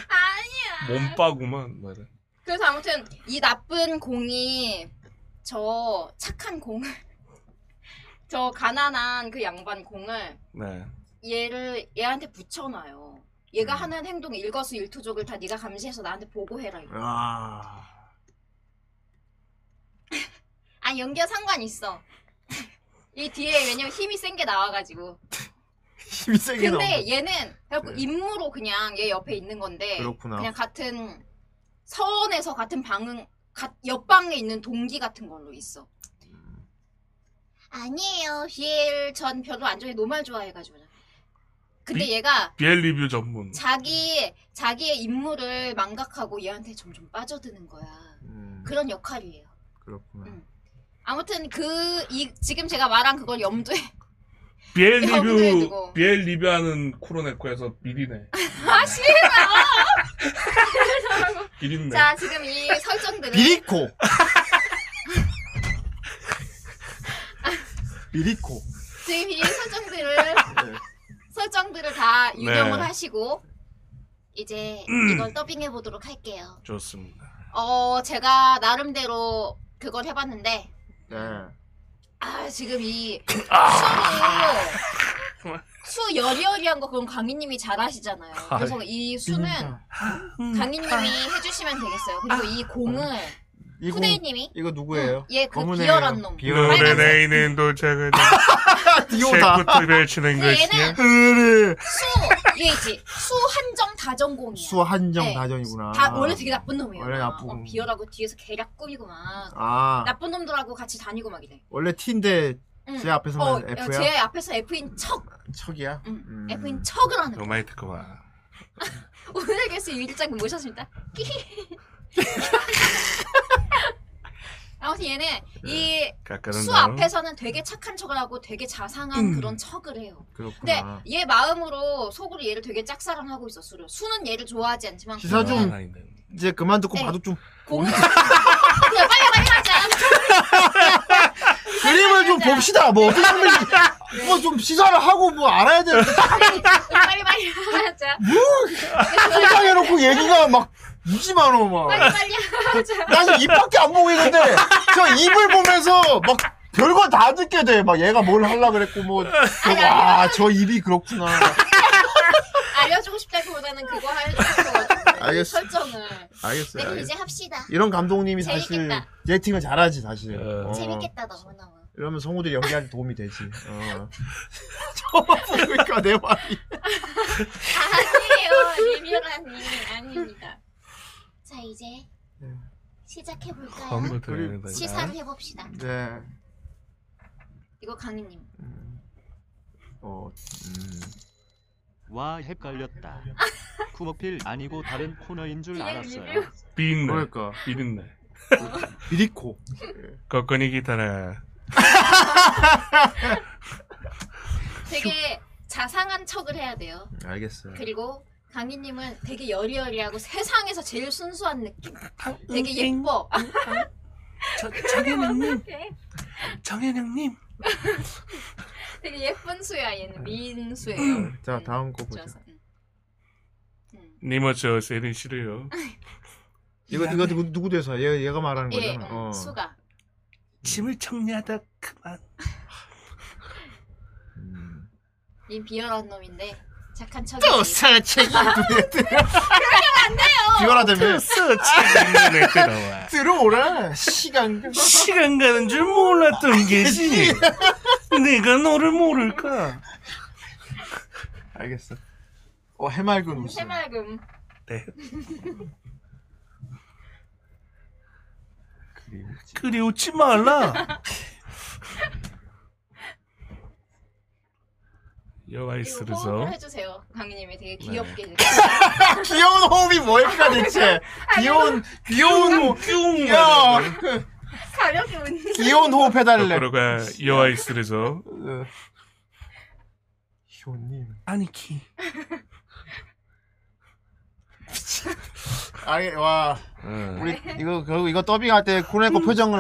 Speaker 19: 아니야.
Speaker 7: 몸빠구만. 맞아.
Speaker 12: 그래서 아무튼 이 나쁜 공이 저 착한 공을 저 가난한 그 양반 공을
Speaker 7: 네.
Speaker 12: 얘를 얘한테 붙여놔요. 얘가 하는 행동 일거수일투족을 다 네가 감시해서 나한테 보고해라. 이거.
Speaker 10: 아.
Speaker 12: 아 연기와 상관 있어. 이 뒤에 왜냐면 힘이 센 게 나와가지고.
Speaker 10: 힘이 세게 나온다.
Speaker 12: 근데 얘는 그래갖고 임무로 그냥 얘 옆에 있는 건데.
Speaker 10: 그렇구나.
Speaker 12: 냥 같은 서원에서 같은 방은 가- 옆방에 있는 동기 같은 걸로 있어. 아니에요. 비엘 전 별로 안 좋아해. 노말 좋아해가지고. 근데 얘가
Speaker 7: 비엘 리뷰 전문.
Speaker 12: 자기 자기의 임무를 망각하고 얘한테 점점 빠져드는 거야.
Speaker 10: 음.
Speaker 12: 그런 역할이에요.
Speaker 10: 그렇구나.
Speaker 12: 아무튼 그 이 지금 제가 말한 그걸 염두에 어,
Speaker 7: 비엘
Speaker 12: 염두에
Speaker 7: 리뷰
Speaker 12: 두고.
Speaker 7: 비엘 리뷰하는 코로네코에서 비리네.
Speaker 12: 아 싫어.
Speaker 7: 비린내.
Speaker 12: 자 지금 이 설정들은
Speaker 10: 비리코. 비리코.
Speaker 12: 지금 이 설정들을
Speaker 10: 네.
Speaker 12: 설정들을 다
Speaker 7: 네.
Speaker 12: 유념을 하시고 이제
Speaker 7: 음.
Speaker 12: 이걸 더빙해 보도록 할게요.
Speaker 7: 좋습니다.
Speaker 12: 어 제가 나름대로 그걸 해봤는데
Speaker 10: 네.
Speaker 12: 아 지금 이
Speaker 10: 아.
Speaker 12: 수로 수 여리여리한 거 그건 강희님이 잘하시잖아요. 그래서 이 수는
Speaker 10: 음.
Speaker 12: 강희님이 해주시면 되겠어요. 그리고 이 공을
Speaker 10: 아. 이거-
Speaker 12: 후대인님이
Speaker 10: 이거 누구예요?
Speaker 12: 예, 그
Speaker 10: 검은
Speaker 12: 비열한
Speaker 10: 애예요.
Speaker 12: 놈.
Speaker 10: 비열한
Speaker 7: 노래
Speaker 10: 놈.
Speaker 7: 내이는 도착은
Speaker 10: 디오다.
Speaker 7: 새부터 배치는
Speaker 12: 그
Speaker 7: 것이야.
Speaker 12: 얘는 수 예지 수 한정 다정공이야.
Speaker 10: 수한정
Speaker 12: 네.
Speaker 10: 다정이구나.
Speaker 12: 다 원래 되게 나쁜 놈이에요.
Speaker 10: 원래 나쁜 놈.
Speaker 12: 비열하고 뒤에서 계략 꾸미고 막
Speaker 10: 아.
Speaker 12: 나쁜 놈들하고 같이 다니고 막 이래.
Speaker 10: 원래 T인데
Speaker 12: 응.
Speaker 10: 제 앞에서만
Speaker 12: 어,
Speaker 10: F야.
Speaker 12: 제 앞에서 F인 척,
Speaker 10: 척이야. 음.
Speaker 12: F인 척을 하는. 거야.
Speaker 7: 로마이 듣고와.
Speaker 12: 오늘 교수 유일장 모셨습니다. 끼. 아무튼 얘는
Speaker 10: 네.
Speaker 12: 이
Speaker 7: 가까는
Speaker 12: 수
Speaker 7: 나로.
Speaker 12: 앞에서는 되게 착한 척을 하고 되게 자상한
Speaker 7: 음.
Speaker 12: 그런 척을 해요. 근데
Speaker 7: 그렇구나.
Speaker 12: 얘 마음으로 속으로 얘를 되게 짝사랑하고 있어 수를. 수는 얘를 좋아하지 않지만
Speaker 10: 기사 좀
Speaker 7: 네.
Speaker 12: 공은
Speaker 10: 이제 그만 듣고 바둑 좀
Speaker 12: 네. 공은 그냥 빨리 빨리 하자.
Speaker 10: 그림을 좀 봅시다. 뭐
Speaker 12: 네.
Speaker 10: 뭐좀 시사를 하고 뭐 알아야 되는데
Speaker 12: 빨리 빨리 하자.
Speaker 10: 세상에 놓고 뭐? 얘기가 막 무지 많어 막.
Speaker 12: 빨리 하자.
Speaker 10: 난 입밖에 안 보이는데 저 입을 보면서 막 별거 다 듣게 돼. 막 얘가 뭘 하려 그랬고 뭐 뭐아저 입이 그렇구나.
Speaker 12: 알려주고 싶다기보다는 그거 해주고
Speaker 10: 알겠어.
Speaker 12: 설정을.
Speaker 10: 알겠어요.
Speaker 12: 네,
Speaker 10: 알겠어요.
Speaker 12: 이제 합시다.
Speaker 10: 이런 감독님이 사실
Speaker 12: 재밌겠다.
Speaker 10: 예팅을 잘하지 사실. 어.
Speaker 12: 재밌겠다 너무너무.
Speaker 10: 이러면 성우들 연기하는 도움이 되지. 어. 저거 보니까 내 말이.
Speaker 12: 아니에요 리뷰라니 아닙니다.
Speaker 14: 자 이제 시작해 볼까요?
Speaker 7: 한번 더 해야 되나?
Speaker 14: 시사를 해봅시다.
Speaker 10: 네.
Speaker 12: 이거 강희님.
Speaker 10: 음. 어. 음.
Speaker 4: 와 헷갈렸다. 쿠모필 아니고 다른 코너인 줄
Speaker 12: 비엘
Speaker 4: 알았어요.
Speaker 7: 비린내.
Speaker 10: 그러니까.
Speaker 7: 비린내.
Speaker 10: 비리코.
Speaker 7: 거건이 기타라.
Speaker 12: 되게 자상한 척을 해야 돼요.
Speaker 10: 알겠어요.
Speaker 12: 그리고 강희님은 되게 여리여리하고 세상에서 제일 순수한 느낌. 되게 예뻐.
Speaker 7: 정현영님.
Speaker 12: 어떡해.
Speaker 7: 정현영님. 네.
Speaker 12: 되게 예쁜 수야 얘는 민수예요.
Speaker 10: 자 다음 거
Speaker 12: 그렇죠.
Speaker 10: 보자.
Speaker 7: 니모 저 세린 싫어요.
Speaker 10: 이거 이거 누구, 누구 대사? 얘 얘가 말하는
Speaker 12: 예,
Speaker 10: 거잖아. 어.
Speaker 12: 수가.
Speaker 7: 짐을 정리하다 그만.
Speaker 12: 이 비열한 놈인데 착한 척이.
Speaker 10: 또 사채기
Speaker 12: 그러면 안 돼요.
Speaker 10: 비열하다며.
Speaker 7: 눈에 들어와.
Speaker 10: 들어오라 시간
Speaker 7: 시간 가는 줄 몰랐던 게지. 내가 너를 모를까?
Speaker 10: 알겠어. 어 해맑은 웃음.
Speaker 12: 해맑음.
Speaker 7: 네. 그리 웃지 말라.
Speaker 12: 호흡을
Speaker 7: 여와이스르서
Speaker 12: 해주세요. 강희님이 되게 귀엽게.
Speaker 10: 귀여운 호흡이
Speaker 12: 아,
Speaker 10: 뭘까 대체? 귀여운 귀여운
Speaker 7: 귀여운
Speaker 10: 야그
Speaker 12: 가렵게 웃는.
Speaker 10: 귀여운 호흡 해달래.
Speaker 7: 옆으로가 여와이스르서
Speaker 10: 효님
Speaker 7: 아니키
Speaker 10: 아니 와
Speaker 15: 음.
Speaker 10: 우리 이거 결국 이거 더빙할 때
Speaker 5: 음,
Speaker 10: 코네코 표정을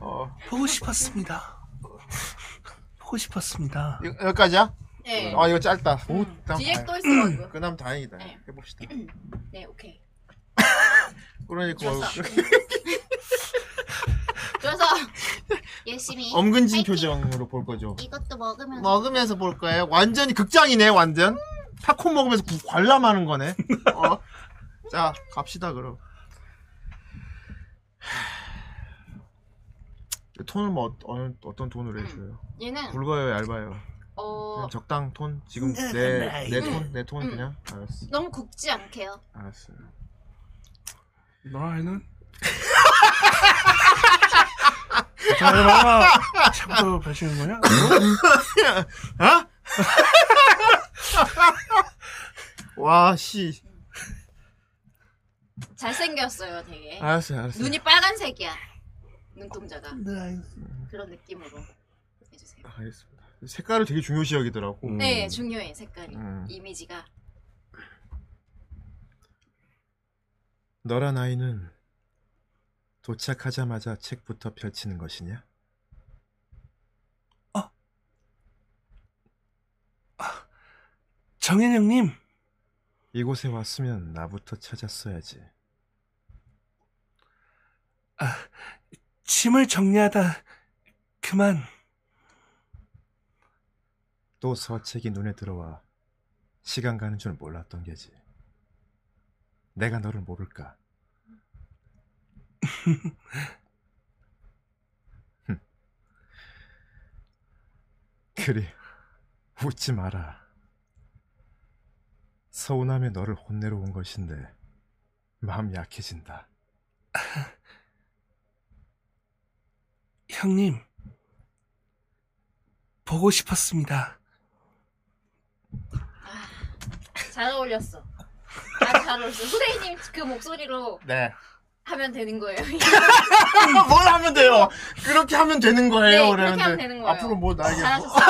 Speaker 10: 어.
Speaker 5: 보고 싶었습니다. 보고 싶었습니다.
Speaker 10: 여- 여기까지야?
Speaker 12: 네.
Speaker 10: 아 이거 짧다. 오,
Speaker 12: 뒤에 또 있어가지고. 예.
Speaker 10: 그다음 다행이다. 해봅시다. 그러니까
Speaker 12: 네 오케이.
Speaker 10: 코네코
Speaker 12: 좋았어. 음, 그래서 열심히
Speaker 10: 엄근진
Speaker 12: 파이팅!
Speaker 10: 표정으로 볼 거죠.
Speaker 12: 음, 이것도 먹으면
Speaker 10: 먹으면서 볼 거예요. 완전히 극장이네 완전. 팝콘 먹으면서 구- 관람하는 거네. 어. 자 갑시다 그럼. 하... 톤을 뭐 어- 어느 어떤 톤으로 해줘요?
Speaker 12: 음. 얘는
Speaker 10: 굵어요 얇아요?
Speaker 12: 어
Speaker 10: 그냥 적당 톤? 지금
Speaker 12: 음,
Speaker 10: 내
Speaker 12: 음.
Speaker 10: 내 톤 내 톤
Speaker 12: 음.
Speaker 10: 그냥 알았어
Speaker 12: 너무 굵지 않게요.
Speaker 10: 알았어요.
Speaker 5: 너는 아,
Speaker 10: 잠깐만.
Speaker 5: 참고 봐주는 거냐? 어?
Speaker 10: 어? 와 씨.
Speaker 12: 잘생겼어요 되게.
Speaker 10: 알았어요, 알았어요.
Speaker 12: 눈이 빨간색이야. 눈동자가. 그런 느낌으로.
Speaker 10: 음. 알겠습니다. 색깔을 되게 중요시 여기더라고.
Speaker 12: 네 중요해 색깔이
Speaker 10: 음.
Speaker 12: 이미지가.
Speaker 10: 너란 아이는 도착하자마자 책부터 펼치는 것이냐?
Speaker 5: 아, 정현영님
Speaker 10: 이곳에 왔으면 나부터 찾았어야지.
Speaker 5: 아, 짐을 정리하다 그만
Speaker 10: 또 서책이 눈에 들어와 시간 가는 줄 몰랐던 게지. 내가 너를 모를까? 흠. 그리 웃지 마라. 서운함에 너를 혼내러 온 것인데 마음 약해진다.
Speaker 5: 형님 보고 싶었습니다.
Speaker 12: 잘 어울렸어. 아잘 어울렸어. 후레이님 그 목소리로
Speaker 10: 네.
Speaker 12: 하면 되는 거예요.
Speaker 10: 뭘 하면 돼요? 그렇게 하면 되는 거예요.
Speaker 12: 네,
Speaker 10: 그러는데
Speaker 12: 그렇게 하면 되는 거예요. 아,
Speaker 10: 앞으로 뭐 나에게
Speaker 12: 잘하셨어요.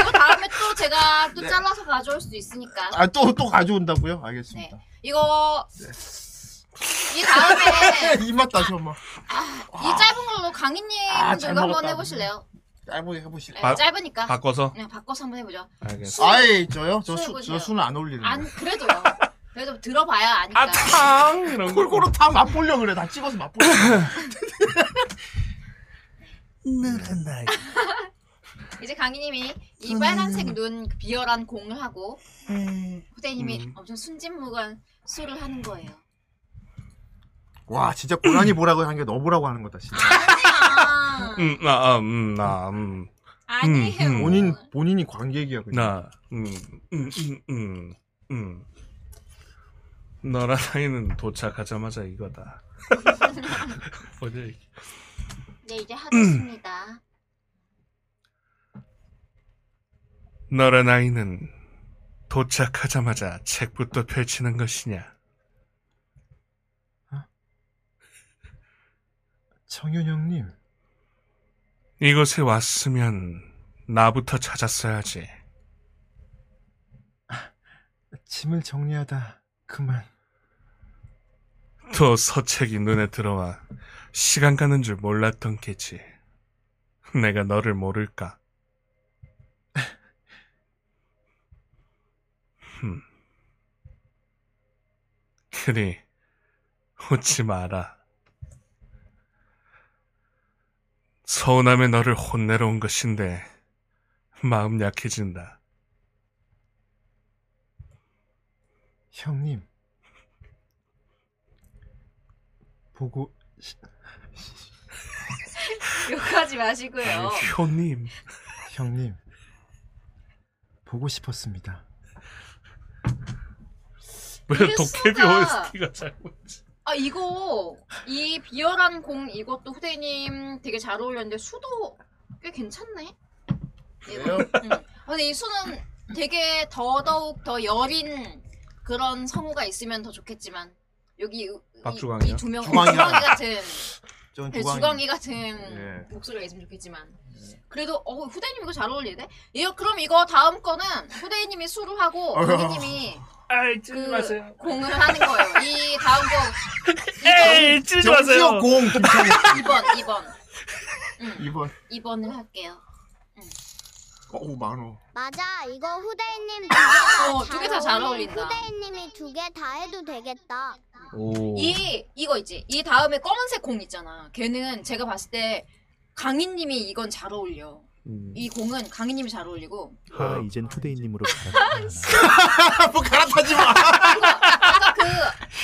Speaker 12: 이거 다음에 또 제가 또
Speaker 10: 네.
Speaker 12: 잘라서 가져올 수도 있으니까.
Speaker 10: 아또 또 가져온다고요? 알겠습니다.
Speaker 12: 이거 이 다음에
Speaker 10: 입맛 다시 한번
Speaker 12: 이 짧은 걸로 강희님
Speaker 10: 아, 잘
Speaker 12: 이거 한번
Speaker 10: 먹었다.
Speaker 12: 해보실래요?
Speaker 10: 짧게 해보실.
Speaker 12: 네, 짧으니까. 네, 바꿔서 한번 해보죠. 술-
Speaker 10: 아이 저요? 저,
Speaker 12: 술
Speaker 10: 수,
Speaker 12: 보세요.
Speaker 10: 저 술은 안 어울리는.
Speaker 12: 안 그래도요. 그래도 들어봐야 아니까.
Speaker 10: 탕 이런 거. 골고루 다 맛보려 그래. 다 찍어서 맛보려.
Speaker 5: 늘었나요?
Speaker 12: 이제 강희님이 이 빨간색 눈그 비열한 공을 하고 후대님이
Speaker 10: 음.
Speaker 12: 엄청 순진무구한 술을 하는 거예요.
Speaker 10: 와 진짜 고난이 보라고 한 게 너보라고 하는 거다 진짜.
Speaker 5: 음, 나, 아, 음, 나, 음. 아니에요. 음, 음.
Speaker 10: 본인 본인이 관객이야 그냥.
Speaker 5: 나, 음, 음, 음, 음, 음. 너랑 나이는 도착하자마자 이거다. 뭐냐, 이게.
Speaker 12: 네 이제 하겠습니다.
Speaker 5: 너란 아이는 도착하자마자 책부터 펼치는 것이냐?
Speaker 10: 어? 정윤영님
Speaker 5: 이곳에 왔으면 나부터 찾았어야지.
Speaker 10: 짐을 정리하다 그만.
Speaker 5: 또 서책이 눈에 들어와 시간 가는 줄 몰랐던 게지. 내가 너를 모를까? 흠. 그리 웃지 마라. 서운함에 너를 혼내러 온 것인데 마음 약해진다.
Speaker 10: 형님 보고 시-
Speaker 12: 욕하지
Speaker 10: 어.
Speaker 12: 마시고요.
Speaker 5: 형님
Speaker 10: 형님 보고 싶었습니다.
Speaker 5: 왜 도깨비
Speaker 12: 일수가-
Speaker 5: OST가 잘못지?
Speaker 12: 아 이거 이 비열한 공 이것도 후대님 되게 잘 어울렸는데 수도 꽤 괜찮네.
Speaker 10: 그래요?
Speaker 12: 아, 근데 이 수는 되게 더더욱 더 여린 그런 성우가 있으면 더 좋겠지만 여기
Speaker 5: 박주광이요?
Speaker 12: 이두명
Speaker 5: 주광이요?
Speaker 12: 주광이 같은
Speaker 10: 저는
Speaker 12: 네,
Speaker 10: 주광이-
Speaker 12: 주광이 같은
Speaker 10: 예.
Speaker 12: 목소리가 있으면 좋겠지만 그래도 어 후대님 이거 잘 어울리네. 예, 그럼 이거 다음 거는 후대님이 수를 하고
Speaker 10: 어휴.
Speaker 12: 강희님이 그
Speaker 6: 아이 찌르지 마세요.
Speaker 12: 공을 하는 거예요. 이 다음 곡
Speaker 10: 네,
Speaker 6: 에이 찌르지 마세요.
Speaker 10: 공
Speaker 12: 2번 2번
Speaker 10: 2번 어,
Speaker 23: 2번을 할게요.
Speaker 10: 오 만호
Speaker 14: 맞아 이거 후대인님 두개다잘
Speaker 12: 어,
Speaker 23: 두개다잘 어울린다.
Speaker 14: 후대인님이 두 개 다 해도 되겠다
Speaker 6: 오.
Speaker 12: 이 이거 있지. 이 다음에 검은색 공 있잖아. 걔는 제가 봤을 때 강희님이 이건 잘 어울려.
Speaker 15: 음.
Speaker 12: 이 공은 강희님이 잘 어울리고
Speaker 15: 아, 이젠 후대인님으로 가라.
Speaker 10: 뭐 갈아타지 마.
Speaker 12: 아까 그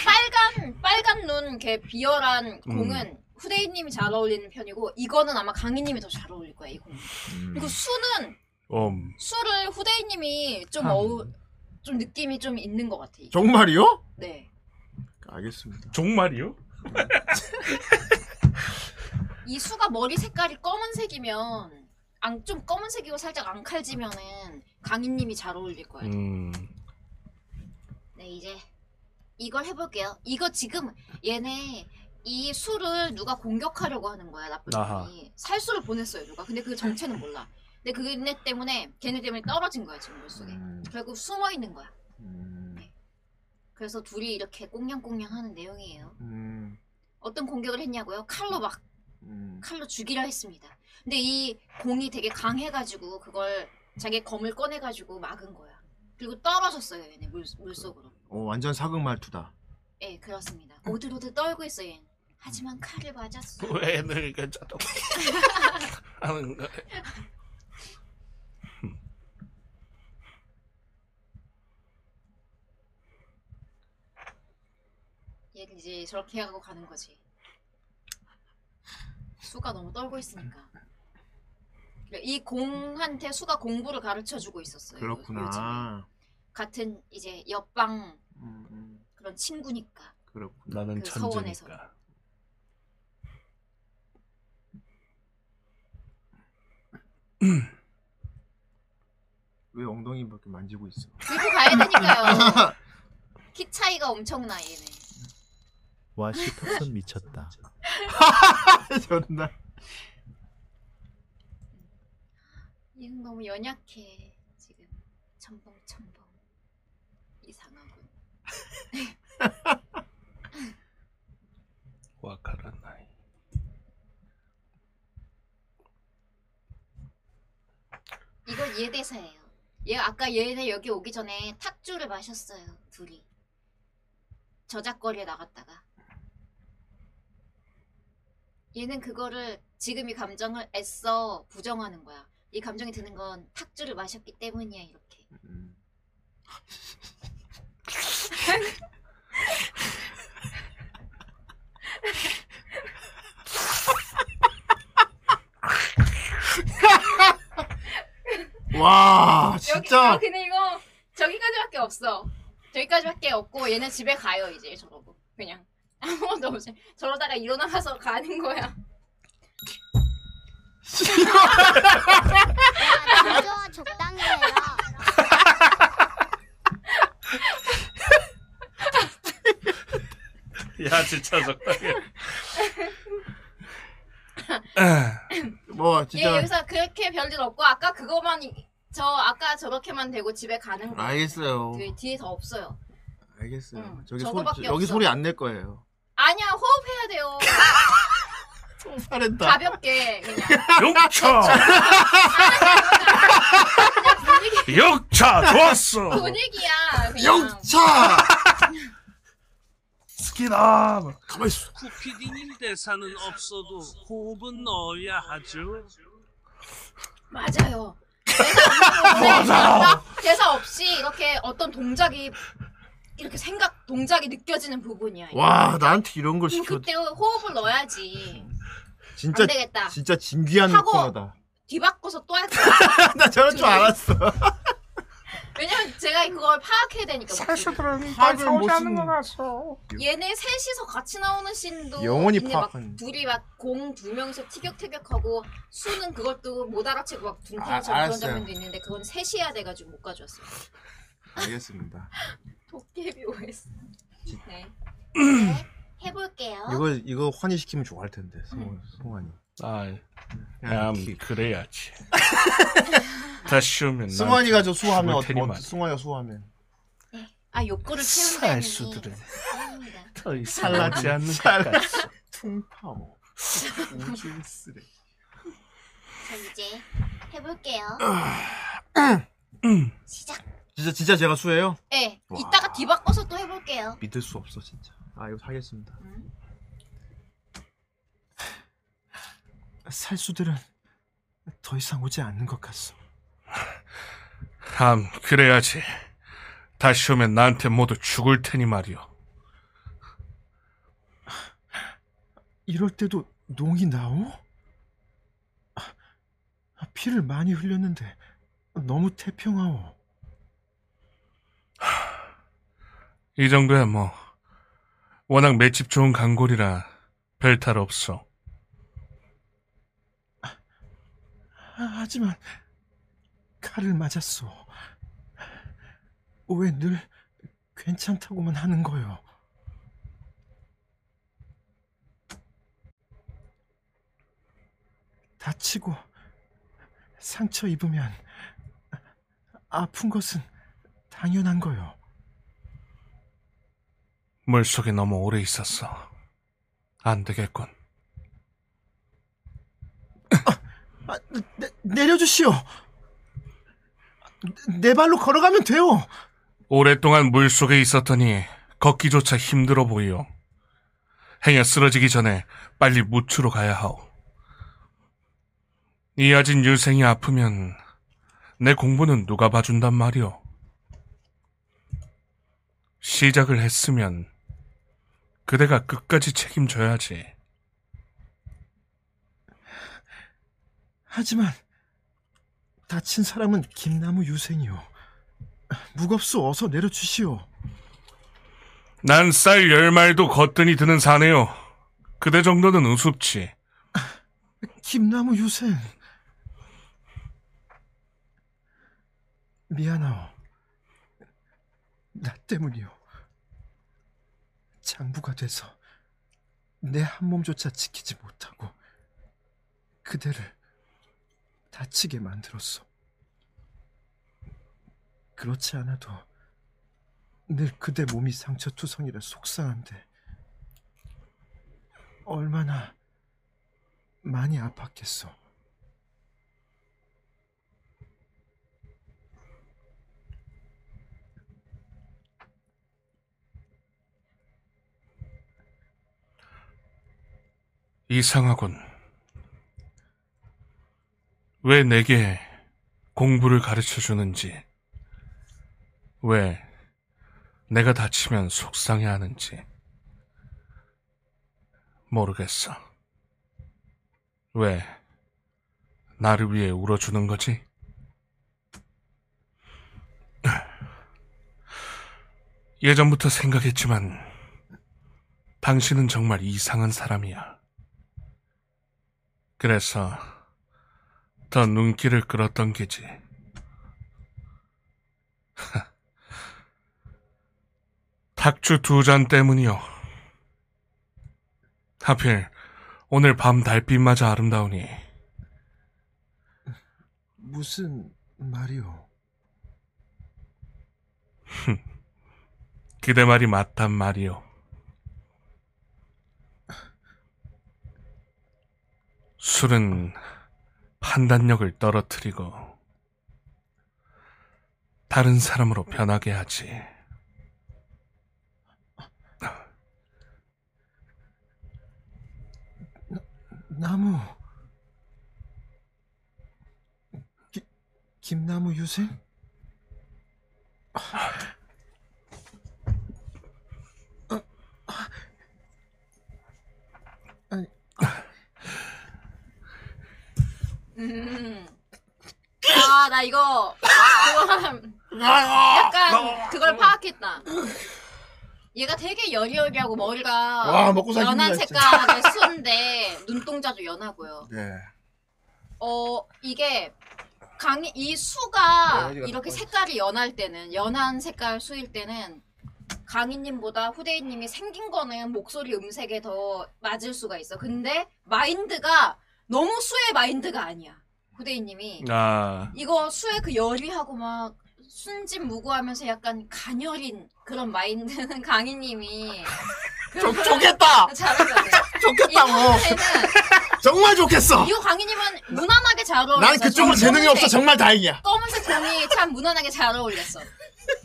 Speaker 12: 빨간 빨간 눈 걔 비열한 공은
Speaker 10: 음.
Speaker 12: 후대인님이 잘 어울리는 편이고 이거는 아마 강희님이 더 잘 어울릴 거야 이 공.
Speaker 10: 음.
Speaker 12: 그리고 수는
Speaker 7: 엄.
Speaker 12: 수를 후대인님이 좀
Speaker 10: 참.
Speaker 12: 어우 좀 느낌이 좀 있는 것 같아. 이게.
Speaker 10: 정말이요?
Speaker 12: 네.
Speaker 10: 알겠습니다
Speaker 7: 정말이요?
Speaker 12: 이 수가 머리 색깔이 검은색이면 안, 좀 검은색이고 살짝 앙칼지면은 강희님이 잘 어울릴 거예요.
Speaker 6: 음.
Speaker 23: 네 이제 이걸 해볼게요. 이거 지금 얘네 이 수를 누가 공격하려고 하는 거야 나쁜
Speaker 6: 아하.
Speaker 23: 놈이 살수를 보냈어요 누가. 근데 그 정체는 몰라. 근데 그네 때문에 걔네 때문에 떨어진 거야 지금 물속에. 결국 숨어 있는 거야.
Speaker 6: 음.
Speaker 23: 네. 그래서 둘이 이렇게 꽁냥꽁냥 하는 내용이에요.
Speaker 10: 음,
Speaker 23: 어떤 공격을 했냐고요? 칼로 막
Speaker 10: 음.
Speaker 23: 칼로 죽이려 했습니다. 근데 이 공이 되게 강해가지고 그걸 자기 검을 꺼내가지고 막은 거야. 그리고 떨어졌어요 얘네 물 물속으로.
Speaker 10: 어, 완전 사극 말투다
Speaker 23: 예, 그렇습니다. 오들오들 떨고 있어 얘. 하지만 칼을 맞았어.
Speaker 10: 뭐?
Speaker 5: 왜 늙은 자도 하는 거야?
Speaker 23: 얘를 이제 저렇게 하고 가는 거지. 수가 너무 떨고 있으니까. 그래, 이 공한테 수가 공부를 가르쳐 주고 있었어요.
Speaker 10: 그렇구나
Speaker 23: 같은 이제 옆방
Speaker 10: 음, 음,
Speaker 23: 그런 친구니까.
Speaker 10: 그렇구나
Speaker 6: 나는
Speaker 23: 그
Speaker 6: 천재니까.
Speaker 23: 서원에서.
Speaker 10: 왜 엉덩이 이렇게 만지고 있어
Speaker 23: 들고 가야 되니까요. 키 차이가 엄청나 얘네.
Speaker 15: 와씨 턱선 미쳤다.
Speaker 10: 존나
Speaker 23: 얘는 너무 연약해 지금. 첨벙 첨벙. 이상하군.
Speaker 5: 와카라 나이.
Speaker 23: 이건 얘 대사예요. 얘 아까 얘네 여기 오기 전에 탁주를 마셨어요 둘이. 저작거리에 나갔다가. 얘는 그거를 지금 이 감정을 애써 부정하는 거야. 이 감정이 드는 건 탁주를 마셨기 때문이야 이렇게.
Speaker 10: 와
Speaker 12: 여기,
Speaker 10: 진짜
Speaker 12: 아, 근데 이거 저기까지밖에 없어. 저기까지밖에 없고 얘네 집에 가요 이제 저러고 그냥 아무것도 없이 저러다가 일어나서 가는 거야.
Speaker 14: 아, 남자와 적당히 해요
Speaker 5: 야 진짜 적당해.
Speaker 10: 뭐
Speaker 12: 얘
Speaker 10: 진짜
Speaker 12: 예, 여기서 그렇게 별일 없고 아까 그거만 이- 저 아까 저렇게만 되고 집에 가는 거.
Speaker 10: 알겠어요.
Speaker 12: 뒤에, 뒤에 더 없어요.
Speaker 10: 알겠어요 저기 소리
Speaker 12: 그, 저거밖에
Speaker 10: 저- 여기
Speaker 12: 없어.
Speaker 10: 소리 안 낼 거예요
Speaker 12: 아니야 호흡해야 돼요.
Speaker 10: 잘했다
Speaker 12: 가볍게 그냥.
Speaker 7: 욕차. 욕차 좋았어.
Speaker 12: 분위기야. 그냥.
Speaker 7: 아,
Speaker 10: 영차
Speaker 7: 스키나.
Speaker 10: 가만 있어
Speaker 11: 쿠피디님 대사는 없어도 호흡은 넣어야 하죠.
Speaker 12: 맞아요. 대사 없이
Speaker 11: 맞아요.
Speaker 12: 대사 없이 이렇게 어떤 동작이 이렇게 생각 동작이 느껴지는 부분이야. 이거.
Speaker 10: 와 나한테 이런 걸
Speaker 12: 아, 그럼
Speaker 10: 시켜
Speaker 12: 그때 호흡을 넣어야지.
Speaker 10: 진짜
Speaker 12: 안 되겠다.
Speaker 10: 진짜 진귀한
Speaker 12: 하고-
Speaker 10: 코너다
Speaker 12: 뒤바꿔서 또 할 거야.
Speaker 10: 나 저럴 줄 알았어
Speaker 12: 왜냐면 제가 그걸 파악해야 되니까. 사실은
Speaker 10: 밥을 못 서운해하는 쓰는- 것
Speaker 12: 같소. 얘네 셋이서 같이 나오는 씬도
Speaker 10: 영원히
Speaker 12: 있네. 막
Speaker 10: 파악하는.
Speaker 12: 둘이 막 공 두 명이서 티격태격하고 수는 그것도 못 알아채고 막
Speaker 10: 아,
Speaker 12: 둔탕처럼 그런
Speaker 10: 알았어요.
Speaker 12: 장면도 있는데 그건 셋이 해야 돼가지고 못 가져왔어요.
Speaker 10: 알겠습니다
Speaker 12: 도깨비 OS. 네.
Speaker 23: 해볼게요.
Speaker 10: 이거 이거 환희시키면 좋아할 텐데 송, 송환이
Speaker 5: 아,
Speaker 10: 야,
Speaker 5: 야, 그래야지. 다시 오면
Speaker 10: 승환이가 저 수호하면
Speaker 5: 어
Speaker 10: 어, 어, 승환이가 수호하면
Speaker 6: 아 욕구를 채운다는
Speaker 5: 쌀수들은
Speaker 6: 사랑입니다.
Speaker 5: 더 이상 살라지 않는
Speaker 15: 살-
Speaker 5: 것 같소.
Speaker 15: 퉁파오 우징스레
Speaker 14: 저 이제 네, 해볼게요.
Speaker 15: 시작 진짜 진짜 제가 수예요?
Speaker 14: 네,
Speaker 15: 와.
Speaker 14: 이따가 뒤바꿔서 또 해볼게요.
Speaker 15: 믿을 수 없어 진짜 아 이거 사겠습니다 살수들은 더 이상 오지 않는 것 같소
Speaker 5: 함, 음, 그래야지. 다시 오면 나한테 모두 죽을 테니 말이오.
Speaker 15: 이럴 때도 농이 나오? 아, 피를 많이 흘렸는데 너무 태평하오
Speaker 5: 이 정도야 뭐. 워낙 맷집 좋은 강골이라 별 탈 없어.
Speaker 15: 아, 하지만 칼을 맞았소. 왜 늘 괜찮다고만 하는 거요? 다치고 상처 입으면 아픈 것은 당연한 거요.
Speaker 5: 물속에 너무 오래 있었어. 안 되겠군.
Speaker 15: 아, 내, 내려주시오. 내, 내 발로 걸어가면 돼요.
Speaker 5: 오랫동안 물속에 있었더니 걷기조차 힘들어 보이오. 행여 쓰러지기 전에 빨리 무추로 가야 하오. 이아진 유생이 아프면 내 공부는 누가 봐준단 말이오. 시작을 했으면 그대가 끝까지 책임져야지.
Speaker 15: 하지만 다친 사람은 김나무 유생이요. 무겁소 어서 내려주시오.
Speaker 5: 난 쌀 열마일도 거뜬히 드는 사내요. 그대 정도는 우습지.
Speaker 15: 김나무 유생. 미안하오. 나 때문이요. 장부가 돼서 내 한몸조차 지키지 못하고 그대를 다치게 만들었소. 그렇지 않아도 늘 그대 몸이 상처투성이라 속상한데 얼마나 많이 아팠겠어.
Speaker 5: 이상하군. 왜 내게 공부를 가르쳐 주는지, 왜 내가 다치면 속상해 하는지, 모르겠어. 왜 나를 위해 울어주는 거지? 예전부터 생각했지만, 당신은 정말 이상한 사람이야. 그래서 더 눈길을 끌었던 게지. 탁주 두 잔 때문이요. 하필 오늘 밤 달빛마저 아름다우니
Speaker 15: 무슨 말이오?
Speaker 5: 그대 말이 맞단 말이오. 술은 판단력을 떨어뜨리고 다른 사람으로 변하게 하지.
Speaker 15: 나무. 기, 김나무 유생? 아. 아. 아니,
Speaker 12: 음. 아, 나 이거 그거 약간 그걸 파악했다. 얘가 되게 여리여리하고 머리가
Speaker 15: 와, 먹고 살기
Speaker 12: 연한
Speaker 15: 힘들다,
Speaker 12: 색깔의 수인데 눈동자도 연하고요.
Speaker 15: 네.
Speaker 12: 어 이게 강이 이 수가
Speaker 24: 머리가
Speaker 12: 이렇게
Speaker 24: 더
Speaker 12: 색깔이 연할 때는 연한 색깔 수일 때는 강희님보다 후대인님이 생긴 거는 목소리 음색에 더 맞을 수가 있어. 근데 마인드가 너무 수의 마인드가 아니야. 후대인님이
Speaker 5: 아,
Speaker 12: 이거 수의 그 열이하고 막 순진무구하면서 약간 가녀린 그런 마인드는 강희님이
Speaker 10: 좋- 좋겠다! 좋겠다고! 정말 좋겠어!
Speaker 12: 이 강희님은 무난하게 잘 어울렸어.
Speaker 10: 난 그쪽으로
Speaker 12: 정말
Speaker 10: 재능이 없어
Speaker 12: 검은색-
Speaker 10: 정말 다행이야
Speaker 12: 검은색 공이 참 무난하게 잘 어울렸어.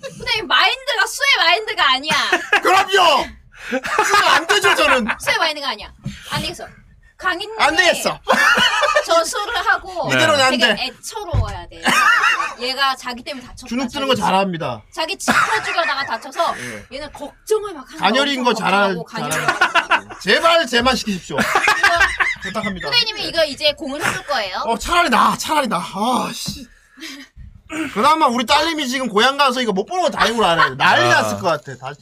Speaker 12: 근데 이 마인드가 수의 마인드가 아니야.
Speaker 10: 그럼요! 쓰면 안 되죠 저는
Speaker 12: 수의 마인드가 아니야. 안 되겠어. 강인님
Speaker 10: 안 되겠어
Speaker 12: 저술을 하고
Speaker 10: 네. 이대로는 안
Speaker 12: 되게
Speaker 10: 돼.
Speaker 12: 애처로워야 돼. 얘가 자기 때문에 다쳤다.
Speaker 10: 주눅 드는
Speaker 12: 자기
Speaker 10: 거
Speaker 12: 지-
Speaker 10: 잘합니다
Speaker 12: 자기 짚어주려다가 다쳐서
Speaker 10: 예.
Speaker 12: 얘는 걱정을 막 하는
Speaker 10: 간열인 거 잘하, 잘하 제발 제만 시키십시오 부탁합니다
Speaker 12: 후대님이 이거 이제 공을 해줄 거예요.
Speaker 10: 어 차라리 나 차라리 나 아씨 그나마 우리 딸님이 지금 고향 가서 이거 못 보는 건 다행으로 알아요 난리
Speaker 25: 아.
Speaker 10: 났을 것 같아 다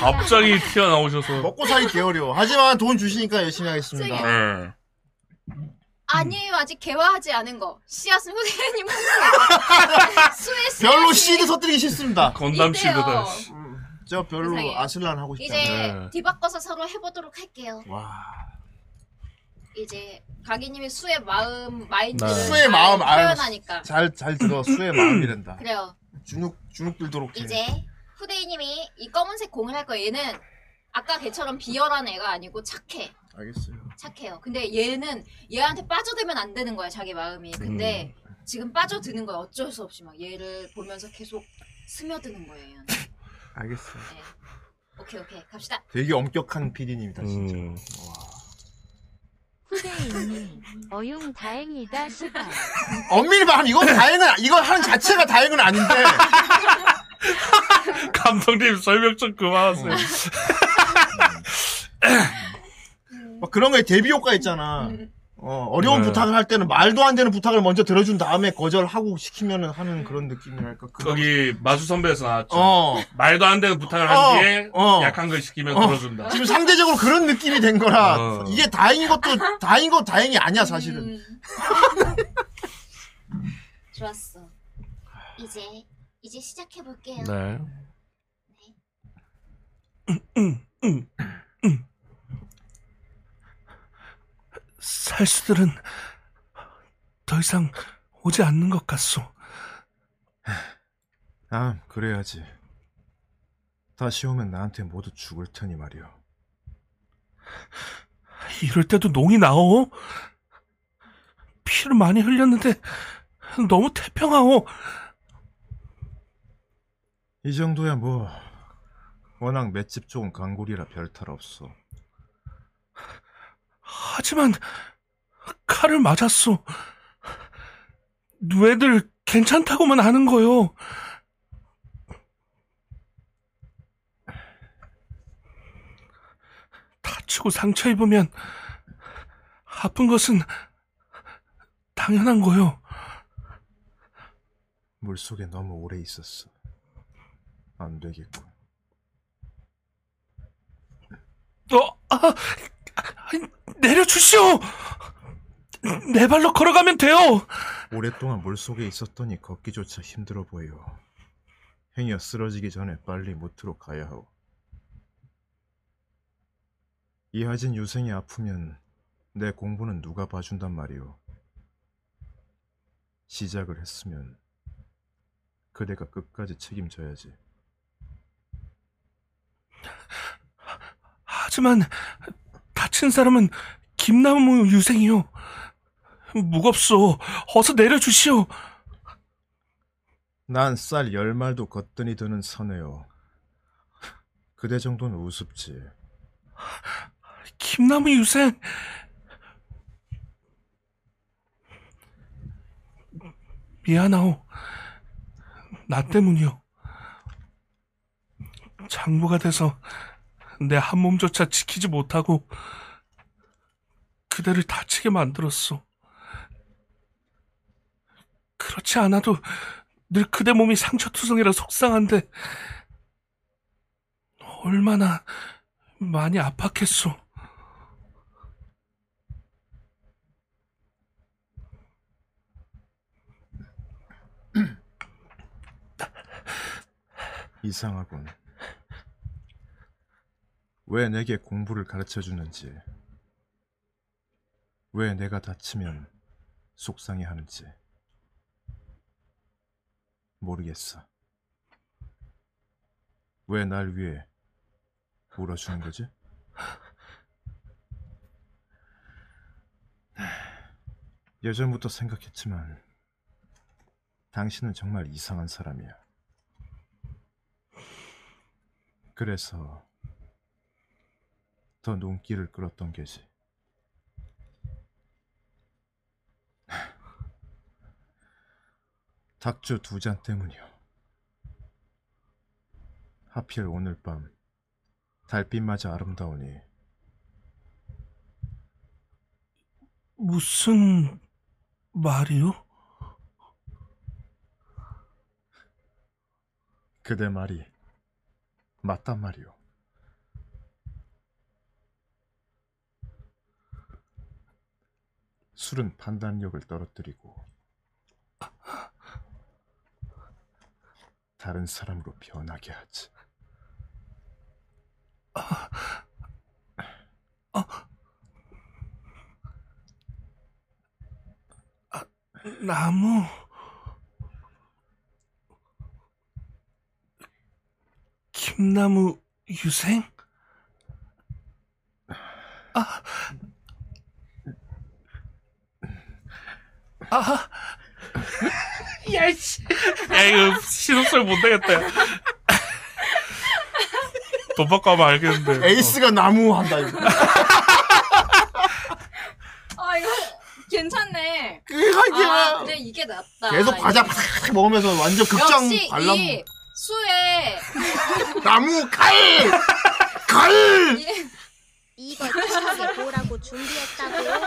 Speaker 6: 갑자기 튀어나오셔서
Speaker 10: 먹고 살기 개어려 하지만 돈 주시니까 열심히 하겠습니다
Speaker 6: 네.
Speaker 12: 아니에요 아직 개화하지 않은 거. 씨앗은 후대님 수의 씨앗이
Speaker 10: 별로 씨도 터뜨리기 싫습니다
Speaker 6: 건담
Speaker 12: 씨도 이때요. 다, 네.
Speaker 10: 저 음, 별로
Speaker 12: 세상에.
Speaker 10: 아슬란 하고 싶지
Speaker 12: 이제
Speaker 10: 않아요
Speaker 12: 뒤바꿔서 서로 해보도록 할게요.
Speaker 10: 와
Speaker 12: 이제 가기님이 수의 마음 마인드를
Speaker 10: 네.
Speaker 12: 잘
Speaker 10: 수의 마음 아유,
Speaker 12: 표현하니까
Speaker 10: 잘, 잘 들어 수의 마음이란다
Speaker 12: 그래요.
Speaker 10: 주눅 주눅 들도록 해.
Speaker 12: 이제 후대인님이 이 검은색 공을 할 거예요. 얘는 아까 걔처럼 비열한 애가 아니고 착해.
Speaker 10: 알겠어요
Speaker 12: 착해요. 근데 얘는 얘한테 빠져들면 안 되는 거야 자기 마음이. 근데 지금 빠져드는 거야 어쩔 수 없이 막 얘를 보면서 계속 스며드는 거예요. 얘는.
Speaker 10: 알겠어요
Speaker 12: 네. 오케이 오케이 갑시다.
Speaker 10: 되게 엄격한 PD님이다 진짜
Speaker 6: 음.
Speaker 26: 후대인님 어융 다행이다 시발
Speaker 10: 엄밀히 말하면 이건 다행은 이거 하는 자체가 다행은 아닌데
Speaker 6: 감독님 설명 좀 그만하세요.
Speaker 10: 막 그런 거에 대비 효과 있잖아. 어, 어려운
Speaker 6: 네.
Speaker 10: 부탁을 할 때는 말도 안 되는 부탁을 먼저 들어준 다음에 거절하고 시키면은 하는 그런 느낌이랄까. 그-
Speaker 6: 거기 마수 선배에서 나왔죠.
Speaker 10: 어.
Speaker 6: 말도 안 되는 부탁을
Speaker 10: 어,
Speaker 6: 한 뒤에
Speaker 10: 어.
Speaker 6: 약한 걸 시키면
Speaker 10: 어,
Speaker 6: 들어준다.
Speaker 10: 지금 상대적으로 그런 느낌이 된 거라
Speaker 6: 어.
Speaker 10: 이게 다행인 것도 다행인 거 다행이 아니야
Speaker 14: 음.
Speaker 10: 사실은.
Speaker 12: 좋았어.
Speaker 14: 이제 이제 시작해 볼게요.
Speaker 6: 네.
Speaker 5: 살수들은 더 이상 오지 않는 것 같소.
Speaker 10: 아 그래야지. 다시 오면 나한테 모두 죽을 테니 말이오.
Speaker 5: 이럴 때도 농이 나오? 피를 많이 흘렸는데 너무 태평하오.
Speaker 10: 이 정도야 뭐 워낙 맷집 좋은 강골이라 별 탈 없어.
Speaker 5: 하지만 칼을 맞았소. 왜들 괜찮다고만 하는 거요? 다치고 상처 입으면 아픈 것은 당연한 거요.
Speaker 10: 물 속에 너무 오래 있었어. 안 되겠군.
Speaker 5: 어, 아, 내려주시오! 내 발로 걸어가면 돼요!
Speaker 10: 오랫동안 물 속에 있었더니 걷기조차 힘들어 보여. 행여 쓰러지기 전에 빨리 모트로 가야 하오. 이하진 유생이 아프면 내 공부는 누가 봐준단 말이오. 시작을 했으면 그대가 끝까지 책임져야지.
Speaker 5: 하지만 다친 사람은 김나무 유생이요. 무겁소. 어서 내려주시오.
Speaker 10: 난 쌀 열말도 거뜬히 드는 사내요. 그대 정도는 우습지.
Speaker 5: 김나무 유생. 미안하오. 나 때문이요. 장부가 돼서 내 한 몸조차 지키지 못하고 그대를 다치게 만들었소. 그렇지 않아도 늘 그대 몸이 상처투성이라 속상한데 얼마나 많이 아팠겠소.
Speaker 10: 이상하군. 왜 내게 공부를 가르쳐 주는지, 왜 내가 다치면 속상해 하는지. 모르겠어. 왜 날 위해 몰아주는 거지? 예전부터 생각했지만 당신은 정말 이상한 사람이야. 그래서 더 눈길을 끌었던 게지. 닭주 두 잔 때문이요. 하필 오늘 밤 달빛마저 아름다우니
Speaker 5: 무슨 말이요?
Speaker 10: 그대 말이 맞단 말이오. 술은 판단력을 떨어뜨리고 다른 사람으로 변하게 하지.
Speaker 5: 나무 김나무 유생? 아, 아,
Speaker 11: 야이씨.
Speaker 5: 야 이거 신속설 못 내겠다. 야. 돈 받고 하면 알겠는데.
Speaker 10: 에이스가
Speaker 6: 어.
Speaker 10: 나무한다 이거.
Speaker 12: 아 이거 괜찮네.
Speaker 10: 그러게요.
Speaker 12: 아, 근데 이게 낫다.
Speaker 10: 계속 과자 팍 먹으면서 완전 극장
Speaker 12: 역시
Speaker 10: 관람.
Speaker 12: 이 수에
Speaker 10: 나무 칼! 칼!
Speaker 14: 이걸 다시 보라고 준비했다고.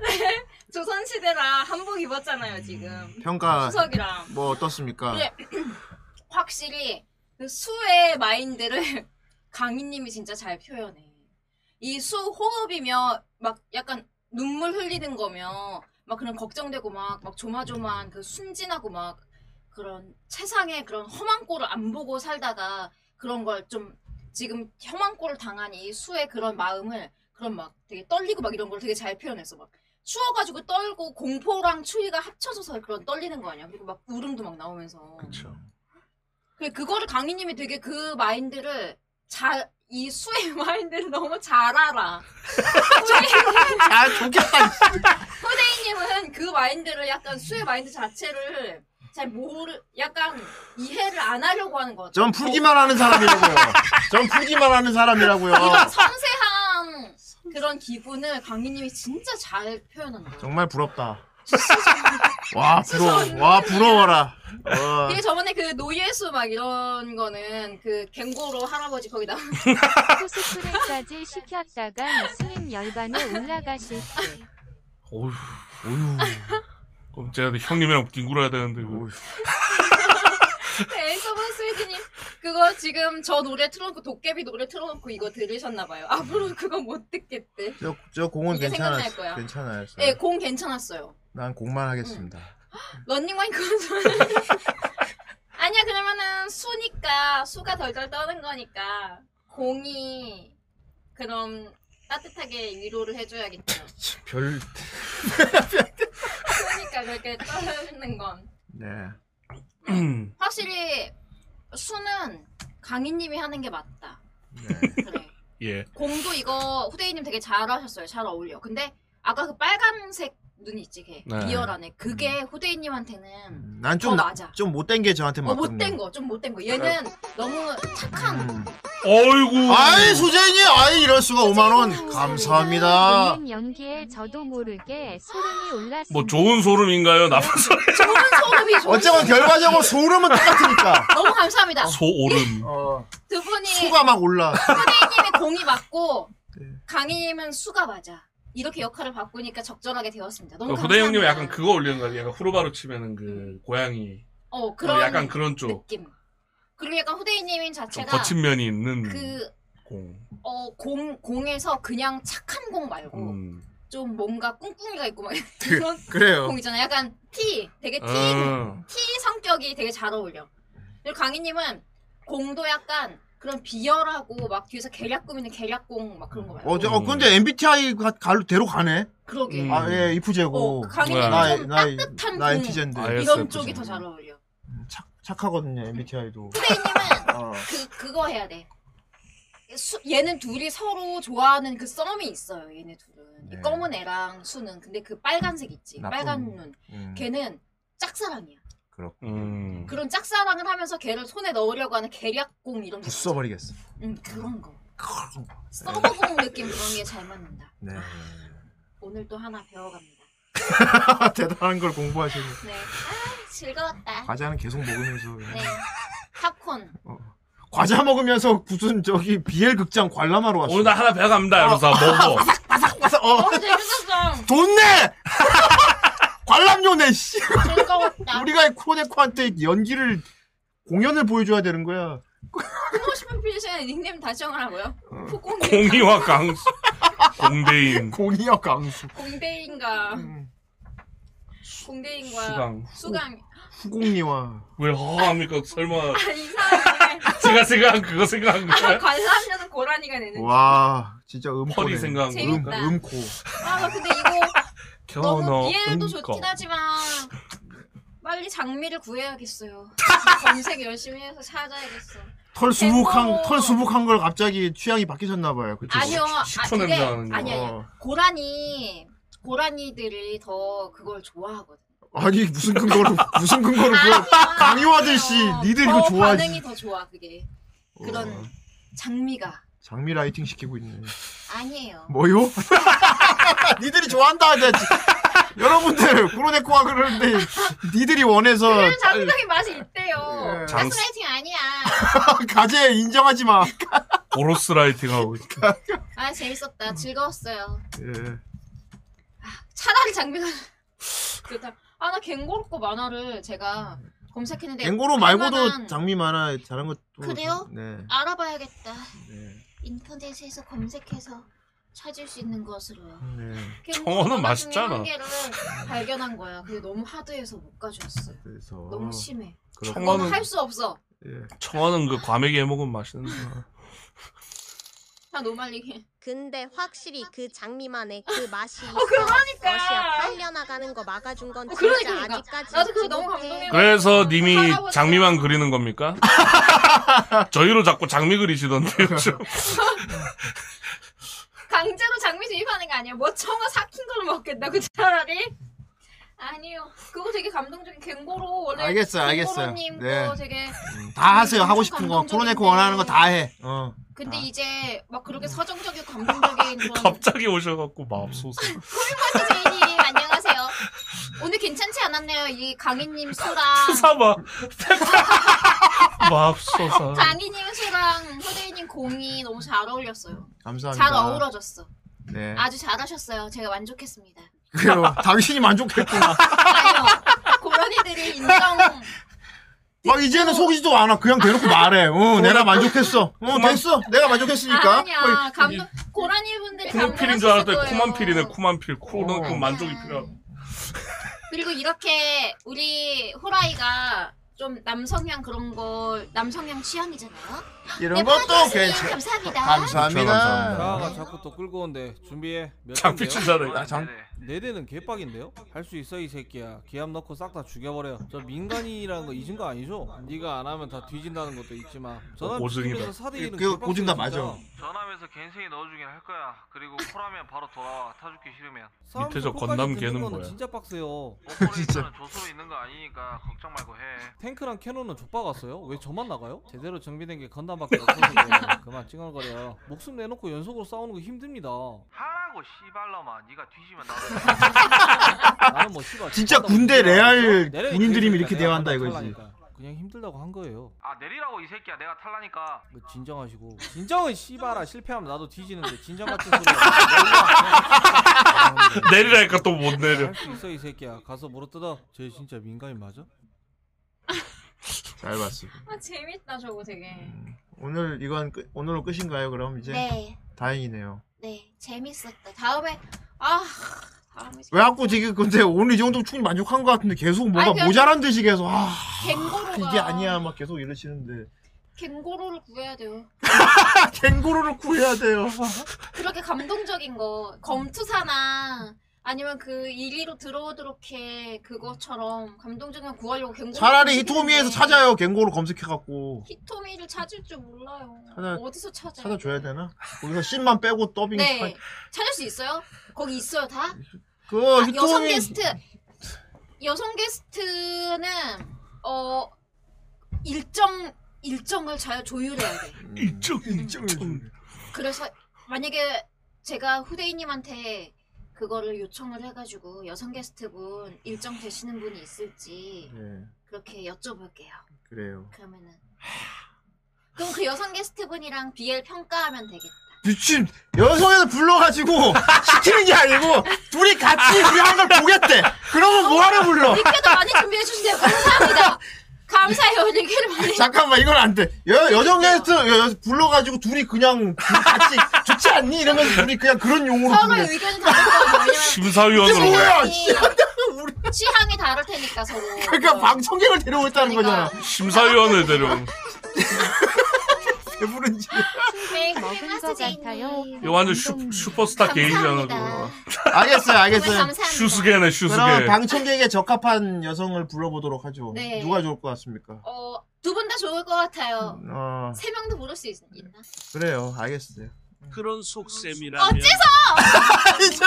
Speaker 12: 네. 조선 시대라 한복 입었잖아요 지금.
Speaker 10: 평가
Speaker 12: 추석이랑. 예.
Speaker 10: 뭐 어떻습니까?
Speaker 12: 근데 확실히 그 수의 마인드를 강희님이 진짜 잘 표현해. 이 수 호흡이며 막 약간 눈물 흘리는 거며 막 그런 걱정되고 막, 막 조마조마한 그 순진하고 막 그런 세상의 그런 험한 꼴을 안 보고 살다가 그런 걸 좀 지금 험한 꼴을 당한 이 수의 그런 마음을 그런 막 되게 떨리고 막 이런 걸 되게 잘 표현했어. 막 추워가지고 떨고 공포랑 추위가 합쳐져서 그런 떨리는 거 아니야. 그리고 막 울음도 막 나오면서.
Speaker 5: 그쵸.
Speaker 12: 그 그거를 강희님이 되게 그 마인드를 잘 이 수의 마인드를 너무 잘 알아.
Speaker 10: 아 좋겠다.
Speaker 12: 후대인님은 그 마인드를 약간 수의 마인드 자체를 잘 모르, 약간 이해를 안 하려고 하는 것 같아.
Speaker 10: 전 풀기만 하는 사람이라고요. 전 풀기만 하는 사람이라고요.
Speaker 12: 그러니까 이런 섬세한 그런 기분을 강희님이 진짜 잘 표현한다.
Speaker 10: 정말 부럽다. 와 부러워. 와 부러워라. 어. 와.
Speaker 12: 그게 저번에 그 노예수 막 이런 거는 그 갱고로 할아버지 거기 나온
Speaker 27: 코스프레까지 시켰다가 스님 열반에 올라가실 때.
Speaker 5: 어휴, 어휴. 그럼 제가 형님이랑 뒹굴어야 되는데. 이거.
Speaker 12: 엔서번 네, 스웨디님 그거 지금 저 노래 틀어놓고 도깨비 노래 틀어놓고 이거 들으셨나봐요. 앞으로 그거 못 듣겠대.
Speaker 10: 저, 저 공은
Speaker 12: 이게 생각날
Speaker 10: 괜찮았어요.
Speaker 12: 거야.
Speaker 10: 괜찮아요.
Speaker 12: 네, 공 괜찮았어요.
Speaker 10: 난 공만 하겠습니다.
Speaker 12: 런닝만 그거 아니야 그러면은 수니까 수가 덜덜 떠는 거니까 공이 그럼 따뜻하게 위로를 해줘야겠죠.
Speaker 10: 별.
Speaker 12: 수니까 그러니까 그렇게 떠는 건.
Speaker 10: 네.
Speaker 12: 확실히 수는 강희님이 하는 게 맞다.
Speaker 5: 예.
Speaker 12: 공도 이거 후대인님 되게 잘하셨어요. 잘 어울려. 근데 아까 그 빨간색 눈 있지 걔
Speaker 10: 네.
Speaker 12: 비열 안에 그게 후대인님한테는 더 어, 맞아.
Speaker 10: 난좀좀 못된 게 저한테
Speaker 12: 어,
Speaker 10: 맞거든요. 네. 음.
Speaker 12: 못된 거, 좀 못된 거. 얘는 너무 착한.
Speaker 5: 어이구.
Speaker 10: 아이 소재니 아이 이럴 수가 5만 원 감사합니다.
Speaker 27: 본인 연기에 저도 모르게 소름이 올랐습니다.
Speaker 5: 뭐 좋은 소름인가요? 나쁜 소름?
Speaker 12: 소름이 좋은
Speaker 10: 어쨌건
Speaker 12: 소름.
Speaker 10: 결과적으로 소름은 똑같으니까.
Speaker 12: 너무 감사합니다.
Speaker 5: 소오름.
Speaker 12: 두 분이
Speaker 10: 수가 막 올라.
Speaker 12: 후대인님의 공이 맞고 강희님은 수가 맞아. 이렇게 역할을 바꾸니까 적절하게 되었습니다. 너무
Speaker 5: 어, 후대
Speaker 12: 감사합니다. 음.
Speaker 5: 형님 약간 그거 올리는 거 같아요. 약간 후루바로 치면은 그 고양이.
Speaker 12: 어
Speaker 5: 어,
Speaker 12: 그런
Speaker 5: 약간 그런 쪽.
Speaker 12: 느낌. 그리고 약간 후대인님
Speaker 5: 좀
Speaker 12: 자체가
Speaker 5: 거친 면이 있는
Speaker 12: 그
Speaker 5: 공.
Speaker 12: 어, 공, 공에서 그냥 착한 공 말고
Speaker 5: 음.
Speaker 12: 좀 뭔가 꿍꿍이가 있고 막 그런
Speaker 5: 그래요.
Speaker 12: 공 있잖아요. 약간 T, 되게 T,
Speaker 10: 어.
Speaker 5: 음.
Speaker 12: T 성격이 되게 잘 어울려. 그리고 강희님은 공도 약간 그런 비열하고 막 뒤에서 계략 꾸미는 계략공 막 그런 거 말고.
Speaker 10: 어, 저, 어
Speaker 5: 음.
Speaker 10: 근데 MBTI 가, 가로 대로 가네.
Speaker 12: 그러게. 어,
Speaker 10: 아 예 이프제고.
Speaker 12: 강의는 좀
Speaker 5: 네.
Speaker 10: 나이 나이
Speaker 12: 따뜻한
Speaker 10: 나
Speaker 12: 공
Speaker 5: 아,
Speaker 10: 엔티젠데.
Speaker 12: 이런 쪽이 더 잘 어울려.
Speaker 10: 착, 착하거든요 MBTI도 어.
Speaker 12: 그 그거 해야 돼. 수, 얘는 둘이 서로 좋아하는 그 썸이 있어요. 얘네 둘은 이
Speaker 10: 네.
Speaker 12: 검은 애랑 수는 근데 그 빨간색 있지.
Speaker 10: 나쁜-
Speaker 12: 빨간 눈.
Speaker 10: 음.
Speaker 12: 걔는 짝사랑이야.
Speaker 10: 그렇고
Speaker 12: 그런 짝사랑을 하면서 걔를 손에 넣으려고 하는 계략공 이런 게.
Speaker 10: 부숴버리겠어
Speaker 12: 음 그런 거.
Speaker 10: 그런 거.
Speaker 12: 써보공 느낌 그런 게 잘 맞는다.
Speaker 10: 네
Speaker 12: 오늘 또 하나 배워갑니다.
Speaker 10: 대단한 걸 공부하시네
Speaker 12: 네. 아 즐거웠다.
Speaker 10: 과자는 계속 먹으면서
Speaker 12: 네. 팝콘.
Speaker 10: 어. 과자 먹으면서 무슨 저기 BL 극장 관람하러 왔어
Speaker 5: 오늘 나 하나 배워갑니다 이러면서 먹어
Speaker 10: 바삭바삭 어
Speaker 12: 재밌었어.
Speaker 10: 돈내 관람료 내 씨.
Speaker 12: 즐거웠다.
Speaker 10: 우리가 코네코한테 연기를 공연을 보여줘야 되는 거야
Speaker 12: 하고 싶은 필션의 닉네임 다시 정하라고요?
Speaker 10: 어.
Speaker 5: 공이와 강수 공대인
Speaker 10: 공이와 강수
Speaker 12: 공대인가. 공대인과
Speaker 5: 수강.
Speaker 12: 수강.
Speaker 10: 후공리와
Speaker 5: 왜 허합니까 설마
Speaker 12: 아, 이상하네.
Speaker 5: 제가 생각한 그거 생각한
Speaker 12: 아,
Speaker 5: 거야
Speaker 12: 관람료는 고라니가 내는.
Speaker 10: 네? 와 진짜 음코네
Speaker 5: 허리 생각한
Speaker 10: 음,
Speaker 12: 거구나.
Speaker 10: 음코
Speaker 12: 아, 나 근데 이거
Speaker 10: 어,
Speaker 12: 너무 비해도
Speaker 10: 음코.
Speaker 12: 좋긴 하지만 빨리 장미를 구해야겠어요. 진짜 검색 열심히 해서 찾아야겠어.
Speaker 10: 털
Speaker 12: 네,
Speaker 10: 수북한
Speaker 12: 대고.
Speaker 10: 털 수북한 걸 갑자기 취향이 바뀌셨나 봐요. 그쵸?
Speaker 12: 뭐. 아니요, 아,
Speaker 10: 식초
Speaker 12: 그게
Speaker 10: 냄새 나는 거.
Speaker 12: 아니 아니
Speaker 10: 어.
Speaker 12: 고라니 고라니들이 더 그걸 좋아하거든.
Speaker 10: 아니 무슨 근거로 무슨 근거로 그걸
Speaker 12: 아니야.
Speaker 10: 강요하듯이 니들 이거
Speaker 12: 더
Speaker 10: 좋아하지. 어.
Speaker 12: 반응이 더 좋아 그게 그런 장미가
Speaker 10: 장미 라이팅 시키고 있네.
Speaker 12: 아니에요.
Speaker 10: 뭐요? 니들이 좋아한다 하지. 여러분들 코로네코가 그러는데 니들이 원해서
Speaker 12: 그래요 네, 장미장의 맛이 있대요.
Speaker 10: 어, 예.
Speaker 12: 장...
Speaker 10: 장-
Speaker 12: 가스라이팅 아니야.
Speaker 10: 가재 인정하지 마.
Speaker 5: 고로스 라이팅 하고 있다
Speaker 12: 아 재밌었다. 즐거웠어요.
Speaker 10: 예.
Speaker 12: 차라리 장미가 그다. 아나 갱고로 거 만화를 제가 검색했는데
Speaker 10: 앵고로 말고도
Speaker 12: 웬만한-
Speaker 10: 장미 많아 잘한 것도
Speaker 28: 그래요?
Speaker 10: 네.
Speaker 28: 알아봐야겠다.
Speaker 10: 네.
Speaker 28: 인터넷에서 검색해서 찾을 수 있는 것으로요.
Speaker 10: 네.
Speaker 28: 갱고로
Speaker 5: 청어는
Speaker 28: 만화 중에
Speaker 5: 맛있잖아.
Speaker 28: 한 개를
Speaker 12: 발견한 거야. 그게 너무 하드해서 못 가져왔어요.
Speaker 10: 그래서
Speaker 12: 너무 심해.
Speaker 5: 그렇구나.
Speaker 12: 저거는 할수 없어.
Speaker 10: 예.
Speaker 5: 청어는 그 과메기 해 먹으면 맛있는데
Speaker 10: 어.
Speaker 12: 다 노말리게. 아,
Speaker 6: 근데 확실히 그 장미만의 그 맛이 있어.
Speaker 12: 그러니까.
Speaker 6: 러시아 팔려나가는 거 막아준 건
Speaker 12: 어,
Speaker 6: 진짜
Speaker 12: 그러니까, 그러니까.
Speaker 6: 아직까지
Speaker 12: 나도 그거
Speaker 6: 잊지
Speaker 12: 너무
Speaker 6: 못해.
Speaker 5: 그래서 님이 장미만 그리는 겁니까? 저희로 자꾸 장미 그리시던데요 좀.
Speaker 12: 강제로 장미 주입하는 거 아니야. 뭐 청어 삭힌 걸로 먹겠다고 그 차라리. 아니요. 그거 되게 감동적인 갱고로 원래
Speaker 10: 알겠어요, 알겠어요.
Speaker 12: 갱고로님
Speaker 10: 네.
Speaker 12: 거 되게
Speaker 10: 다 하세요. 하고 싶은 거. 코로네코 원하는 거 다 해. 어.
Speaker 12: 근데 이제 막 그렇게 서정적이고 감동적인 그런
Speaker 5: 갑자기 오셔갖고 마법소사
Speaker 12: 콜버스 제이님 안녕하세요. 오늘 괜찮지 않았나요? 이 강희님 수랑
Speaker 5: 사봐 마법소사
Speaker 12: 강희님 수랑 후대인님 공이 너무 잘 어울렸어요.
Speaker 10: 감사합니다.
Speaker 12: 잘 어우러졌어.
Speaker 10: 네.
Speaker 12: 아주 잘하셨어요. 제가 만족했습니다.
Speaker 10: 그래요. 당신이 만족했구나.
Speaker 12: 고라니들이 인정
Speaker 10: 막 아, 이제는 속이지도 않아. 그냥 대놓고 말해. 어, 내가 만족했어. 어, 됐어. 내가 만족했으니까. 뭐
Speaker 12: 아니야 감독 고라니 분들이
Speaker 5: 코만필인 줄 알았더니
Speaker 12: 감동하셨을 거예요.
Speaker 5: 코만필이네 코만필 코는 그 만족이 필요하고
Speaker 12: 그리고 이렇게 우리 호라이가 좀 남성향 그런 걸 남성향 취향이잖아요.
Speaker 10: 이런
Speaker 12: 네,
Speaker 10: 것도
Speaker 12: 포토스님
Speaker 10: 괜찮-
Speaker 12: 감사합니다.
Speaker 10: 감사합니다.
Speaker 16: 가 자꾸 또 끌고 온대. 준비해. 몇
Speaker 5: 장피
Speaker 16: 대인데요?
Speaker 5: 친다네. 아, 장-
Speaker 16: 네 대는 개빡인데요? 할 수 있어 이 새끼야. 기합 넣고 싹 다 죽여버려. 저 민간인이라는 거 잊은 거 아니죠? 네가 안 하면 다 뒤진다는 것도 잊지만.
Speaker 5: 어,
Speaker 16: 전화
Speaker 10: 오승이다.
Speaker 5: 뭐.
Speaker 16: 면서 사대 일은
Speaker 10: 그거
Speaker 16: 개빡치네,
Speaker 10: 오증다
Speaker 16: 진짜.
Speaker 10: 맞아.
Speaker 29: 전화하면서 갠생이 넣어주긴 할 거야. 그리고 코라면 바로 돌아와. 타죽기 싫으면.
Speaker 16: 싸움
Speaker 5: 밑에서
Speaker 16: 끝까지
Speaker 5: 건담
Speaker 16: 듣는
Speaker 5: 개는
Speaker 16: 거는
Speaker 5: 뭐야?
Speaker 16: 진짜 빡세요.
Speaker 29: 진짜. 조수로 있는 거 아니니까 걱정 말고 해.
Speaker 16: 탱크랑 캐논은 족박았어요? 왜 저만 나가요? 제대로 정비된 게 건담밖에 없어서 그만 찡얼거려. 목숨 내놓고 연속으로 싸우는 거 힘듭니다.
Speaker 29: 하라고 씨발놈아. 네가 뒤지면 나도.
Speaker 16: 나는 뭐 씨발
Speaker 10: 진짜
Speaker 16: 족박하다고
Speaker 10: 군대
Speaker 16: 생각하고
Speaker 10: 레알
Speaker 16: 내려-
Speaker 10: 군인들이면
Speaker 16: 내려가니까
Speaker 10: 이렇게 대화한다
Speaker 16: 내가
Speaker 10: 이거지.
Speaker 16: 탈라니까. 그냥 힘들다고 한 거예요.
Speaker 29: 아 내리라고 이 새끼야. 내가 탈라니까.
Speaker 16: 뭐 진정하시고 진정은 씨발아 실패하면 나도 뒤지는데 진정 같은 소리 내리라. 그냥
Speaker 5: 내리라니까 또 못 내려
Speaker 16: 할수 있어 이 새끼야 가서 물어뜯어 쟤 진짜 민간인 맞아?
Speaker 10: 잘 봤어.
Speaker 12: 아 재밌다 저거 되게.
Speaker 10: 오늘 이건 끝, 오늘로 끝인가요? 그럼 이제
Speaker 28: 네.
Speaker 10: 다행이네요.
Speaker 28: 네 재밌었다. 다음에 아 다음에
Speaker 10: 왜 자꾸 지금 근데 오늘 이 정도 충분히 만족한 것 같은데 계속 뭐가
Speaker 28: 아니, 그냥-
Speaker 10: 모자란 듯이 계속 아
Speaker 12: 갱고로가
Speaker 10: 이게 아니야 막 계속 이러시는데
Speaker 12: 갱고로를 구해야 돼요.
Speaker 10: 아, 갱고로를 구해야 돼요.
Speaker 12: 그렇게 감동적인 거 검투사나 아니면 그 1위로 들어오도록 해 그것처럼 감동적인 구하려고 경고
Speaker 10: 차라리 히토미에서 찾아요. 갱고로 검색해갖고
Speaker 12: 히토미를 찾을 줄 몰라요
Speaker 10: 찾아-
Speaker 12: 어디서 찾아
Speaker 10: 찾아줘야 되나? 거기서 씬만 빼고 더빙.
Speaker 12: 네
Speaker 10: 파-
Speaker 12: 찾을 수 있어요? 거기 있어요 다?
Speaker 10: 그거
Speaker 12: 아, 여성
Speaker 10: 히토미
Speaker 12: 게스트 여성 게스트는 어 일정 일정을 잘 조율해야 돼
Speaker 5: 일정 일정
Speaker 12: 그래서 만약에 제가 후대인님한테 그거를 요청을 해가지고 여성 게스트분 일정 되시는 분이 있을지
Speaker 10: 네
Speaker 12: 그렇게 여쭤볼게요.
Speaker 10: 그래요.
Speaker 12: 그러면은 그럼 그 여성 게스트분이랑 BL 평가하면 되겠다.
Speaker 10: 미친 여성에서 불러가지고 시키는 게 아니고 둘이 같이 그한걸 보겠대. 그러면 뭐하러 불러?
Speaker 12: 리케도 많이 준비해 주신대요. 감사합니다. 감사해요. 리케를 많이.
Speaker 10: 잠깐만 이건 안 돼. 여 여정 게스트 여- 여- 불러가지고 둘이 그냥 둘이 같이 좋지 않니 이러면서 둘이 그냥 그런 용어로
Speaker 12: 서로
Speaker 10: 부르는.
Speaker 12: 의견이 다르거든요.
Speaker 5: 심사위원으로.
Speaker 10: 뭐야? 씨.
Speaker 12: 취향이, 취향이 다를 테니까 서로.
Speaker 10: 그러니까 방청객을 데려오고 있다는 거잖아.
Speaker 5: 심사위원을 데려.
Speaker 10: 배부른지.
Speaker 12: 네,
Speaker 30: 먹은 거 같아요.
Speaker 5: 이거 완전 슈, 슈퍼스타 게이잖아. 그거.
Speaker 10: 알겠어요, 알겠어요.
Speaker 5: 슈스게네 슈스게.
Speaker 10: 그럼 방청객에 적합한 여성을 불러보도록 하죠.
Speaker 12: 네.
Speaker 10: 누가 좋을 것 같습니까?
Speaker 12: 어, 두 분 다 좋을 것 같아요.
Speaker 10: 어
Speaker 12: 세 명도 부를 수 있, 있나?
Speaker 10: 그래요, 알겠어요.
Speaker 11: 그런 속셈이라면
Speaker 12: 어째서?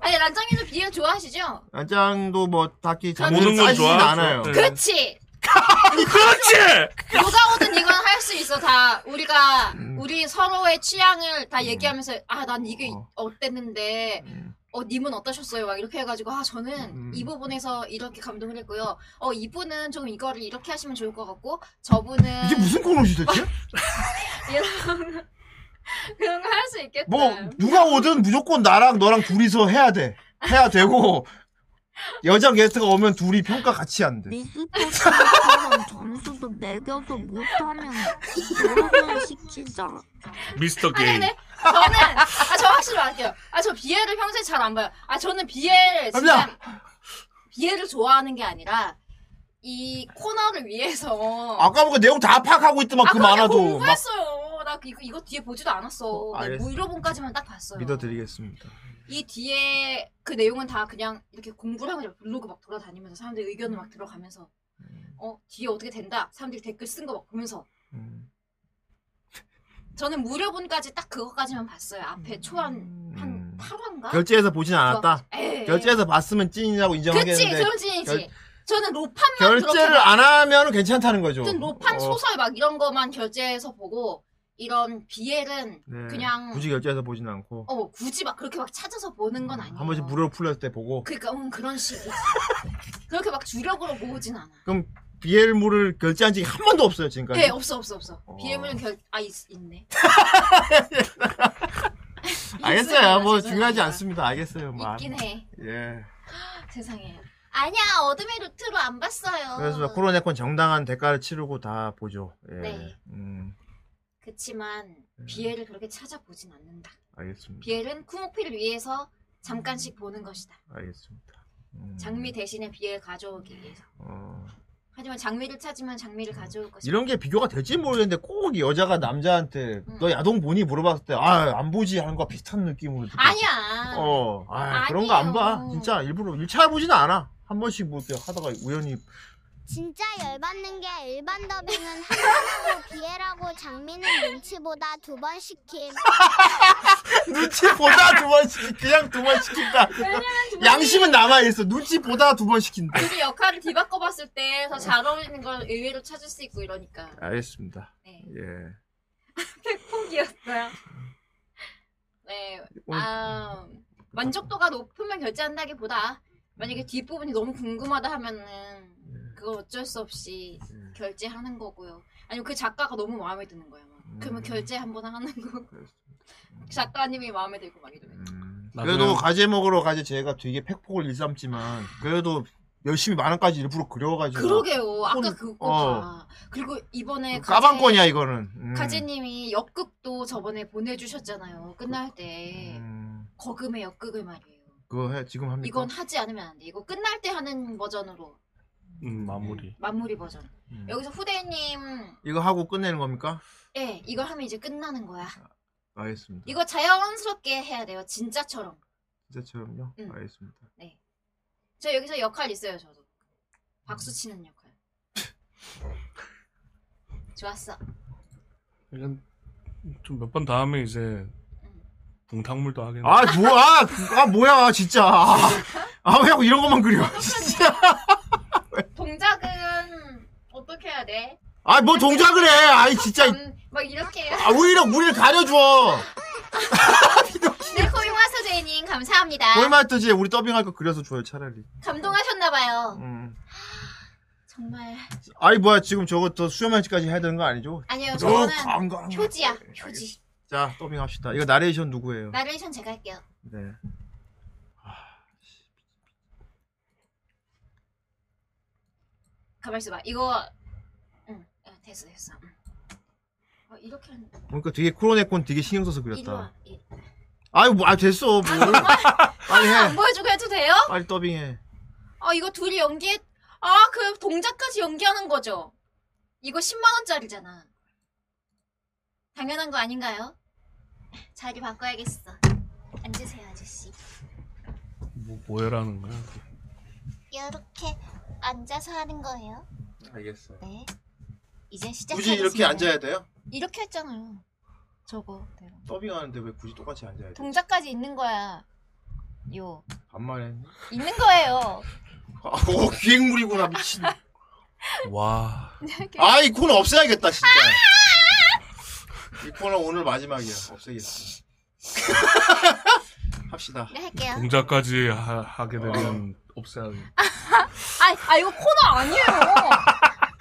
Speaker 12: 아니 란장이도 비엘 좋아하시죠?
Speaker 10: 안장도 뭐 딱히
Speaker 5: 저는 모든 건
Speaker 10: 싸지진
Speaker 5: 좋아하죠.
Speaker 10: 않아요.
Speaker 5: 네.
Speaker 12: 그렇지.
Speaker 5: 그렇지.
Speaker 12: 누가 오든 이건 할 수 있어 다 우리가 우리 서로의 취향을 다 얘기하면서 아 난 이게 어땠는데 어 님은 어떠셨어요? 막 이렇게 해가지고 아 저는 이 부분에서 이렇게 감동을 했고요. 어 이분은 좀 이거를 이렇게 하시면 좋을 것 같고 저분은
Speaker 10: 이게 무슨 코너지 대체?
Speaker 12: 이런 그런 거 할 수 있겠다.
Speaker 10: 뭐 누가 오든 무조건 나랑 너랑 둘이서 해야 돼. 해야 되고 여자 게스트가 오면 둘이 평가 같이 안 돼.
Speaker 6: 미스터스처럼 점수도 매겨도 못하면 여러분 시키잖아.
Speaker 5: 미스터
Speaker 12: 아니
Speaker 5: 게이.
Speaker 12: 아니 네? 저는 아저 확실히 말할게요. 아 저 비애를 평소에 잘 안 봐요. 아 저는 비애를 진짜 비애를 좋아하는 게 아니라 이 코너를 위해서 아,
Speaker 10: 아까 보니까 내용 다 파악하고 있더만 그
Speaker 12: 그냥
Speaker 10: 만화도 막
Speaker 12: 공부했어요. 나 그, 이거, 이거 뒤에 보지도 않았어.
Speaker 10: 어,
Speaker 12: 나
Speaker 10: 알겠어.
Speaker 12: 무이로본까지만 딱 봤어요.
Speaker 10: 믿어드리겠습니다.
Speaker 12: 이 뒤에 그 내용은 다 그냥 이렇게 공부를 하고 블로그 막 돌아다니면서 사람들 의견을 막 들어가면서
Speaker 10: 음.
Speaker 12: 어 뒤에 어떻게 된다 사람들이 댓글 쓴 거 막 보면서
Speaker 10: 음.
Speaker 12: 저는 무료본까지 딱 그거까지만 봤어요. 앞에 초안 한 8화인가?
Speaker 10: 음. 결제해서 보진 않았다.
Speaker 12: 에이.
Speaker 10: 결제해서 봤으면 찐이라고
Speaker 12: 예. 그치
Speaker 10: 인정하겠는데.
Speaker 12: 결진이지
Speaker 10: 결-
Speaker 12: 저는 로판만
Speaker 10: 결제를
Speaker 12: 그렇게
Speaker 10: 안 하면 괜찮다는 거죠.
Speaker 12: 어떤 로판
Speaker 10: 어,
Speaker 12: 소설 막 이런 거만 결제해서 보고 이런 비엘은
Speaker 10: 네.
Speaker 12: 그냥
Speaker 10: 굳이 음. 결제해서 보진 않고
Speaker 12: 어 굳이 막 그렇게 막 찾아서 보는 건 아니에요.
Speaker 10: 한 번씩 무료로 풀렸을 때 보고
Speaker 12: 그러니까 음, 그런 식이지. 그렇게 막 주력으로 모으진 않아.
Speaker 10: 그럼 비엘물을 결제한 그러니까 적이 한 번도 없어요 지금까지.
Speaker 12: 네 없어 없어 없어. 비엘은 결아 있네.
Speaker 10: 알겠어요. 뭐
Speaker 12: 있어요,
Speaker 10: 중요하지
Speaker 12: 있어요.
Speaker 10: 않습니다. 알겠어요. 뭐 안-
Speaker 12: 있긴 해.
Speaker 10: 예.
Speaker 12: 세상에.
Speaker 31: 아니야 어둠의 루트로 안 봤어요.
Speaker 10: 그래서 코로네콘 정당한 대가를 치르고 다 보죠. 예.
Speaker 12: 아. 네.
Speaker 10: 음,
Speaker 12: 그치만 비엘을 그렇게 찾아보진 않는다.
Speaker 10: 알겠습니다.
Speaker 12: 비엘은 쿠모피를 위해서
Speaker 10: 음.
Speaker 12: 잠깐씩 보는 것이다.
Speaker 10: 알겠습니다. 음.
Speaker 12: 장미 대신에 비엘 가져오기 위해서.
Speaker 10: 어,
Speaker 12: 하지만 장미를 찾으면
Speaker 10: 음.
Speaker 12: 장미를 가져올 것이다.
Speaker 10: 이런 게 비교가 될지 모르겠는데 꼭 여자가 남자한테
Speaker 12: 음.
Speaker 10: 너 야동 보니 물어봤을 때 아 안 보지 하는 거 비슷한 느낌으로. 느껴.
Speaker 12: 아니야.
Speaker 10: 어, 아, 그런 거 안 봐. 진짜 일부러 1차 보지는 않아. 한 번씩 뭐 이렇게 하다가 우연히
Speaker 14: 진짜 열받는 게 일반 더빙은 한번하고 비애라고 장미는 눈치보다 두 번 시킴.
Speaker 10: 눈치 보다 두 번 시킨 그냥 두 번 시킨다. 양심은 남아 있어. 눈치 보다 두 번 시킨다.
Speaker 12: 둘이 역할을 뒤바꿔 봤을 때 더 잘 어울리는 걸 의외로 찾을 수 있고 이러니까
Speaker 10: 알겠습니다.
Speaker 12: 네.
Speaker 10: 예.
Speaker 12: 폭이었어요. 네,
Speaker 10: 어.
Speaker 12: 아, 만족도가 높으면 결제한다기보다
Speaker 10: 음.
Speaker 12: 만약에 뒷 부분이 너무 궁금하다
Speaker 10: 예.
Speaker 12: 하면은 그거 어쩔 수 없이 결제하는 거고요. 아니면 그 작가가 너무 마음에 드는 거야. 막. 그러면 결제 한번 하는 거고
Speaker 10: 그렇죠.
Speaker 12: 작가님이 마음에 들고 막 이러면.
Speaker 10: 그래도 가재 먹으러 가재 제가 되게 팩폭을 일삼지만 그래도 열심히 만 원까지 일부러 그려가지고
Speaker 12: 그러게요. 아까 그거
Speaker 10: 어.
Speaker 12: 봐. 그리고 이번에
Speaker 10: 까방권이야
Speaker 12: 가제-
Speaker 10: 이거는. 음.
Speaker 12: 가제님이 역극도 저번에 보내주셨잖아요. 끝날 때
Speaker 10: 음.
Speaker 12: 거금의 역극을 말이에요.
Speaker 10: 그거 해 지금 합니까?
Speaker 12: 이건 하지 않으면 안 돼. 이거 끝날 때 하는 버전으로
Speaker 5: 음, 마무리.
Speaker 12: 마무리 버전.
Speaker 10: 음.
Speaker 12: 여기서 후대님,
Speaker 10: 이거 하고 끝내는 겁니까?
Speaker 12: 예,
Speaker 10: 아, 네.
Speaker 12: 이걸 하면 이제 끝나는 거야.
Speaker 10: 알겠습니다.
Speaker 12: 이거 자연스럽게 해야 돼요. 진짜처럼.
Speaker 10: 제처럼요?
Speaker 19: 음.
Speaker 10: 알겠습니다.
Speaker 19: 네. 저 여기서 역할 있어요, 저도. 박수 치는 역할. 좋았어.
Speaker 5: 약간 좀몇 번 다음에 이제 동탕물도 하겠네.
Speaker 10: 아, 뭐야! 아, 뭐야, 진짜. 아, 아, 왜 자꾸 이런 것만 그려. 진짜.
Speaker 19: 동작은 어떻게 해야 돼?
Speaker 10: 아, 뭐 동작을 해. 아이, 진짜.
Speaker 19: 막 이렇게.
Speaker 10: 아, 오히려 우리를 가려줘.
Speaker 12: 네, 코미화서 제이님 감사합니다.
Speaker 10: 얼마 뜨지? 우리 더빙할 거 그려서 줘요, 차라리.
Speaker 12: 감동하셨나봐요.
Speaker 10: 음.
Speaker 12: 정말.
Speaker 10: 아이, 뭐야, 지금 저것도 수염할지까지 해야 되는 거 아니죠?
Speaker 12: 아니요,
Speaker 10: 너무
Speaker 12: 저는
Speaker 10: 건강한 거. 네,
Speaker 12: 효지야, 효지.
Speaker 10: 자, 더빙합시다. 이거 나레이션 누구예요?
Speaker 12: 나레이션 제가 할게요.
Speaker 10: 네.
Speaker 19: 가만 있어봐. 이거. 응, 어, 됐어, 됐어. 응. 어, 이렇게 하는.
Speaker 10: 그러니까 되게 코로네콘 되게 신경 써서
Speaker 19: 이리 와.
Speaker 10: 그렸다.
Speaker 19: 이-
Speaker 10: 아유, 뭐, 아, 됐어, 뭐. 아니,
Speaker 19: 안
Speaker 10: 해.
Speaker 19: 보여주고 해도 돼요?
Speaker 10: 빨리 더빙해.
Speaker 19: 아 이거 둘이 연기해 아 그 동작까지 연기하는 거죠 이거 10만 원짜리잖아
Speaker 12: 당연한 거 아닌가요? 자리 바꿔야겠어. 앉으세요, 아저씨.
Speaker 5: 뭐 뭐해라는 거야?
Speaker 14: 이렇게 앉아서 하는 거예요?
Speaker 10: 알겠어요.
Speaker 14: 네.
Speaker 12: 이제 시작.
Speaker 10: 굳이 이렇게 앉아야 돼요? 네.
Speaker 12: 이렇게 했잖아요. 저거.
Speaker 10: 더빙하는데 왜 굳이 똑같이 앉아야 돼?
Speaker 12: 동작까지 있는 거야. 요.
Speaker 10: 반말에 했네.
Speaker 12: 있는 거예요.
Speaker 10: 아, 오, 기획물이구나, 미친.
Speaker 19: 아,
Speaker 5: 와.
Speaker 10: 아, 이 코너 없애야겠다,
Speaker 19: 아!
Speaker 10: 진짜. 이 코너 오늘 마지막이야. 없애겠어. 합시다.
Speaker 12: 네, 할게요.
Speaker 5: 음. 동작까지 하, 하게 되면 없애야 돼.
Speaker 19: 아, 아 이거 코너 아니에요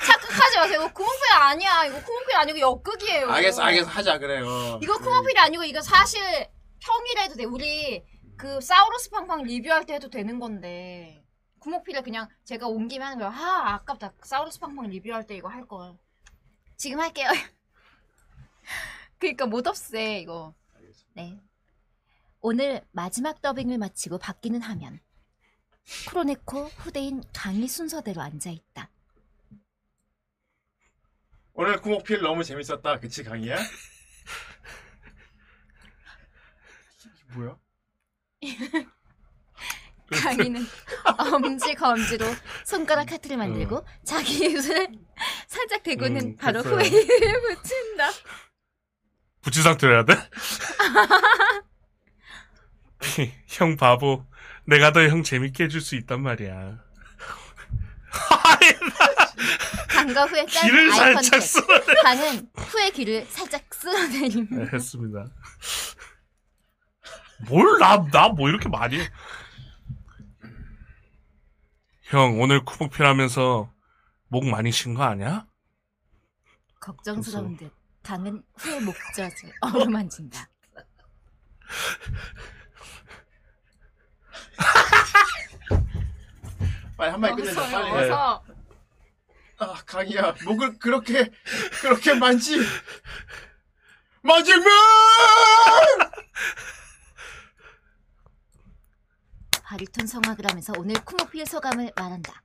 Speaker 19: 착각하지 마세요 이거 구멍필 아니야 이거 구멍필 아니고 역극이에요
Speaker 10: 알겠어, 알겠어. 하자, 그래요.
Speaker 19: 이거 구멍필이 아니고 이거 사실 평일에 해도 돼 우리 그 사우루스 팡팡 리뷰할 때 해도 되는 건데 구멍필을 그냥 제가 온 김에 하는 거야 아 아깝다 사우루스 팡팡 리뷰할 때 이거 할걸 지금 할게요 그니까 못 없애 이거
Speaker 12: 네. 오늘 마지막 더빙을 마치고 바뀌는 화면. 크로네코 후대인 강의 순서대로 앉아 있다.
Speaker 10: 오늘 구목필 너무 재밌었다. 그치, 강희야? 뭐야?
Speaker 12: 강희는 엄지 검지로 손가락 하트를 만들고 자기 입을 살짝 대고는
Speaker 5: 어. 음,
Speaker 12: 바로
Speaker 5: 됐어요.
Speaker 12: 후에 붙인다.
Speaker 5: 부치 상태로 해야 돼? 형 바보. 내가 더 형 재밌게 해줄 수 있단 말이야.
Speaker 12: 강과 후에 짠
Speaker 5: 귀를
Speaker 12: 아이
Speaker 5: 살짝
Speaker 12: 컨택. 강은 후의 귀를 살짝 쓸어내립니다.
Speaker 5: 네, 했습니다. 뭘, 나, 나 뭐 이렇게 많이 해. 형, 오늘 쿠목필 하면서 목 많이 쉰 거 아니야?
Speaker 12: 걱정스러운 듯 강은 후의 목젖을 어루만진다.
Speaker 10: 빨리 한 마리 끝내자,
Speaker 19: 어서
Speaker 10: 빨리.
Speaker 19: 어서
Speaker 10: 아, 강희야, 목을 그렇게, 그렇게 만지. 마지막!
Speaker 12: 바리톤 성악을 하면서 오늘 쿠모피의 소감을 말한다.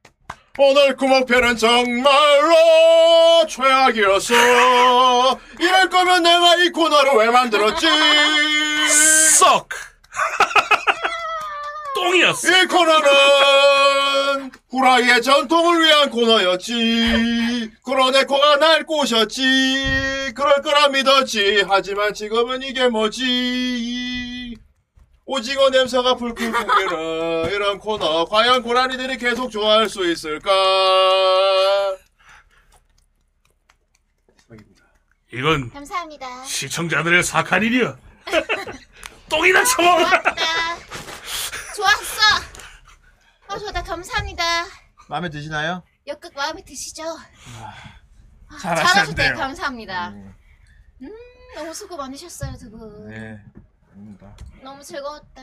Speaker 10: 오늘 구멍패는 정말로 최악이었어. 이럴 거면 내가 이 코너를 왜 만들었지?
Speaker 5: 썩! 똥이었어.
Speaker 10: 이 코너는 후라이의 전통을 위한 코너였지. 그러네 코가 날 꼬셨지. 그럴 거라 믿었지. 하지만 지금은 이게 뭐지? 오징어 냄새가 풀풀 풍기는 이런 코너 과연 고라니들이 계속 좋아할 수 있을까?
Speaker 5: 이건
Speaker 14: 감사합니다.
Speaker 5: 시청자들의 사악한 일이야. 똥이나 처먹어!
Speaker 12: 좋았어. 아, 저다 감사합니다.
Speaker 10: 마음에 드시나요? 아,
Speaker 12: 역극 마음에 드시죠?
Speaker 19: 잘하셨대요 감사합니다
Speaker 12: 음, 너무 수고 많으셨어요, 두 분.
Speaker 10: 네, 아닙니다.
Speaker 12: 너무 즐거웠다.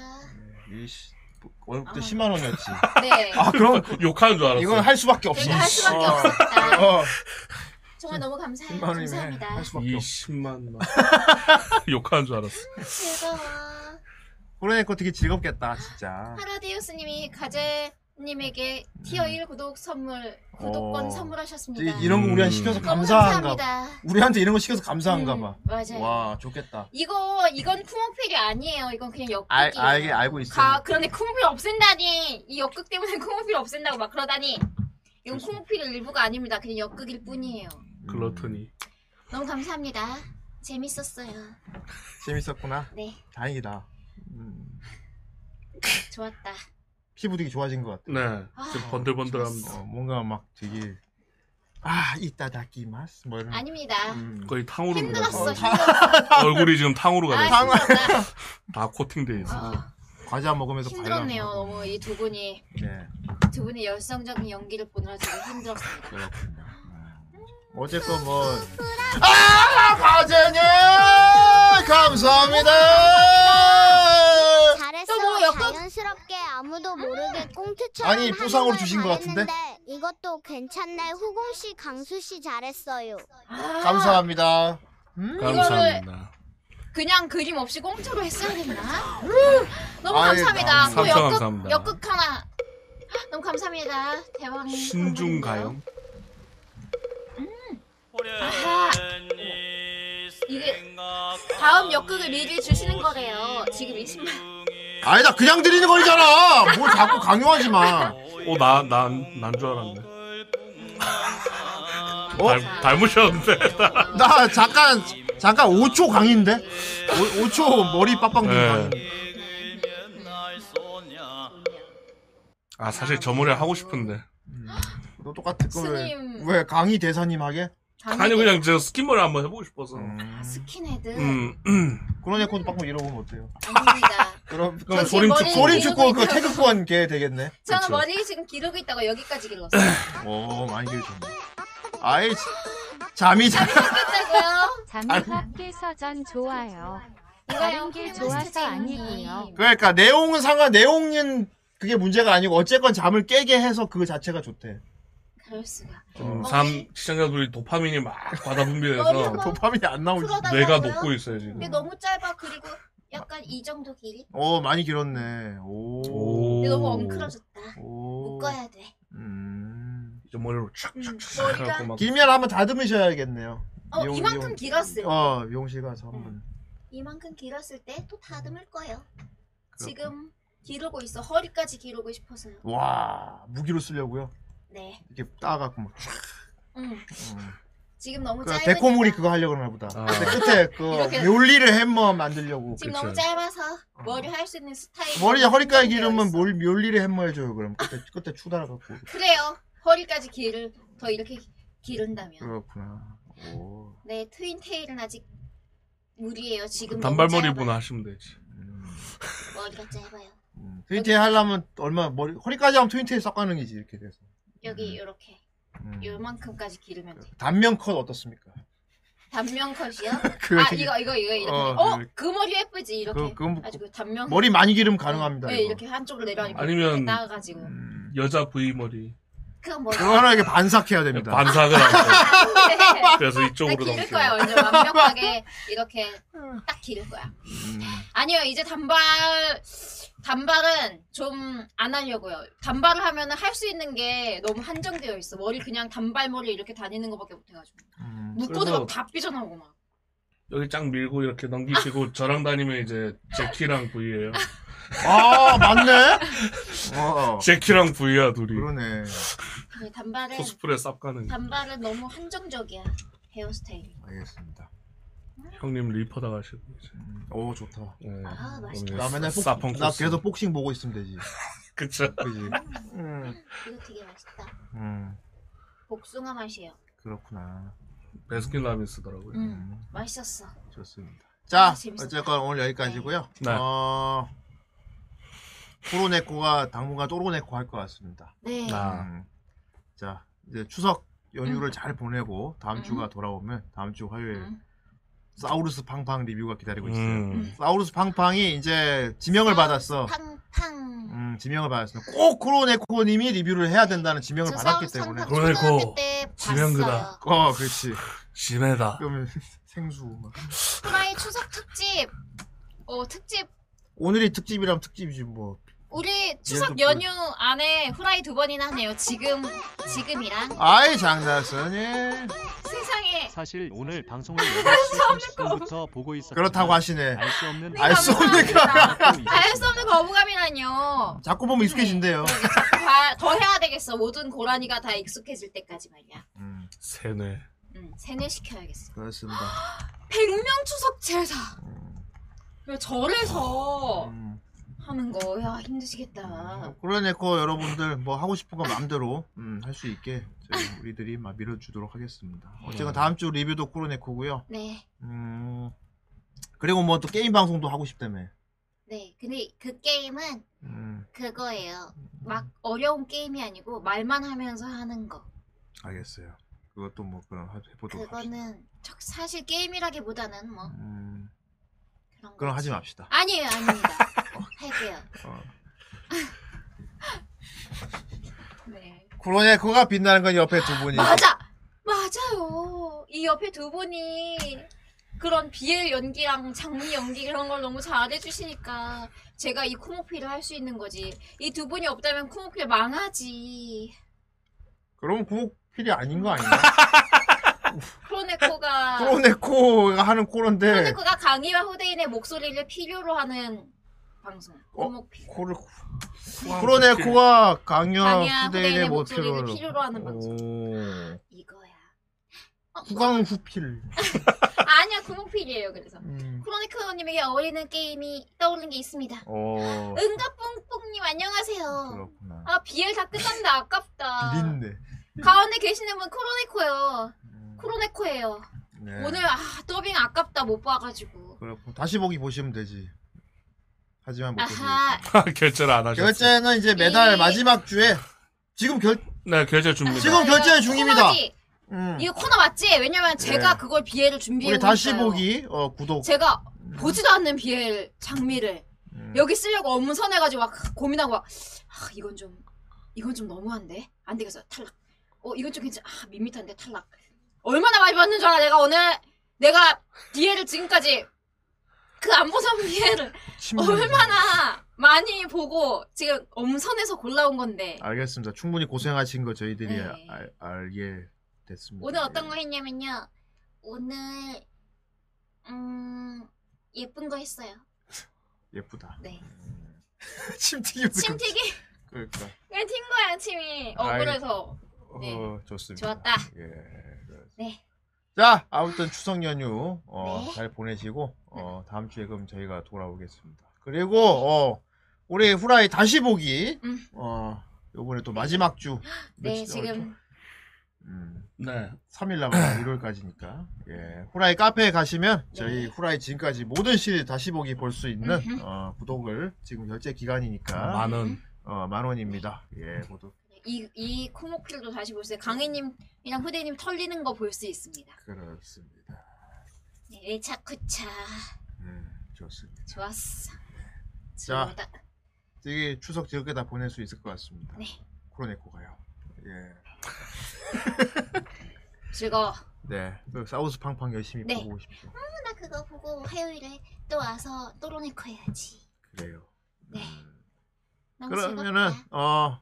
Speaker 10: 이씨 월급도 10만 원이었지.
Speaker 12: 아. 네.
Speaker 10: 아 그럼
Speaker 5: 욕하는 줄 알았어.
Speaker 10: 이건 할 수밖에 없어. 어.
Speaker 12: 그러니까 할 수밖에 없었다. 정말
Speaker 10: 네.
Speaker 12: 너무 네, 감사해요.
Speaker 10: 10만 원이면
Speaker 12: 감사합니다.
Speaker 10: 할 수밖에
Speaker 5: 이 10만 원. 욕하는 줄 알았어.
Speaker 12: 즐거워.
Speaker 10: 코로네코 되게 즐겁겠다 진짜.
Speaker 12: 파라디우스님이 가제 님에게 티어 1 구독 선물
Speaker 10: 네.
Speaker 12: 구독권
Speaker 10: 어.
Speaker 12: 선물하셨습니다.
Speaker 10: 이, 이런 거 우리한테 시켜서
Speaker 5: 음.
Speaker 12: 너무
Speaker 10: 감사한가 봐.
Speaker 12: 감사합니다. 음.
Speaker 10: 우리한테 이런 거 시켜서 감사한가 봐.
Speaker 12: 맞아요.
Speaker 10: 와, 좋겠다.
Speaker 12: 이거 이건 쿠모필이 아니에요. 이건 그냥
Speaker 10: 알,
Speaker 12: 역극이에요.
Speaker 10: 알게 알고 있어.
Speaker 12: 가 그런데 쿠모필 없앤다니 이 역극 때문에 쿠모필 없앤다고 막 그러다니 이건 쿠모필 일부가 아닙니다. 그냥 역극일 뿐이에요.
Speaker 10: 음.
Speaker 5: 글러터니.
Speaker 12: 너무 감사합니다. 재밌었어요.
Speaker 10: 재밌었구나.
Speaker 12: 네.
Speaker 10: 다행이다. 음,
Speaker 12: 좋았다.
Speaker 10: 피부 되게 좋아진 것 같아.
Speaker 5: 네. 지금 번들번들합니다.
Speaker 10: 어, 뭔가 막 되게 아 이따 다키마스 뭐 이런.
Speaker 12: 아닙니다.
Speaker 5: 거의 탕후루
Speaker 12: 힘들었어.
Speaker 5: 어,
Speaker 12: 힘들었어.
Speaker 5: 얼굴이 지금 탕후루
Speaker 12: 아,
Speaker 5: 가됐어
Speaker 12: 힘들었다.
Speaker 5: 다 코팅돼 있어.
Speaker 10: 과자 먹으면서
Speaker 12: 아. 힘들었네요. 너무 이 두 분이
Speaker 10: 네.
Speaker 12: 두 분의 열성적인 연기를 보느라 정말 힘들었어요.
Speaker 10: 그렇군요. 네. 어쨌건 뭐
Speaker 14: 아,
Speaker 10: 과제님 아, 감사합니다.
Speaker 8: 잘했어.
Speaker 12: 뭐
Speaker 8: 자연스럽게 아무도 모르게 꽁트처럼
Speaker 10: 아니,
Speaker 8: 하는
Speaker 10: 보상으로
Speaker 8: 걸
Speaker 10: 주신 것 같은데?
Speaker 8: 바랬는데 이것도 괜찮네. 후공 씨, 강수 씨 잘했어요.
Speaker 10: 감사합니다. 음?
Speaker 5: 감사합니다.
Speaker 12: 아, 그냥 그림 없이 공짜로 했어야 됐나? 너무
Speaker 5: 음! 아이,
Speaker 12: 감사합니다. 또
Speaker 5: 감사,
Speaker 12: 역극
Speaker 5: 감사합니다.
Speaker 12: 역극 하나. 너무 감사합니다. 대왕.
Speaker 5: 신중 가영.
Speaker 12: 아하. 이게 다음 역극을 미리 주시는 거래요. 지금 20만.
Speaker 10: 아니다 그냥 드리는 거잖아. 뭘 자꾸 강요하지 마.
Speaker 5: 어, 어나난난줄 알았네. 닮, 닮으셨는데.
Speaker 10: 어? 나 아, 잠깐 잠깐 5초 강인데 5, 초 머리 빡빡
Speaker 5: 네.
Speaker 10: 눈
Speaker 5: 아 사실 저 머리 하고 싶은데.
Speaker 10: 너 똑같아
Speaker 12: 스님.
Speaker 10: 그왜 강의 대사님 하게?
Speaker 5: 아니 그냥 저 스킨머리 한번 해보고 싶어서.
Speaker 10: 음.
Speaker 12: 아, 스킨헤드.
Speaker 5: 음.
Speaker 10: 그러냐 코드 빡빡 이러고 오면 어때요?
Speaker 12: 아닙니다.
Speaker 10: 그럼
Speaker 5: 저 지금
Speaker 10: 그럼 소림
Speaker 12: 머리
Speaker 10: 축구 소림
Speaker 12: 기르고
Speaker 10: 축구 그
Speaker 12: 있잖아.
Speaker 10: 태극권 걔 되겠네.
Speaker 12: 저는 머리 지금 기르고 있다가 여기까지 길렀어요.
Speaker 10: 오 많이 길었네. 아이 잠이 잘.
Speaker 12: 됐다고요?
Speaker 10: 아유.
Speaker 32: 잠입학께서 전 좋아요. 다른 게 좋아서 아니고요.
Speaker 10: 그러니까 내용은 상관 내용은 그게 문제가 아니고 어쨌건 잠을 깨게 해서 그 자체가 좋대.
Speaker 12: 그럴 수가.
Speaker 5: 지금 삶 시청자들이 도파민이 막 과다
Speaker 12: 머리
Speaker 5: 분비돼서
Speaker 12: 한번
Speaker 10: 도파민이 안 나오지.
Speaker 12: 풀어달라고요?
Speaker 5: 뇌가 녹고 있어요 지금.
Speaker 12: 근데 너무 짧아 그리고 약간 이 정도 길이.
Speaker 10: 오 어, 많이 길었네. 오.
Speaker 12: 근데 너무 엉클어졌다.
Speaker 10: 오.
Speaker 12: 묶어야 돼.
Speaker 5: 이제 머리로 뭐 촥.
Speaker 12: 음,
Speaker 5: 해갖고
Speaker 12: 머리가
Speaker 5: 막-
Speaker 10: 길면 한번 다듬으셔야겠네요.
Speaker 12: 어
Speaker 10: 미용-
Speaker 12: 이만큼
Speaker 10: 미용-
Speaker 12: 길었어요.
Speaker 10: 어 미용실 가서 한번.
Speaker 12: 이만큼 길었을 때 또 다듬을 거예요. 지금 기르고 있어. 허리까지 기르고 싶어서요.
Speaker 10: 와 무기로 쓰려고요.
Speaker 12: 네.
Speaker 10: 이렇게 따갖고 막. 촥.
Speaker 12: 음.
Speaker 10: 음.
Speaker 12: 지금 너무
Speaker 10: 그
Speaker 12: 뭐 짧으니까
Speaker 10: 데코물이 그거 하려고 그러나 보다. 근데 끝에 그
Speaker 12: 이렇게.
Speaker 10: 묘리를 햄머 만들려고.
Speaker 12: 지금 너무 짧아서
Speaker 5: 어.
Speaker 12: 머리 할 수 있는 스타일.
Speaker 10: 머리 허리까지 기르면 몰 묘리를 햄머 해줘요 그럼 끝에 끝에 추달아 갖고.
Speaker 12: 그래요. 허리까지 길을 더 이렇게 기른다면.
Speaker 10: 그렇구나. 오.
Speaker 12: 네 트윈 테일은 아직
Speaker 10: 그
Speaker 12: 무리예요. 지금
Speaker 5: 단발머리
Speaker 12: 너무 짧아요.
Speaker 5: 보나 하시면 되지.
Speaker 10: 뭐-
Speaker 12: 머리가 짧아요.
Speaker 10: 트윈테일 음. 하려면 얼마 머리 허리까지 하면 트윈테일 싹 가능이지 이렇게 돼서. 음.
Speaker 12: 여기 이렇게 요만큼까지
Speaker 10: 그
Speaker 12: 기르면 돼.
Speaker 10: 단면 컷 어떻습니까?
Speaker 12: 단면 컷이요?
Speaker 10: 그
Speaker 12: 아
Speaker 10: 되게-
Speaker 12: 이거 이거 이거 이렇게.
Speaker 10: 어,
Speaker 12: 어
Speaker 10: 그-
Speaker 12: 그 머리 예쁘지 이렇게.
Speaker 10: 그- 그건
Speaker 12: 아주 그 단면.
Speaker 10: 머리 많이 기르면 가능합니다. 음.
Speaker 12: 네, 이렇게 한쪽으로 내려가지고
Speaker 5: 아니면-
Speaker 12: 이렇게 나가가지고
Speaker 5: 여자 부위 머리.
Speaker 12: 그건 뭐야?
Speaker 10: 그거는 이렇게 반삭해야 됩니다.
Speaker 5: 반삭을
Speaker 12: 안
Speaker 5: 그래서 이쪽으로
Speaker 12: 기를
Speaker 5: 넘겨.
Speaker 12: 거야 완전 완벽하게 이렇게 딱 기를 거야.
Speaker 5: 음.
Speaker 12: 아니요 이제 단발 단발은 좀 안 하려고요. 단발을 하면은 할 수 있는 게 너무 한정되어 있어. 머리 그냥 단발 머리 이렇게 다니는 것밖에 못해가지고
Speaker 10: 음.
Speaker 12: 묶어도
Speaker 5: 그래서-
Speaker 12: 막 다 삐져나오고 막.
Speaker 5: 여기 쫙 밀고 이렇게 넘기시고 저랑 다니면 이제 제키랑 부이예요.
Speaker 10: 아 맞네. 어.
Speaker 5: 제키랑 부이야 둘이.
Speaker 10: 그러네.
Speaker 12: 네, 단발은
Speaker 5: 코스프레 쌉 가는.
Speaker 12: 단발은 너무 한정적이야 헤어스타일이.
Speaker 10: 알겠습니다.
Speaker 5: 형님 리퍼 당하시고 이제.
Speaker 10: 음. 오 좋다.
Speaker 12: 아, 맛있겠다.
Speaker 10: 나 맨날
Speaker 5: 쌉
Speaker 10: 복싱, 나
Speaker 5: 펑코스.
Speaker 10: 계속 복싱 보고 있으면 되지.
Speaker 5: 그쵸.
Speaker 10: 그지.
Speaker 12: 음, 이거 되게 맛있다.
Speaker 10: 음
Speaker 12: 복숭아 맛이에요.
Speaker 5: 아.
Speaker 10: 그렇구나.
Speaker 5: 베스킨 라빈스더라고요.
Speaker 12: 음, 맛있었어.
Speaker 10: 좋습니다. 자
Speaker 12: 아, 재밌었다.
Speaker 10: 어쨌건 오늘 여기까지고요.
Speaker 5: 네.
Speaker 10: 어 코로네코가 당분간 또로네코 할 것 같습니다.
Speaker 12: 네.
Speaker 5: 아.
Speaker 10: 음. 자 이제 추석 연휴를
Speaker 12: 음.
Speaker 10: 잘 보내고 다음 주가 돌아오면 다음 주 화요일 사우루스 팡팡 리뷰가 기다리고 있어요.
Speaker 5: 음.
Speaker 10: 사우루스 팡팡이 이제
Speaker 12: 아,
Speaker 10: 지명을 받았어.
Speaker 12: 팡팡.
Speaker 10: 음, 지명을 받았습니다. 꼭 코로네코님이 리뷰를 해야 된다는 지명을 받았기 때문에.
Speaker 5: 코로네코 지명그다.
Speaker 10: 어, 그렇지.
Speaker 5: 심해다.
Speaker 10: 그러면 생수. 막.
Speaker 12: 후라이 추석 특집. 어 특집
Speaker 10: 오늘이 특집이라면 특집이지 뭐.
Speaker 12: 우리 추석 연휴 안에 후라이 두 번이나 하네요. 지금 지금이랑
Speaker 10: 아이 장다선이
Speaker 12: 세상에
Speaker 10: 네.
Speaker 15: 사실 오늘 방송을 8시 30분부터 보고 있었
Speaker 10: 그렇다고 하시네.
Speaker 15: 알수 없는
Speaker 10: 알 수 없는
Speaker 12: 알 수 없는 거부감이라뇨.
Speaker 10: 자꾸 보면 익숙해진대요.
Speaker 12: 다- 더 해야 되겠어. 모든 고라니가 다 익숙해질 때까지 말이야.
Speaker 5: 세뇌.
Speaker 12: 응, 세뇌 시켜야겠어.
Speaker 10: 그렇습니다.
Speaker 12: 백명 추석 제사. 왜 절에서 하는 거? 야 힘드시겠다.
Speaker 10: 그러네코 여러분들 뭐 하고 싶은 거 마음대로 할 수 있게 저희 우리들이 막 밀어주도록 하겠습니다.
Speaker 5: 네.
Speaker 10: 어쨌건 다음 주 리뷰도 코로네코고요.
Speaker 12: 네,
Speaker 10: 음 그리고 뭐 또 게임 방송도 하고 싶다며.
Speaker 12: 네. 근데 그 게임은
Speaker 10: 음
Speaker 12: 그거예요. 막 어려운 게임이 아니고 말만 하면서 하는 거.
Speaker 10: 알겠어요. 그것도 뭐 그럼 하- 해보도록 합시다.
Speaker 12: 그거는 저- 사실 게임이라기보다는 뭐
Speaker 10: 음
Speaker 12: 그런 거.
Speaker 10: 그럼 하지 맙시다.
Speaker 12: 아니에요, 아닙니다. 할게요.
Speaker 10: 어.
Speaker 12: 네.
Speaker 10: 코로네코가 빛나는 건 옆에 두 분이.
Speaker 12: 맞아! 맞아요. 이 옆에 두 분이 그런 BL 연기랑 장미 연기 그런 걸 너무 잘해주시니까 제가 이 코모피를 할 수 있는 거지. 이 두 분이 없다면 코모피 망하지.
Speaker 10: 그럼 그 필이 아닌 거 아니야?
Speaker 12: 프로네코가
Speaker 10: 코로네코가 하는 코로인데
Speaker 12: 프로네코가 강희와 후대인의 목소리를 필요로 하는 방송.
Speaker 10: 어?
Speaker 12: 코모피.
Speaker 10: 코를
Speaker 5: 아,
Speaker 10: 코로네코가 강연 후대인의
Speaker 12: 강연 후대인의 목소리를
Speaker 10: 목표를
Speaker 12: 필요로 하는 방송. 어,
Speaker 10: 이거야.
Speaker 12: 후광
Speaker 10: 후필.
Speaker 12: 아니야, 구멍필이에요. 그래서
Speaker 10: 음.
Speaker 12: 크로니크님에게 어울리는 게임이 떠오르는 게 있습니다.
Speaker 10: 어.
Speaker 12: 응가뿡뿡님 안녕하세요.
Speaker 10: 그렇구나.
Speaker 12: 아 BL 다 끝났나 아깝다.
Speaker 10: 비린내.
Speaker 12: 가운데 계시는 분 크로네코요. 크로네코예요.
Speaker 10: 음. 네.
Speaker 12: 오늘 아 더빙 아깝다 못 봐가지고.
Speaker 10: 그렇고 다시 보기 보시면 되지. 하지만 못 보세요.
Speaker 12: 아하 예.
Speaker 5: 결제를 안 하셨어.
Speaker 10: 결제는 이제 매달
Speaker 12: 이-
Speaker 10: 마지막 주에 지금 결
Speaker 5: 네, 결제 줍니다.
Speaker 10: 지금 결제 중입니다.
Speaker 12: 코너지?
Speaker 10: 음.
Speaker 12: 이거 코너 맞지? 왜냐면 제가
Speaker 10: 네.
Speaker 12: 그걸 BL을 준비해
Speaker 10: 우리 다시 보기 어 구독.
Speaker 12: 제가 보지도 않는 BL 장미를 여기 쓰려고 엄선해가지고 막 고민하고 막 아, 이건 좀 이건 좀 너무한데 안 되겠어 탈락. 어 이건 좀 괜찮. 아 밋밋한데 탈락. 얼마나 많이 봤는 줄 알아? 내가 오늘 내가 DL을 지금까지 그 안 보던 BL을 얼마나 많이 보고 지금 엄선해서 골라온 건데
Speaker 10: 알겠습니다. 충분히 고생하신 거 저희들이 알, 알게 됐습니다.
Speaker 12: 네.
Speaker 10: 예.
Speaker 12: 오늘 어떤 거 했냐면요. 오늘 음 예쁜 거 했어요.
Speaker 10: 예쁘다.
Speaker 12: 네.
Speaker 10: 침튀기.
Speaker 12: 침튀기
Speaker 10: 그러니까.
Speaker 12: 그냥 튄 거야 침이 어, 억울해서. 네.
Speaker 10: 어, 좋습니다. 예,
Speaker 12: 좋았다. 네.
Speaker 10: 자, 아무튼 추석 연휴 어, 잘 보내시고 어, 다음 주에 그럼 저희가 돌아오겠습니다. 그리고 어, 우리 후라이 다시 보기
Speaker 12: 음.
Speaker 10: 어, 요번에 또 마지막 주
Speaker 12: 네
Speaker 10: 며칠- 어,
Speaker 12: 지금
Speaker 5: 네.
Speaker 10: 3일 남았어요. 일요일까지니까. 예. 후라이 카페에 가시면
Speaker 12: 네.
Speaker 10: 저희 후라이 지금까지 모든 시리즈 다시 보기 볼 수 있는
Speaker 5: 음흠.
Speaker 10: 어, 구독을 지금 결제 기간이니까
Speaker 5: 만 원.
Speaker 10: 어, 만 원입니다. 예, 구독.
Speaker 12: 이이 코목필도 다시 볼 수 있어요. 강희님이랑 후대님 털리는 거 볼 수 있습니다.
Speaker 10: 그렇습니다.
Speaker 12: 네, 차쿠차
Speaker 10: 네, 좋습니다.
Speaker 12: 좋았어.
Speaker 10: 자,
Speaker 12: 좋다.
Speaker 10: 되게 추석 즐겁게 다 보낼 수 있을 것 같습니다.
Speaker 12: 네.
Speaker 10: 코로네코가요. 예.
Speaker 12: 즐거워.
Speaker 10: 네. 그 사우스 팡팡 열심히
Speaker 12: 네.
Speaker 10: 보고
Speaker 8: 어,
Speaker 10: 오십시오.
Speaker 12: 음, 나 그거 보고 화요일에 또 와서 또로네코 해야지.
Speaker 10: 그래요.
Speaker 12: 너무
Speaker 10: 그러면은
Speaker 12: 즐겁다.
Speaker 10: 어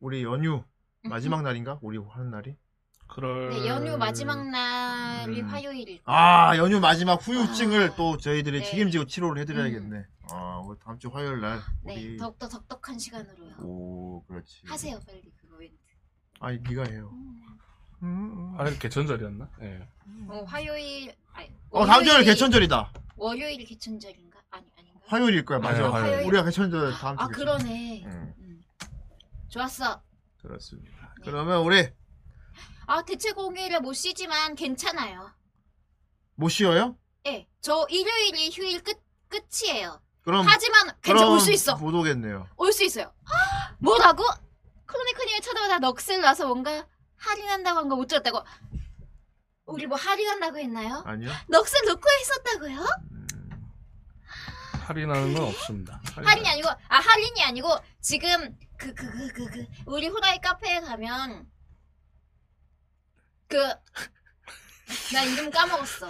Speaker 10: 우리 연휴 마지막 날인가? 우리 하는 날이? 그럴.
Speaker 12: 네, 연휴 마지막 날이 화요일일.
Speaker 10: 음. 아 연휴 마지막 후유증을 또 저희들이
Speaker 12: 네. 음.
Speaker 10: 책임지고 치료를 해드려야겠네. 아 우리 다음 주 화요일 날
Speaker 12: 네,
Speaker 10: 우리
Speaker 12: 더욱더 덕덕한 시간으로요.
Speaker 10: 오 그렇지.
Speaker 12: 하세요 빨리 그거 왠.
Speaker 10: 아니 네가 해요.
Speaker 12: 음.
Speaker 10: 음,
Speaker 5: 아, 개천절이었나? 예. 네.
Speaker 12: 어 화요일. 아니,
Speaker 10: 어 다음 주는
Speaker 12: 월요일이-
Speaker 10: 개천절이다.
Speaker 12: 월요일 개천절인가? 아니 아닌가?
Speaker 10: 화요일일 거야 맞아.
Speaker 5: 네, 화요일.
Speaker 10: 우리가 개천절 다음 주.
Speaker 12: 아
Speaker 10: 개천절.
Speaker 12: 그러네. 음. 좋았어.
Speaker 10: 그렇습니다.
Speaker 12: 네.
Speaker 10: 그러면 우리
Speaker 12: 아 대체 공휴일에 못 쉬지만 괜찮아요.
Speaker 10: 못 쉬어요?
Speaker 12: 예, 저 일요일이 휴일 끝 끝이에요.
Speaker 10: 그럼
Speaker 12: 하지만 괜찮
Speaker 10: 그럼
Speaker 12: 올수 있어.
Speaker 10: 못 오겠네요.
Speaker 12: 올 수 있어요. 헉, 뭐라고? 크로네크님이 쳐다보다 넋을 놔서 뭔가 할인한다고 한 거 못 들었다고. 우리 뭐 할인한다고 했나요?
Speaker 5: 아니요.
Speaker 12: 넋을 놓고 했었다고요?
Speaker 5: 할인하는 건 없습니다.
Speaker 12: 할인이 아니고 아 할인이 아니고 지금 그 그 그 그 그 우리 후라이 카페에 가면 그 나 이름 까먹었어.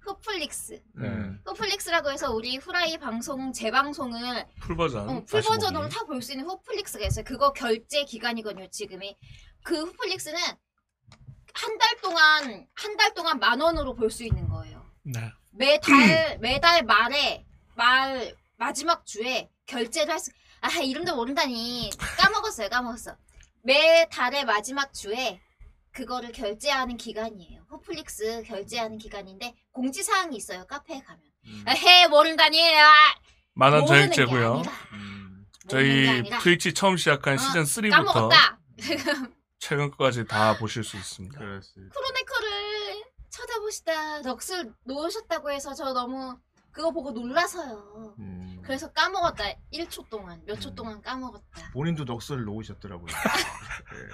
Speaker 12: 후플릭스.
Speaker 10: 음.
Speaker 5: 네.
Speaker 12: 후플릭스라고 해서 우리 후라이 방송 재방송을
Speaker 5: 풀버전.
Speaker 12: 어, 풀
Speaker 5: 다시 보기.
Speaker 12: 버전으로 다 볼 수 있는 후플릭스가 있어요. 그거 결제 기간이거든요, 지금이. 그 후플릭스는 한 달 동안 한 달 동안 만 원으로 볼 수 있는 거예요.
Speaker 5: 네.
Speaker 12: 매달
Speaker 5: 음.
Speaker 12: 매달 말에 말 마지막 주에 결제를 할 수. 아 이름도 모른다니 까먹었어요, 까먹었어. 매 달의 마지막 주에 그거를 결제하는 기간이에요. 후플릭스 결제하는 기간인데 공지 사항이 있어요. 카페에 가면.
Speaker 5: 음.
Speaker 12: 아, 에헤 모른다니. 아,
Speaker 5: 만원
Speaker 12: 모르는 게
Speaker 5: 자격제고요.
Speaker 12: 아니라.
Speaker 10: 음.
Speaker 12: 모르는 게
Speaker 5: 저희
Speaker 12: 아니라. 어,
Speaker 5: 트위치 처음 시작한 시즌 3부터
Speaker 12: 까먹었다.
Speaker 5: 최근 까지 다 보실 수 있습니다.
Speaker 12: 크로네커를 쳐다보시다 넋을 놓으셨다고 해서 저 너무 그거 보고 놀라서요.
Speaker 10: 음,
Speaker 12: 그래서 까먹었다. 1초 동안, 몇 초 동안 까먹었다.
Speaker 10: 본인도 넋을 놓으셨더라고요. 네.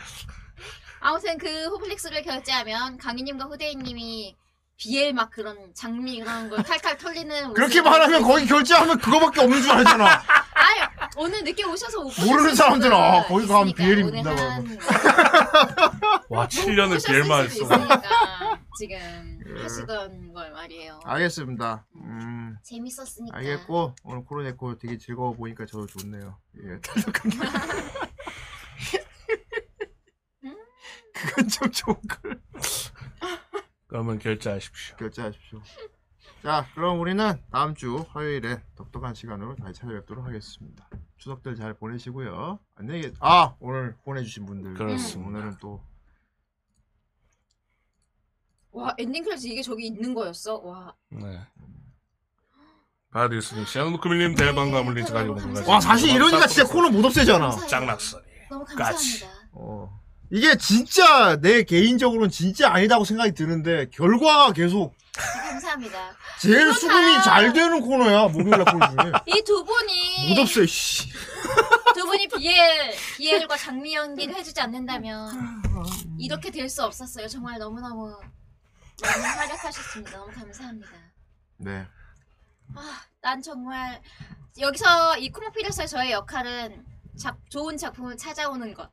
Speaker 12: 아무튼 그 호플릭스를 결제하면 강희님과 후대인님이 BL 막 그런 장미 그런 걸 칼칼 털리는
Speaker 10: 그렇게
Speaker 12: 옷을
Speaker 10: 말하면
Speaker 12: 입고
Speaker 10: 거기 결제하면 그거밖에 없는 줄 알잖아.
Speaker 12: 아니 오늘 늦게 오셔서 옷
Speaker 10: 모르는
Speaker 12: 보셨을
Speaker 10: 사람들은
Speaker 12: 수도
Speaker 10: 아, 거기 가면
Speaker 12: 있으니까
Speaker 10: BL 이
Speaker 12: 오늘
Speaker 10: 있나 봐.
Speaker 12: 한
Speaker 5: 와 7년을
Speaker 12: 오셨을
Speaker 5: 비엘만
Speaker 12: 수도
Speaker 5: 했어.
Speaker 12: 있으니까 지금
Speaker 10: 예.
Speaker 12: 하시던 걸 말이에요.
Speaker 10: 알겠습니다. 음.
Speaker 12: 재밌었으니까.
Speaker 10: 알겠고 오늘 코로네코 되게 즐거워 보니까 저도 좋네요. 예, 탈덕한 게 음. 네. 그건 좀 좋은 걸.
Speaker 5: 그러면 결제하십시오.
Speaker 10: 결제하십시오. 자, 그럼 우리는 다음 주 화요일에 독특한 시간으로 다시 찾아뵙도록 하겠습니다. 추석들 잘 보내시고요. 안녕히 계. 아, 오늘 보내주신 분들.
Speaker 5: 그렇습니다.
Speaker 10: 오늘은 또
Speaker 19: 와 엔딩 클래스 이게 저기 있는 거였어. 와
Speaker 5: 네.
Speaker 12: 음.
Speaker 5: 바디스님, 시아노크밀님,
Speaker 12: 네,
Speaker 5: 대방가물님, 자가요
Speaker 10: 와, 사실 이러니까 진짜 코너 못 없애잖아.
Speaker 5: 짱락선.
Speaker 12: 너무
Speaker 5: 까치.
Speaker 10: 어. 이게 진짜 내 개인적으로는 진짜 아니다고 생각이 드는데 결과가 계속
Speaker 12: 감사합니다.
Speaker 10: 제일 수긍이 잘 되는 코너야 목요일 날 코너 중에
Speaker 12: 이 두 분이
Speaker 10: 못 없어요 씨
Speaker 12: 두 분이 BL, BL과 장미 연기를 해주지 않는다면 이렇게 될 수 없었어요. 정말 너무너무 많은 활약하셨습니다. 너무 감사합니다.
Speaker 10: 네.
Speaker 12: 아, 난 정말 여기서 이 코모필에서의 저의 역할은 작, 좋은 작품을 찾아오는 것.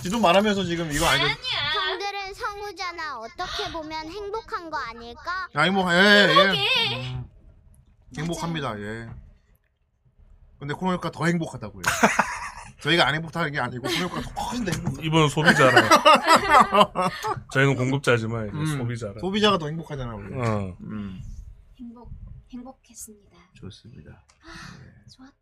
Speaker 10: 지도 말하면서 지금 이거
Speaker 14: 네?
Speaker 10: 아니야
Speaker 8: 형들은 성우잖아. 어떻게 보면 행복한 거 아닐까?
Speaker 10: 행복 뭐, 예예 음.
Speaker 8: 그러게.
Speaker 10: 행복합니다 예 근데 코너니까 더 행복하다고요 저희가 안 행복하다는 게 아니고 코너니까 더 훨씬 더 행복
Speaker 5: 이번 소비자라. 저희는 공급자지만 이제
Speaker 10: 음,
Speaker 5: 소비자라.
Speaker 10: 소비자가 더 행복하잖아 우리
Speaker 5: 어.
Speaker 10: 음.
Speaker 12: 행복, 행복했습니다.
Speaker 10: 좋습니다
Speaker 12: 아, 좋았다.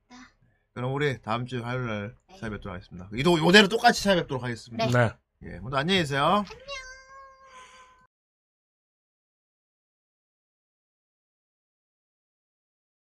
Speaker 10: 그럼 우리 다음 주 화요일 날 찾아뵙도록 하겠습니다 이도 요대로 똑같이 찾아뵙도록 하겠습니다
Speaker 12: 네.
Speaker 10: 예 모두 안녕히 계세요 안녕